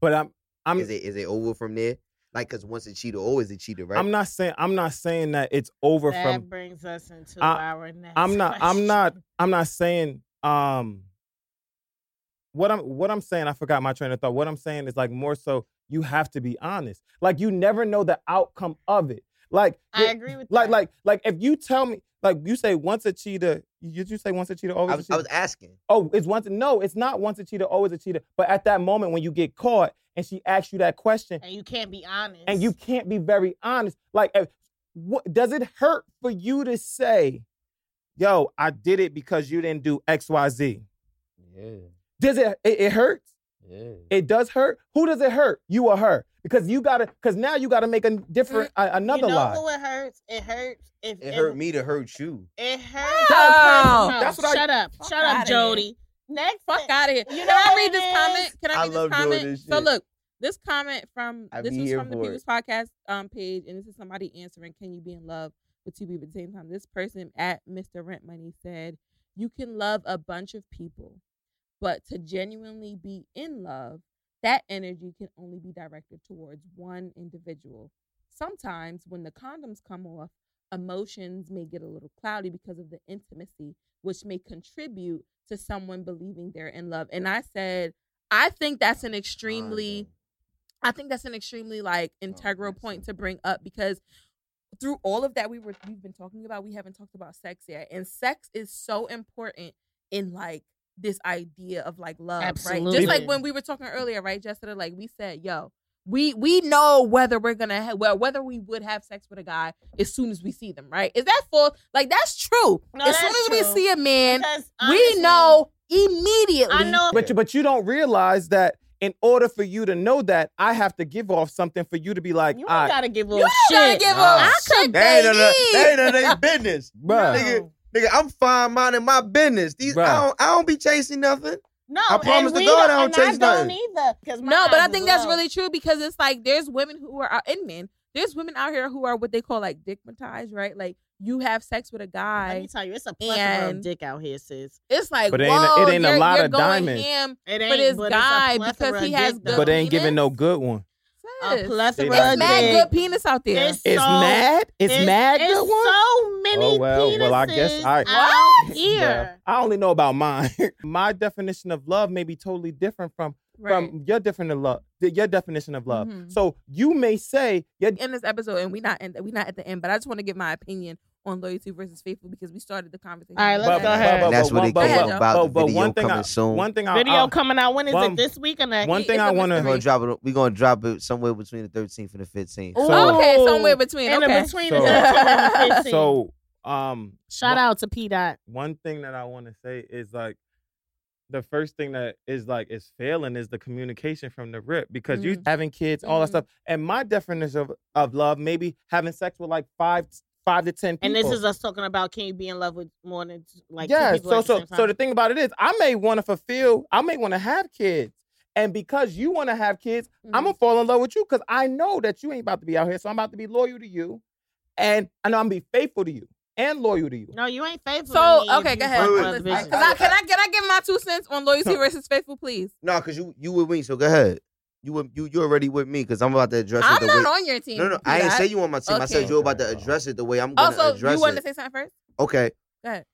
F: but i'm i'm
K: Is it oh, is it over from there? Like, cause once a cheater, always a cheater, right?
F: I'm not saying I'm not saying that it's over
B: that
F: from
B: brings us into
F: I-
B: our next.
F: I'm not I'm
B: question.
F: not I'm not saying um what I'm what I'm saying, I forgot my train of thought. What I'm saying is like more so you have to be honest. Like you never know the outcome of it. Like
B: I
F: it-
B: agree with
F: like
B: that.
F: like like if you tell me like you say once a cheater, did you say once a cheater always
K: I
F: a
K: was,
F: cheater?
K: I was asking.
F: oh, it's once no, it's not once a cheater, always a cheater. But at that moment when you get caught and she asks you that question,
B: and you can't be honest.
F: and you can't be very honest. Like, if, what does it hurt for you to say, "Yo, I did it because you didn't do X, Y, Z"?
L: Yeah,
F: Does it? It, it hurts.
L: yeah.
F: It does hurt. Who does it hurt? You or her? Because you gotta. Because now you gotta make a different a,
B: Mm, You
F: another
B: know
F: lie.
B: who it hurts? It hurts if
K: It
B: if-
K: hurt me to hurt you.
B: It hurts.
A: Oh,
B: no,
L: that's what I-
B: shut up.
A: Fuck
B: Shut up,
A: outta here.
B: Jody. Next
A: Fuck
B: thing-
A: out of here.
B: You
A: Can
B: know
A: I
B: what
A: read
B: it
A: this
B: is?
A: comment? Can I
K: I
A: read
K: love
A: this
K: doing
A: comment?
K: this
A: So
K: shit.
A: look, this comment from
K: I
A: this
K: be
A: was
K: here
A: from the
K: for it.
A: People's Podcast um page, and this is somebody answering, "Can you be in love with two people at the same time?" This person at Mr. Rent Money said, "You can love a bunch of people, but to genuinely be in love, that energy can only be directed towards one individual. Sometimes when the condoms come off." Emotions may get a little cloudy because of the intimacy which may contribute to someone believing they're in love. And I said, I think that's an extremely, I think that's an extremely like
B: Oh,
A: integral
K: that's
A: point
K: it.
A: to bring up because through all of that we were we've been talking about, we haven't talked about sex yet, and sex is so important in like this idea of like love, right? Just
B: Absolutely.
A: like when we were talking earlier, right, Jessica? Like we said, yo. We we know whether we're gonna ha- well whether we would have sex with a guy as soon as we see them right is that false like that's true
B: No,
A: as soon
B: that's
A: as
B: true.
A: we see a man
B: Because
A: we
B: honestly,
A: know immediately.
B: I know.
F: But you, but you don't realize that in order for you to know that, I have to give off something for you to be like,
B: you ain't
F: all right,
B: gotta give
A: You
B: up.
A: ain't gotta
B: shit.
A: give
K: Nah.
A: up. I could
K: That ain't, none of, that
A: baby.
K: ain't none of their business.
F: bruh.
K: Nigga, nigga, I'm fine minding my business. These
F: Bruh.
K: I don't I don't be chasing nothing.
B: No,
K: I promise
B: and
K: to
B: we
K: God I
B: don't-
K: don't
B: and
K: taste
B: I don't
K: nothing.
B: either. 'cause my
A: No, but I
B: eyes
A: think
B: is
A: that's
B: low.
A: really true because it's like there's women who are out in men. There's women out here who are what they call like dickmatized, right? Like you have sex with a
B: Let me
A: guy.
B: tell you, it's a plethora
A: And-
B: of dick out here, sis.
A: It's like
F: But it ain't a-
A: whoa,
F: it ain't a
A: you're,
F: lot
A: you're
F: of
A: going
F: diamonds.
A: ham
B: It
A: for
B: ain't,
A: this
B: but it's a
A: guy
B: plethora
A: because he
B: of
A: has
B: dick,
A: good.
F: but they ain't giving no
A: penis.
F: good one.
B: though. a
A: Yes.
B: plethora
F: They don't.
A: It's
B: of
A: mad
B: dick.
A: good penis out there.
B: It's
F: It's
B: so,
F: mad. It's, mad.
B: It's
F: good one?
B: so many
F: Oh, well,
B: penises
F: well, I guess I-
B: out
F: Bruh,
B: here.
F: I only know about mine. My definition of love may be totally different from from your different of love. Your definition of love.
B: Mm-hmm.
A: Mhm.
F: So you may say your
A: in this episode, and we not in, we not at the end, but I just want to give my opinion on loyalty versus faithful because we started the conversation.
B: All right, let's
F: but,
B: go ahead.
F: But, but,
K: And that's
F: but,
K: what
F: one-
K: they
F: but,
A: came
F: but,
K: care about.
F: but,
K: the
F: but
K: video
F: one thing
K: coming
F: I,
K: soon.
F: one thing I,
B: Video
K: Uh, um,
F: I,
B: coming out. When is
F: one-
B: it this week or next?
F: one
A: It-
F: thing
A: it's
F: I
A: a
F: want
K: We're
A: mystery.
F: to
K: gonna drop it. We're gonna drop it somewhere between the 13th and the 15th.
F: So-
A: okay,
B: Ooh.
A: somewhere between.
B: In
A: okay.
B: between
F: So-
B: the 13 and the 15.
F: so um
B: Shout out to P Dot.
F: one thing that I want to say is like the first thing that is like is failing is the communication from the rip because you
B: Mm-hmm.
F: having kids, all that
A: Mhm.
F: stuff. And my definition of, of love, maybe having sex with like five five to ten people.
B: And this is us talking about can you be in love with more than like two
F: yeah.
B: people
F: So
B: at the
F: so
B: same time?
F: so the thing about it is, I may want to fulfill, I may want to have kids. And because you want to have kids, I'm gonna fall in love with you because I know that you ain't about to be out here. So I'm about to be loyal to you, and I know I'm gonna be faithful to you and loyal to you.
B: no, you ain't faithful. to me
A: So
B: if
A: okay,
B: you
A: go ahead.
B: fuck
K: Wait,
B: with
K: wait,
B: other
A: Listen,
B: bitches.
A: Cause I, can I can I give my two cents on loyalty versus faithful, please?
K: No, cause you you with me, so go ahead. You with- you you already with me, cause I'm about to address it.
A: I'm
K: the
A: not
K: way-
A: on your team.
K: No, no, I ain't
A: Peter.
K: say you on my team. I
A: Okay.
K: said you about to address it the way I'm
A: Oh,
K: gonna
A: so
K: address
A: you wanted
K: it.
A: to say something first?
K: okay.
A: Go ahead.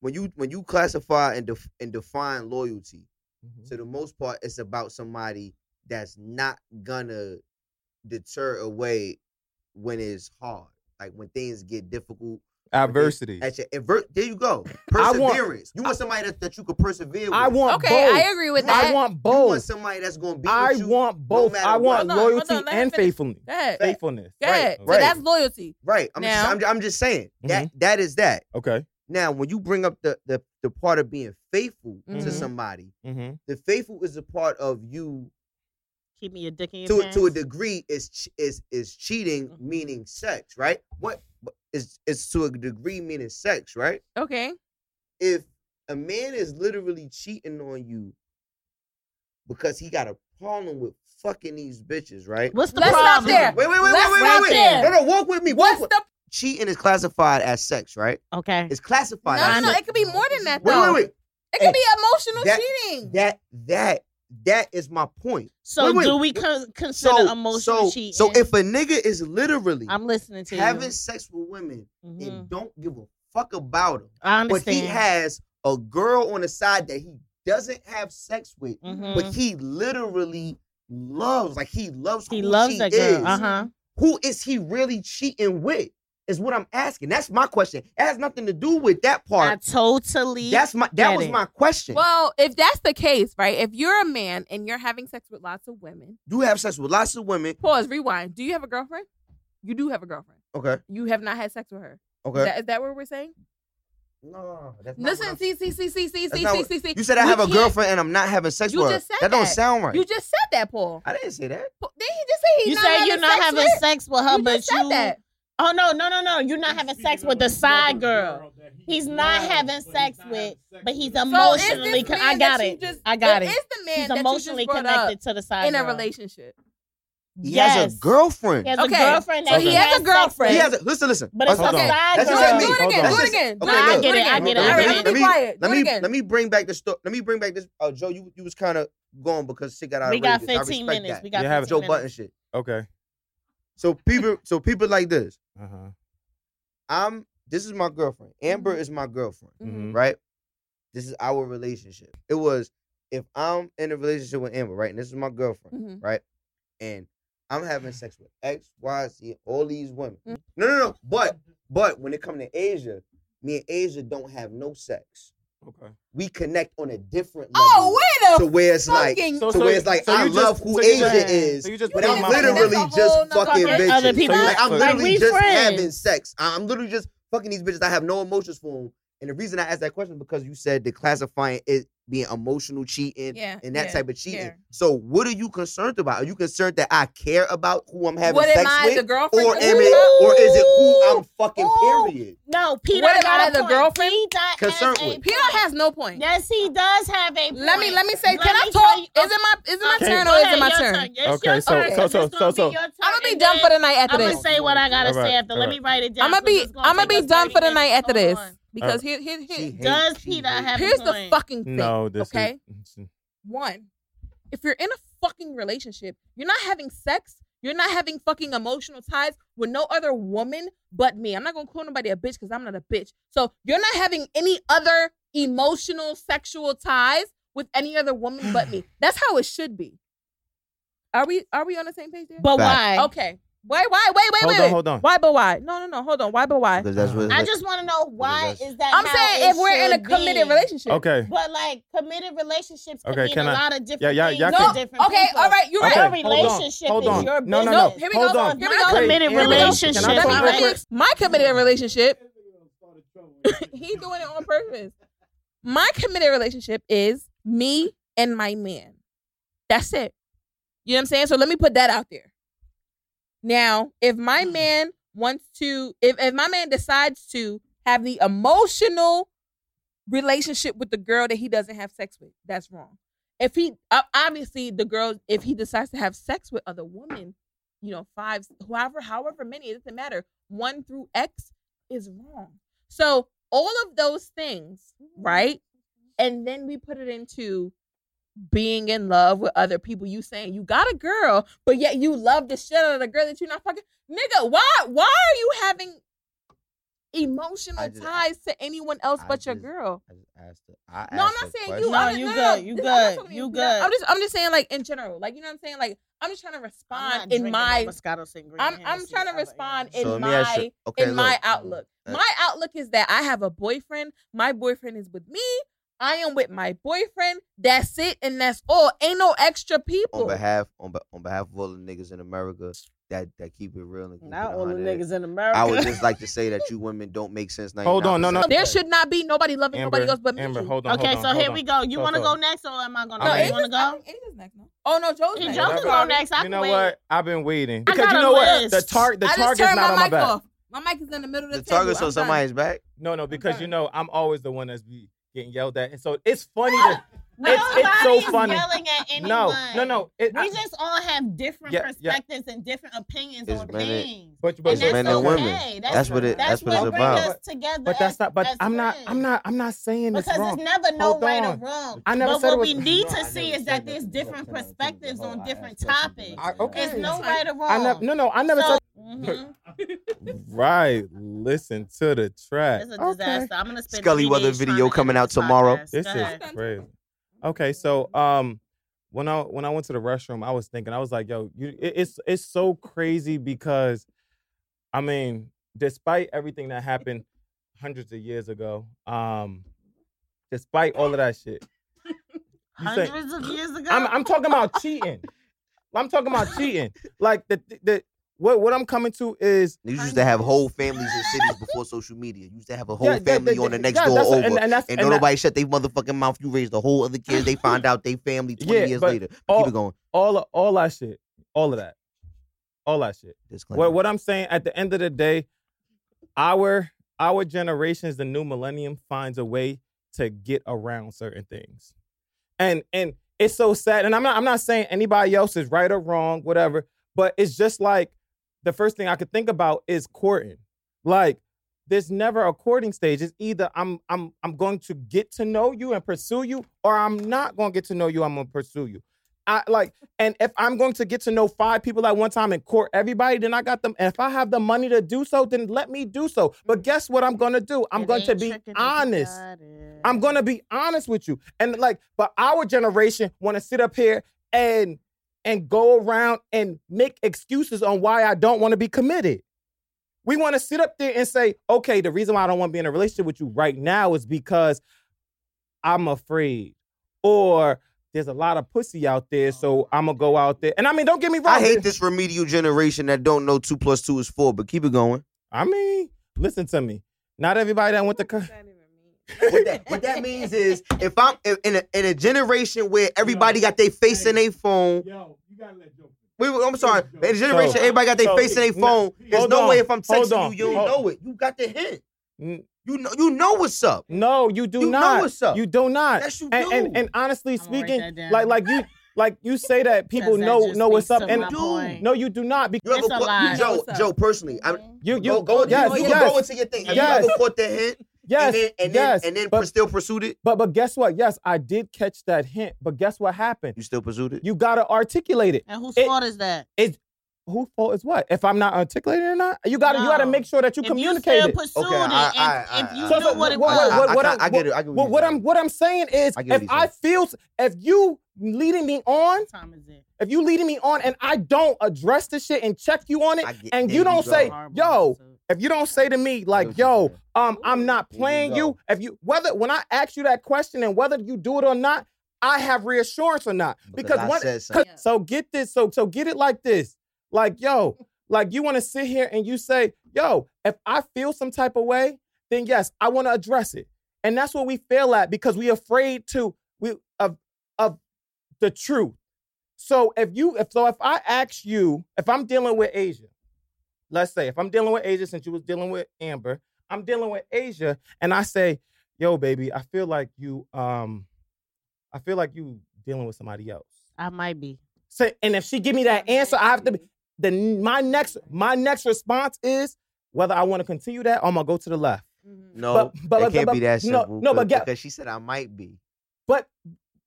K: When you when you classify and def- and define loyalty,
F: Mm-hmm.
K: to the most part, it's about somebody that's not gonna deter away when it's hard, like when things get difficult.
F: Adversity.
K: At your invert, there you go.
F: I want-
K: Perseverance. you want somebody that, that you can persevere with.
F: I want
A: Okay,
F: both.
A: I agree with that.
F: I want
K: You Oh, want
F: both.
K: somebody that's gonna be.
F: I
K: with you.
F: want both.
K: matter
F: I
K: what.
F: want
A: Hold on, hold
F: loyalty
A: on, let him
F: and
A: finish.
F: faithfulness.
A: Go ahead.
F: Faithfulness.
A: Go ahead.
K: right.
A: So that's loyalty.
K: Right. I'm just.
A: Now-
K: I'm, I'm just saying that that is that.
F: Okay.
K: Now, when you bring up the the, the part of being faithful to
A: Mhm.
K: somebody,
F: Mm-hmm.
K: the faithful is a part of you
B: Keep me your dick in your
K: to a-
B: pants.
K: to a degree is ch- is is cheating
A: Mm-hmm.
B: Mhm.
K: meaning sex, right? What but is is to a degree meaning sex, right?
A: Okay.
K: If a man is literally cheating on you because he got a problem with fucking these bitches, right?
B: What's the
A: Let's stop
B: problem?
A: there.
K: Wait, wait, wait,
A: Let's
K: wait, wait,
A: stop
K: wait.
A: there.
K: No, no, walk with me. Walk
A: What's
K: with-
A: the
K: cheating is classified as sex, right?
B: Okay.
K: It's classified
A: no,
K: as
A: no, no,
K: sex.
A: it could be more than that
K: wait,
A: though.
K: wait, wait.
A: It could be emotional
K: That-
A: cheating.
K: That that That is my point.
B: So
K: Wait, wait,
B: do we
K: wait.
B: con- consider
K: So,
B: emotional
K: so,
B: cheating?
K: so if a nigga is literally
B: I'm listening to
K: having
B: you,
K: sex with women
B: Mhm.
A: Mm.
K: and don't give a fuck about them,
B: I
K: but
B: understand.
K: he has a girl on the side that he doesn't have sex with,
B: Mhm.
K: but
F: Mm-hmm.
K: he literally loves, like he loves
B: he
K: who
B: loves
K: she
B: that
K: is.
B: girl.
F: Uh-huh.
B: Uh huh.
K: Who is he really cheating with? Is what I'm asking. That's my question. It has nothing to do with that
B: I
K: part.
B: totally.
K: That's my
B: get
K: that was
B: it.
K: my question.
A: Well, if that's the case, right? If you're a man and you're having sex with lots of women,
K: You have sex with lots of women.
A: pause, rewind. Do you have a girlfriend? You do have a girlfriend.
K: Okay.
A: You have not had sex with her.
K: Okay.
A: Is that, is that what we're saying?
K: no, that's not what
A: Listen,
K: I'm-
A: see, see, see, see, see,
K: That's
A: see,
K: not
A: see,
K: what-
A: see, see.
K: You said I
A: We
K: have a
A: can't-
K: girlfriend and I'm not having sex
A: You
K: with
A: just
K: her.
A: said
K: that, don't
A: that.
K: sound right.
A: You just said that, Paul.
K: I didn't say that.
A: Paul- Then he just said he
B: You
A: not
B: say
A: having
B: you're not
A: sex
B: having
A: with-
B: sex with her,
A: you
B: but
A: just said
B: you.
A: that.
B: Oh no no no no! You're not having sex with the side girl. He's not having sex with, but he's
A: So is this
B: emotionally. con- I
A: man
B: got
A: that you
B: it.
A: just-
B: I got it.
A: Is the man
B: He's
A: that you just
B: emotionally
A: brought
B: connected to the
A: up
B: side
A: in a
B: girl.
A: relationship?
K: He
B: yes.
K: has a girlfriend.
B: He has a
A: Okay.
B: girlfriend.
A: So
B: That
A: he
B: has
A: has a
B: sex
A: girlfriend.
K: He
B: with.
K: has a listen, listen.
B: But it's
F: Hold
B: a
F: on.
B: side
K: That's
A: Do
K: just
A: it
K: that
B: girl.
A: do
K: means-
A: it again.
K: Hold
A: Do it
K: on.
A: again. Do
K: Okay,
A: it again.
K: look.
B: I get it, I get it.
A: All
B: All
A: right,
B: right.
A: let me be
K: Let me-
A: quiet.
K: Let
A: Do it
K: me
A: again.
K: let me bring back the story. Let me bring back this. Oh, Joe, you you was kind of gone because shit got out.
B: We got 15 minutes. We got
F: You have
B: 15
F: it.
K: Joe
B: minutes.
K: Button shit.
F: Okay.
K: So people, so people like this.
F: Uh-huh.
K: I'm. This is my girlfriend. Amber
F: Mm-hmm.
K: is my girlfriend.
F: Mhm.
K: Right. This is our relationship. It was if I'm in a relationship with Amber, right, and this is my girlfriend,
F: Mm-hmm.
A: Mhm.
K: right, and I'm having sex with X, Y, Z, all these women.
F: Mm-hmm.
K: No, no, no. But but when it comes to Asia, me and Asia don't have no sex.
F: Okay.
K: We connect on a different level.
A: Oh, wait a
K: to where it's like
A: fucking.
K: to where it's like I
F: you
K: love
F: just-
K: who
F: so you
K: Asia
F: just-
K: is,
F: So you just
K: but
F: put
A: don't
K: I'm
F: my
A: think that's a
K: literally just
A: whole nother
K: fucking
B: fucking
K: bitches.
B: other people.
K: Like I'm
F: Like,
K: literally
B: we
K: just having
B: friends.
K: sex. I- I'm literally just fucking these bitches. I have no emotions for them. And the reason I asked that question is because you said the classifying it being emotional cheating
A: Yeah,
K: and that
A: yeah,
K: type of cheating.
A: yeah.
K: So what are you concerned about? Are you concerned that I care about who I'm having
A: What
K: sex
A: am I, the
K: with,
A: girlfriend?
K: or
A: Who
K: am
A: am
K: it,
A: I?
K: or is it who I'm fucking
B: Ooh.
K: period?
B: No, Peter
A: What
B: got
A: about
B: a
A: the
B: point.
A: girlfriend?
B: He does have
K: Concerned
B: a
K: with.
B: point.
A: Peter has no point.
B: Yes, he does have a. Point.
A: Let me let me say.
B: Let
A: Can I
B: me
A: talk?
B: tell you-
A: Is it my is it my
F: Okay.
A: turn
B: Go
A: or is
B: ahead,
A: it my
B: your
A: turn?
B: Yes,
F: Okay,
B: your
F: so-
B: turn,
F: so-
B: 'cause
F: so-
B: it's gonna
F: so- so-
B: be your turn,
A: I'm gonna be
B: and
A: done
B: then
A: for the night after
B: I'm gonna
A: this.
B: say what I gotta
F: All right,
B: say after.
F: all
B: Let
F: right.
B: me write it down.
A: I'm gonna
B: 'cause
A: be
B: it's
A: I'm gonna
B: take
A: be
B: us
A: done
B: 30
A: for the night
B: minutes.
A: after
B: Hold
A: this
B: on.
A: because here here
K: She
A: here
K: hates-
B: Does
K: she
B: Peter
K: hates-
B: have a
A: here's the
B: point.
A: fucking thing.
F: No, this
A: okay.
F: is
A: One, if you're in a fucking relationship, you're not having sex. You're not having fucking emotional ties with no other woman but me. I'm not gonna call nobody a bitch because I'm not a bitch. So you're not having any other emotional sexual ties with any other woman but me. That's how it should be. Are we are we on the same page there?
B: But
K: Back.
B: why?
A: okay. Wait, why, wait, wait,
F: Hold
A: wait.
F: on,
A: wait.
F: hold on.
A: Why but why? No, no, no, hold on. Why but why?
K: Because that's what
B: I just want to know why
K: that's-
B: is that?
A: I'm
B: how
A: saying
B: it
A: if we're in a
B: should
A: committed
B: be.
A: relationship.
F: Okay.
B: But like committed relationships can
F: Okay,
B: mean
F: can
B: a
F: I-
B: lot of different
F: yeah,
B: things
F: y'all
A: No.
B: to
F: can-
A: Okay.
B: different people.
A: All right. You're
F: Okay,
A: right.
B: Your
F: hold on,
B: relationship
F: hold
B: is
F: on.
B: your
F: No, no,
A: No,
F: no.
B: business.
A: here we
F: Hold
A: go.
F: on.
A: Here we go.
F: Wait,
B: Committed
F: Amber,
B: relationship.
F: Can I
A: Let me
F: talk
B: All
F: real
B: right.
F: quick?
A: finish my committed relationship. he doing it on purpose. My committed relationship is me and my man. That's it. You know what I'm saying? So let me put that out there. Now, if my man wants to, if, if my man decides to have the emotional relationship with the girl that he doesn't have sex with, that's wrong. If he ob- obviously the girl, if he decides to have sex with other women, you know, five, however, however many, it doesn't matter. One through X is wrong. So all of those things, right? And then we put it into being in love with other people. You saying you got a girl, but yet you love the shit out of the girl that you're not fucking. Nigga, why why are you having
K: I
A: emotional
K: just-
A: ties to anyone else
K: I
A: but your
K: just-
A: girl?
K: I just asked her. I
A: No, I'm not
K: asked her
A: saying
K: question.
A: you.
B: No,
A: I'm
B: you
A: no, no,
B: good, you
A: this- I'm not
B: good,
A: talking to
B: you
A: for that.
B: good.
A: I'm just I'm just saying like in general. Like you know what I'm saying? Like I'm just trying to respond in my I'm I'm trying to respond in
K: So let me
A: my
K: ask you- okay,
A: in my
K: look.
A: outlook.
K: Uh,
A: my outlook is that I have a boyfriend. My boyfriend is with me. I am with my boyfriend. That's it, and that's all. Ain't no extra people.
K: on behalf on, be, on behalf of all the niggas in America that that keep it real and keep
B: Not
K: it
B: all the
K: 100,
B: niggas in America.
K: I would just like to say that you women don't make sense. 99%.
F: Hold on, no, no.
A: there should not be nobody loving
F: Amber,
A: nobody else but me.
F: Amber, hold on.
B: okay,
F: hold
B: so
F: on,
B: here
F: hold
B: we
F: on.
B: go. You
F: So
B: want to go
F: sorry.
B: next or am I gonna?
F: No,
B: go?
F: it's
B: you want to go?
A: next, no? Oh no, Joe's
B: Hey,
A: next.
B: Joe
A: I'm
B: can go
A: sorry.
B: next. I
F: You
B: can
F: know
B: wait.
F: what? I've been waiting because
B: got
F: you
B: a
F: know what
B: list.
F: the target the
A: I just
F: target's
A: turned
F: not
A: my
F: on my
A: mic
F: back.
A: off. My mic is in the middle of the,
K: The target,
A: table.
K: so
A: I'm done.
K: somebody's back.
F: No, no, because
A: Okay.
F: you know I'm always the one that's be getting yelled at, and so it's funny to it's, it's so
B: Nobody's
F: funny.
B: yelling at anyone.
F: No, no, no. It,
B: We just all have different
F: Yeah, yeah.
B: perspectives and different opinions
K: It's
B: on
K: men and-
B: things.
F: but,
B: And
F: but,
K: It's
B: that's
K: men
B: okay.
K: and women.
B: That's,
K: That's what it- that's what it's
B: brings
K: about.
B: us together
F: but that's
B: as-
F: not. But
B: as
F: I'm not. I'm
B: friends.
F: not. I'm not saying
B: Because
F: it's wrong.
B: it's never no
F: Hold
B: right or
F: on.
B: wrong.
F: I never
B: but
F: said
B: what
F: it was.
B: we need
C: No, I
B: to
C: never
B: see
C: said
B: is that
C: that.
B: there's
C: That's
B: different
C: what I'm saying.
B: perspectives
C: Oh,
B: on
C: I
B: different
C: asked questions
B: topics.
C: about that.
F: okay.
B: There's no
F: I-
B: right or wrong.
F: I never. No, no. I never
B: so,
F: said.
B: mhm.
F: Right. Listen to the track.
B: It's a
F: Okay.
B: disaster. I'm gonna spend
K: Scully
B: three
K: Weather
B: days
K: video
B: trying to end
K: coming out
B: this
K: tomorrow.
B: podcast.
F: This
B: Go
F: is
B: ahead.
F: crazy. Okay, so um, when I when I went to the restroom, I was thinking, I was like, yo, you, it- it's it's so crazy because, I mean, despite everything that happened hundreds of years ago, um, despite all of that shit, you say-
B: hundreds of years ago.
F: I'm I'm talking about cheating. I'm talking about cheating. Like the the what what I'm coming to is
K: They used to have whole families in cities before social media. You used to have a whole
F: yeah, yeah,
K: family
F: yeah,
K: on the
F: yeah,
K: next
F: yeah,
K: door
F: that's-
K: over. And,
F: that's
K: don't
F: that-
K: nobody shut their motherfucking mouth. You raised a whole other kids. They find out they family 20
F: Yeah,
K: years
F: but
K: later.
F: all-
K: Keep it going.
F: all all that shit, all of that, all that shit.
K: Disclaimer.
F: What what I'm saying at the end of the day, our our generations, the new millennium, finds a way to get around certain things, and and it's so sad. And I'm not I'm not saying anybody else is right or wrong, whatever. But it's just like the first thing I could think about is courting. Like there's never a courting stage. It's either I'm I'm I'm going to get to know you and pursue you, or I'm not going to get to know you. I'm going to pursue you. I like, and if I'm going to get to know five people at one time and court everybody, then I got them. And if I have the money to do so, then let me do so. But guess what I'm going to do?
B: Mm-hmm.
F: I'm
B: It
F: going to
B: ain't
F: be
B: tricking, it's
F: honest.
B: got it.
F: I'm gonna be honest with you. And like, but our generation wanna sit up here and and go around and make excuses on why I don't wanna be committed. We wanna sit up there and say, okay, the reason why I don't wanna be in a relationship with you right now is because I'm afraid. Or there's a lot of pussy out there, so I'm gonna go out there. And I mean, don't get me wrong.
K: I hate this remedial generation that don't know two plus two is four, but keep it going.
F: I mean, listen to me. Not everybody that went to co-
K: what that what that means is if I'm if- in a in a generation where everybody got their face in their phone.
H: Yo, you gotta let Joe.
K: Wait, wait, I'm sorry. In a generation,
F: So-
K: everybody got their
F: so-
K: face in their
F: no,
K: phone. There's
F: hold
K: no
F: on,
K: way if I'm
F: hold
K: texting
F: on,
K: you, you don't
F: hold-
K: know it. You got the hint.
F: Mm.
K: You know, you know what's up.
F: No, you do
K: You know
F: not.
K: what's up.
F: You do not.
K: Yes, you
F: and,
K: do.
F: and and honestly
B: I'ma write
F: speaking,
B: that down.
F: like like you like you say that people
B: 'Cause that
F: know
B: just
F: know what's
B: speaks
F: up,
B: to
F: and
B: my
K: You do.
B: point.
F: no, you do not. Because
K: You ever
B: It's a
K: caught-
B: lie. Mm-hmm.
K: Joe, Joe, personally, I'm
F: you you
K: go, go,
F: yes
K: you, you
F: yes
K: go into your thing. Have
F: yes.
K: you ever caught that hint?
F: yes
K: and then, and
F: yes.
K: then, and then
F: but,
K: still pursued it.
F: but but guess what? Yes, I did catch that hint. But guess what happened?
K: You still pursued it.
F: You gotta articulate it.
B: And whose
F: It-
B: fault is that?
F: Who fault is what? If I'm not articulating or not, you gotta you gotta
B: No.
F: make sure that you
B: if you
F: communicate
B: still
F: it.
B: pursued
K: Okay,
B: it,
K: I-
B: and
K: I-
B: if
K: I-
B: you
K: I-
F: So,
B: knew
F: so
B: what it
F: what-
B: was,
F: what- what-
K: I, I, I get it. I get
F: Well, what I'm what I'm saying is,
K: I get what
F: if
K: he's
F: I feel if you leading me on,
B: what time is it?
F: if you leading me on and I don't address the shit and check you on it,
K: I get-
F: and
K: there
F: you don't
K: go.
F: say,
B: Horrible
F: yo,
B: episode.
F: if you don't say to me
K: what
F: like,
K: you're
F: yo,
K: saying.
F: um, I'm not
K: There you
F: playing you,
K: go.
F: if you whether when I ask you that question and whether you do it or not, I have reassurance or not.
K: Because
F: Because,
K: I
F: one
K: said
F: 'cause-
D: something.
F: so get this, so so get it like this. Like, yo, like you want to sit here and you say, yo, if I feel some type of way, then yes, I want to address it. And that's what we fail at because we afraid to we of of the truth. So if you if so if I ask you if I'm dealing with Asia, let's say if I'm dealing with Asia since you was dealing with Amber, I'm dealing with Asia and I say, "Yo baby, I feel like you um I feel like you dealing with somebody else."
B: I might be.
F: So and if she give me that answer, I have to be the my next my next response is whether I want to continue that or I'm gonna go to the left.
K: No,
F: But- but-
K: it can't
F: but-
K: be that
F: no,
K: simple.
F: no, but
K: because-
F: get-
K: because she said I might be.
F: But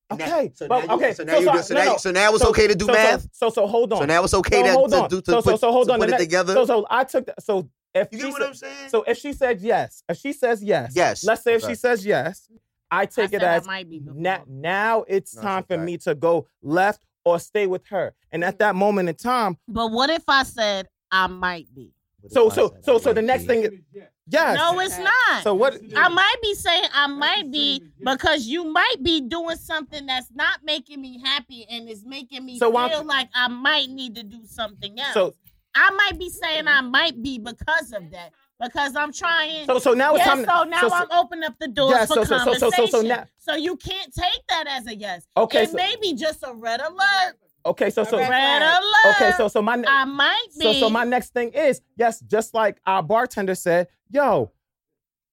K: And that-
F: okay,
K: so
F: but
K: now you-
F: okay,
K: So now you do- so now you- so now it's okay to do
F: so- so-
K: math.
F: So so, hold on.
K: So now it's okay
F: So
K: to,
F: hold
K: to
F: on.
K: do to
F: so,
K: put,
F: so, so hold
K: to
F: on.
K: put
F: The
K: it
F: next-
K: together.
F: So so I took that. So if
K: you
F: she
K: get what
F: said,
K: I'm saying?
F: so if she said yes, if she says yes,
K: Yes.
F: Let's say if
K: Okay.
F: she says yes, I
B: I
F: take it
B: said I
F: as
B: might be. before.
F: na- now it's
K: No, it's
F: time
K: a
F: for
K: fact.
F: me to go left or stay with her. And
B: Mm-hmm.
F: at that moment in time,
B: But what if I said I might be?
K: What
F: so
K: if I
F: so
K: said I
F: so so the
K: might
F: next
K: be?
F: thing is yes.
B: No, it's
D: Okay.
B: not.
F: so what?
B: I might be saying I might be because you might be doing something that's not making me happy and it's making me
F: So
B: feel
F: I'm-
B: like I might need to do something else.
F: So
B: I might be saying I might be because of that because I'm trying.
F: so so now it's
B: Yeah,
F: time.
B: so now
F: so- so-
B: I'm opening up the doors
F: Yeah,
B: for
F: so- so- so- so- so-
B: conversation.
F: so now-
B: you can't take that as a yes.
F: Okay,
B: It
F: so-
B: may be just a red alert.
F: okay, so so
B: Red alert.
F: okay, so so my ne-
B: I might be.
F: So, so my next thing is yes, just like our bartender said, yo,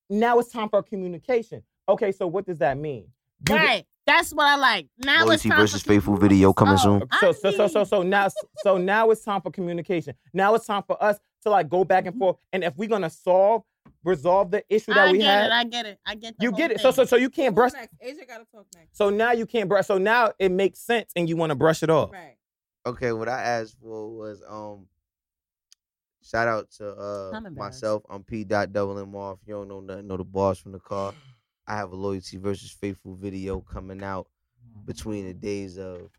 F: now it's time for communication. Okay, so what does that mean? You-
B: right. That's what I like. Now it's
K: Loyalty
B: time
K: versus
B: for people-
K: faithful video coming
B: Oh,
K: soon.
F: So, so so so
B: Auntie.
F: so now so now it's time for communication. Now it's time for us to like go back and forth. And if we're gonna solve resolve the issue
B: Mm-hmm.
F: that
B: I
F: we
B: get
F: had,
B: it. I get it. I get the
F: you
B: whole
F: get it. So so
B: thing.
F: so you can't brush.
A: next? Asia gotta talk next.
F: So now you can't brush. So now it makes sense, and you want to brush it off.
A: Right.
K: Okay, what I asked for was um shout out to uh
B: I'm embarrassed.
K: myself. I'm P dot double M off. You don't know nothing, know the boss from the car. I have a loyalty versus faithful video coming out between the days of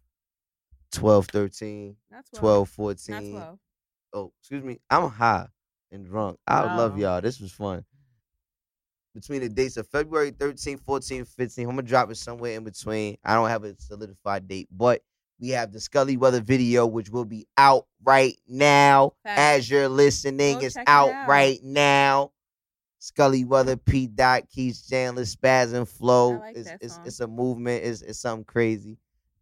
K: 12, 13,
A: Not Not
K: 12, 14.
A: twelve.
K: Oh, excuse me. I'm high and drunk. I love
B: Wow.
K: y'all. This was fun. Between the dates of February 13th, 14th, 15th, I'm gonna drop it somewhere in between. I don't have a solidified date, but we have the Scully Weather video, which will be out right now.
A: Facts.
K: As you're listening,
A: Go
K: it's
A: check it
K: out,
A: out.
K: right now. Scully Weather, P. Dot, Keith Chandler, Spaz and Flow.
A: I like
K: it's,
A: that
K: it's,
A: song.
K: it's a movement. It's, it's something crazy.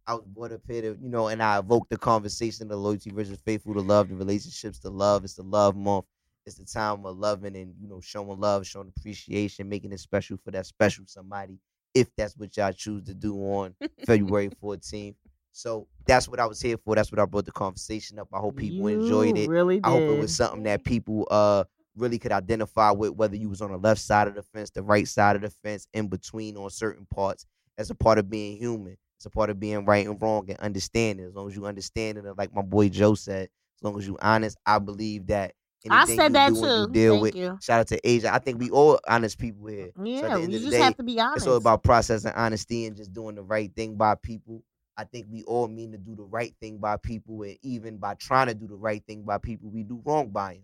K: I was brought up here to, you know, and I evoked the conversation the loyalty versus faithful to love, the relationships to love. It's the love month. It's the time of loving and, you know, showing love, showing appreciation, making it special for that special somebody, if that's what y'all choose to do on February 14th. So that's what I was here for. That's what I brought the conversation up. I hope people enjoyed
B: You
K: it.
B: Really did.
K: I hope it was something that people uh really could identify with, whether you was on the left side of the fence, the right side of the fence, in between on certain parts. That's a part of being human. It's a part of being right and wrong and understanding. As long as you understand it, like my boy Joe said, as long as you honest, I believe that.
B: I
K: anything
B: said
K: you
B: that
K: do and you
B: too.
K: deal
B: Thank
K: with.
B: you.
K: Shout out to Asia. I think we all honest people here. So at
B: Yeah,
K: the end
B: you
K: of the
B: just
K: day,
B: have to be honest.
K: it's all about process and honesty and just doing the right thing by people. I think we all mean to do the right thing by people, and even by trying to do the right thing by people, we do wrong by them.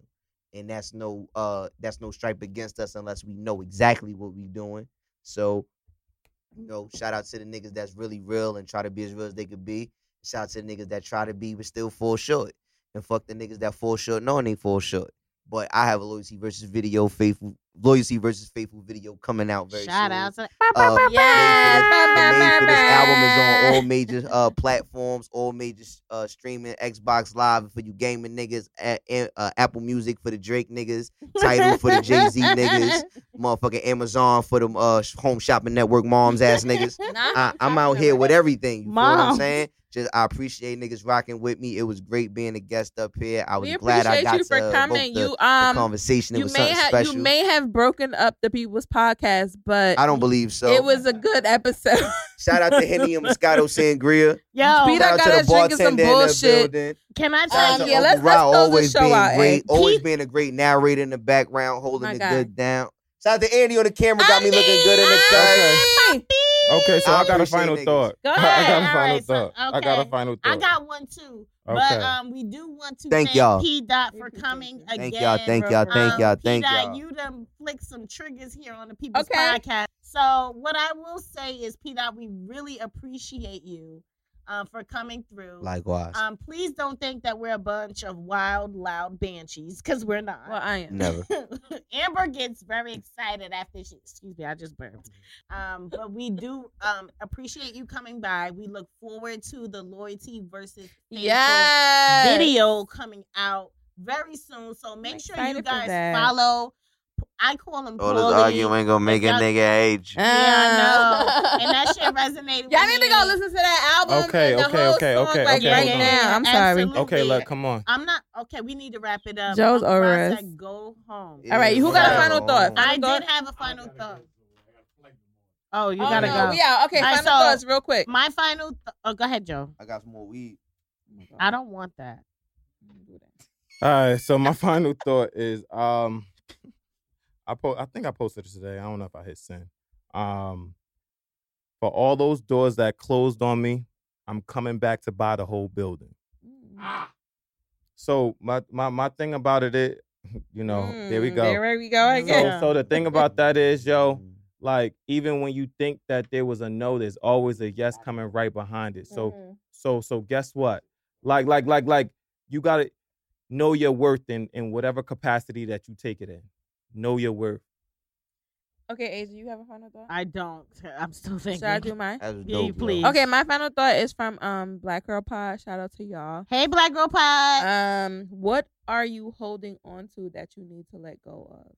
K: And that's no uh that's no stripe against us unless we know exactly what we're doing. So, you know, shout out to the niggas that's really real and try to be as real as they could be. Shout out to the niggas that try to be but still fall short. And fuck the niggas that fall short knowing they fall short. But I have a loyalty versus video faithful loyalty versus faithful video coming out very
B: Shout
K: soon.
B: out to
K: Uh,
B: Yes.
K: the name for this album is on all
B: Ba-ba-ba-ba.
K: major uh, platforms, all major uh, streaming, Xbox Live for you gaming niggas, a- a- uh, Apple Music for the Drake niggas, Title for the Jay-Z niggas. motherfucking Amazon for them uh, sh- home shopping network moms ass niggas. I, I'm out here with everything. You feel what I'm
B: Moms.
K: saying? Just I appreciate niggas rocking with me. It was great being a guest up here. I was
A: We
K: glad I
A: appreciate
K: got
A: you for
K: to
A: coming.
K: evoke the,
A: you
K: the
A: um
K: conversation. It
A: you
K: was
A: may
K: something
A: have
K: special.
A: you may have broken up the people's podcast, but
K: I don't believe so.
A: it was a good episode.
K: Shout out to Henny and Moscato Sangria.
A: Beat
B: Yo,
A: up-
K: Shout out
A: gotta
K: to the
A: drink is some
K: bartender in the
A: bullshit.
K: building.
B: can I
K: Shout out
B: tell
A: Um,
K: to
A: yeah,
K: Uncle
A: let's- let's
K: Ra,
A: close the
K: always
A: show
K: being
A: out,
K: great,
A: Ed.
K: always
A: Keith-
K: being a great narrator in the background, holding
A: My
K: it
A: guy.
K: good down. Shout out to Andy on the camera, got me looking good in the cut.
A: Okay.
F: Okay, so
K: I
F: I, got a
K: appreciate
F: final
K: niggas.
F: thought.
B: Go
F: I got a
B: ahead.
F: final
B: Alright, so-
F: thought. I got
B: okay.
F: a final thought.
B: I got one too.
F: Okay.
B: But um, we do want to
K: oh. Thank
B: thank,
K: y'all.
B: P Dot for
A: Thank you,
B: coming again.
A: thank
K: Thank y'all, thank y'all, thank
B: Um,
K: y'all, thank
B: P-Dot,
K: y'all.
B: You done flick some triggers here on the People's
A: Okay.
B: Podcast. So what I will say is, P Dot, we really appreciate you um, for coming through.
K: Likewise,
B: um, please don't think that we're a bunch of wild, loud banshees because we're not.
A: Well, I am.
K: never.
B: Amber gets very excited after she. Excuse me, I just burped. Um, but we do um appreciate you coming by. We look forward to the loyalty versus faithful
A: Yes.
B: video coming out very soon. So make sure you
A: excited for
B: guys
A: that.
B: follow. I call them
K: All this arguing ain't gonna make a
B: Y'all-
K: nigga age.
B: Yeah, I know. and that shit resonated.
A: Y'all
B: with
A: need
B: me.
A: to go listen to that album.
F: Okay,
A: and the
F: okay,
A: whole
F: okay,
A: song,
F: okay,
A: like,
F: okay,
A: Right
F: hold on.
A: now, I'm sorry.
B: Absolutely.
F: Okay, look, come on.
B: I'm not okay. We need to wrap it up.
A: Joe's
B: Uncle Ross
A: over us.
B: said Go home.
A: All right, who got a final thought?
B: I
A: Final
B: did
A: thought?
B: have a final thought. Oh, you
A: Oh,
B: gotta
A: no,
B: go.
A: We out. Okay,
B: All right,
A: final
B: so-
A: thoughts, real quick.
B: My final. Th- oh, go ahead, Joe.
K: I got some more weed.
B: I don't want that.
F: All right, so my final thought is um I po- I think I posted it today. I don't know if I hit send. Um for all those doors that closed on me, I'm coming back to buy the whole building.
A: Mm.
F: So my my my thing about it is, you know, there we
A: Mm,
F: go.
A: There we go
F: So,
A: again.
B: Yeah.
F: so the thing about that is, yo,
K: Mm.
F: like even when you think that there was a no, there's always a yes coming right behind it. So,
A: Mm-hmm.
F: so, so guess what? Like, like, like, like, you gotta know your worth in in whatever capacity that you take it in. Know your worth.
A: Okay, Asia, you have a final thought?
B: I don't. I'm still thinking.
A: Should I do mine?
K: That was
B: Yeah,
K: dope.
B: please.
K: Yo.
A: Okay, my final thought is from um Black Girl Pod. Shout out to y'all.
B: Hey, Black Girl Pod.
A: Um, what are you holding on to that you need to let go of?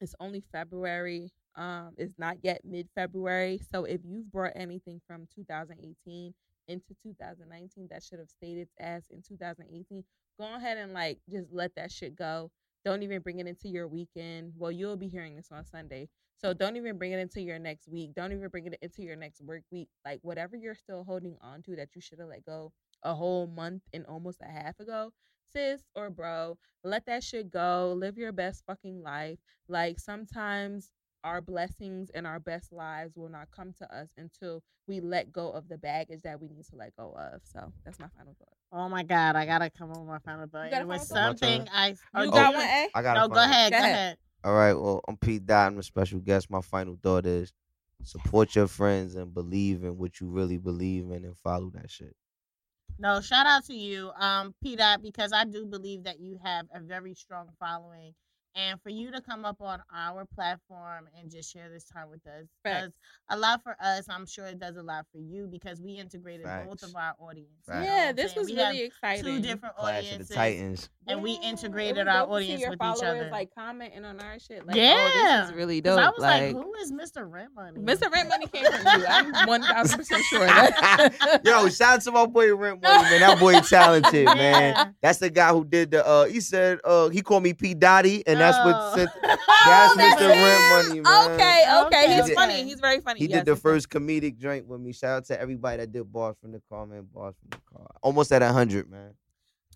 A: It's only February. Um, it's not yet mid February. So if you've brought anything from 2018 into 2019 that should have stayed its ass in 2018, go ahead and like just let that shit go. Don't even bring it into your weekend. Well, you'll be hearing this on Sunday. So don't even bring it into your next week. Don't even bring it into your next work week. Like whatever you're still holding on to that you should have let go a whole month and almost a half ago, sis or bro, let that shit go. Live your best fucking life. Like sometimes our blessings and our best lives will not come to us until we let go of the baggage that we need to let go of. So that's my final thought.
B: Oh my God, I gotta come on my final thought.
A: You got a
B: It was
A: final
K: thought?
B: something I. Oh,
A: You
B: you-
A: got one, A?
K: I got
B: No, go ahead. Go
A: Go ahead.
B: ahead.
K: All right. Well, I'm Pete Dot. I'm a special guest. My final thought is support your friends and believe in what you really believe in and follow that shit.
B: No, shout out to you, um, P Dot, because I do believe that you have a very strong following. And for you to come up on our platform and just share this time with us
A: Facts.
B: does a lot for us. I'm sure it does a lot for you because we integrated both
K: Facts.
B: of our audience. you
K: Facts.
B: know what
A: Yeah,
B: I'm
A: this
B: saying?
A: was
B: we
A: really
B: have
A: exciting.
B: two different
K: Clash of
B: audiences,
K: the Titans.
B: and we
A: Yeah, it was
B: integrated our
A: dope to see
B: audience
A: your
B: with each
A: followers,
B: other.
A: Like commenting on our shit. Like, oh, this
B: Yeah.
A: is really
B: 'Cause
A: dope.
B: I was like,
A: like,
B: who is Mr. Rent Money?
A: Mr. Rent Money came from you. I'm one thousand percent sure. That.
K: Yo, shout out to my boy Rent Money, man. That boy talented,
B: Yeah.
K: man. That's the guy who did the. uh He said uh he called me P Dotty, and that's
B: Oh.
K: what sent. That's
A: that's
K: Mr. Rent Money, man.
A: Okay,
B: Okay.
A: okay, he's
K: He did-
A: funny. He's very funny.
K: He
A: Yes,
K: did the
A: yes, yes.
K: first comedic joint with me. Shout out to everybody that did bars from the car, man. Bars from the car. Almost at hundred, man.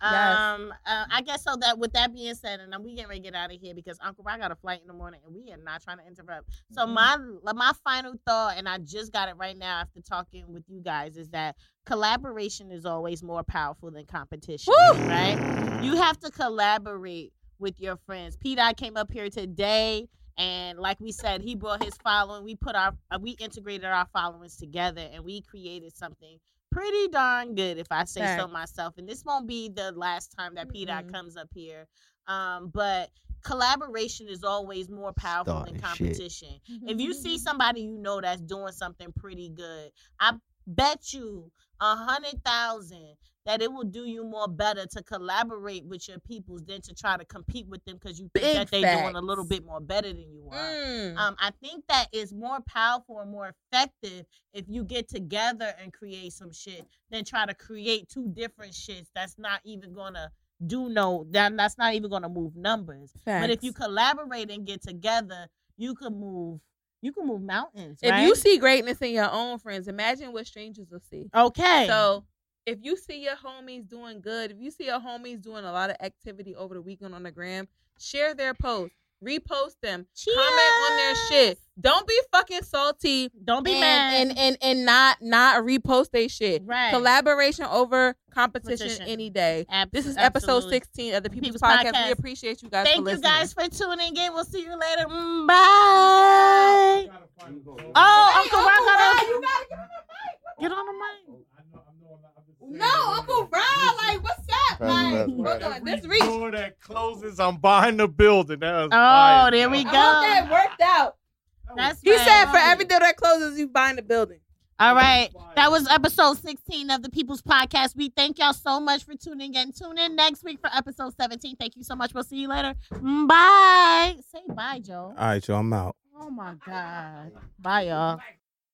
A: Yes.
B: Um, uh, I guess so. That with that being said, and then we getting ready to get out of here because Uncle Rob got a flight in the morning, and we are not trying to interrupt. So
A: Mm-hmm.
B: my my final thought, and I just got it right now after talking with you guys, is that collaboration is always more powerful than competition. Right? You have to collaborate with your friends. P. Dot came up here today. And like we said, he brought his following. We put our, uh, we integrated our followings together, and we created something pretty darn good, if I say so
A: Facts.
B: myself. And this won't be the last time that P. Dot
A: Mm-mm.
B: comes up here. Um, but collaboration is always more powerful
K: Starting
B: than
K: shit.
B: competition. If you
A: Mm-hmm.
B: see somebody you know that's doing something pretty good, I bet you a hundred thousand that it will do you more better to collaborate with your peoples than to try to compete with them because you think
A: Big
B: that they're doing a little
A: facts.
B: bit more better than you are.
A: Mm.
B: Um, I think that is more powerful and more effective if you get together and create some shit than try to create two different shits that's not even gonna do no that that's not even gonna move numbers. But if you
A: Mm-hmm. Facts.
B: collaborate and get together, you can move you can move mountains.
A: if
B: right?
A: you see greatness in your own friends, imagine what strangers will see.
B: okay,
A: So if you see your homies doing good, if you see your homies doing a lot of activity over the weekend on the gram, share their posts, repost them, comment on their shit. Don't be fucking salty
B: Don't be
A: and,
B: mad.
A: and and and not not repost they shit.
B: right.
A: Collaboration over competition
B: Competition.
A: any day.
B: Ab-
A: This is episode
B: absolutely.
A: 16 of the People's,
B: People's
A: Podcast.
B: Podcast.
A: We appreciate you guys for
B: Thank you
A: listening.
B: guys for tuning in. We'll see you later. Mm, Bye. Oh, Uncle Ron gotta
E: you gotta get on
B: get on the mic.
E: the mic. No, Uncle Ron, like, what's up? Like,
K: Hold
E: hold on, this reach.
F: Door that closes. I'm behind the building. That was
B: Oh, there we
E: I
B: go.
E: want that worked out.
B: That's
A: He
B: right.
A: said for every door that closes, you bind the building.
B: All right. That was episode 16 of the People's Podcast. We thank y'all so much for tuning in. Tune in next week for episode 17. Thank you so much. We'll see you later. Mm, Bye. Say bye, Joe.
F: All right, y'all. I'm out.
B: Oh my God. Bye, y'all.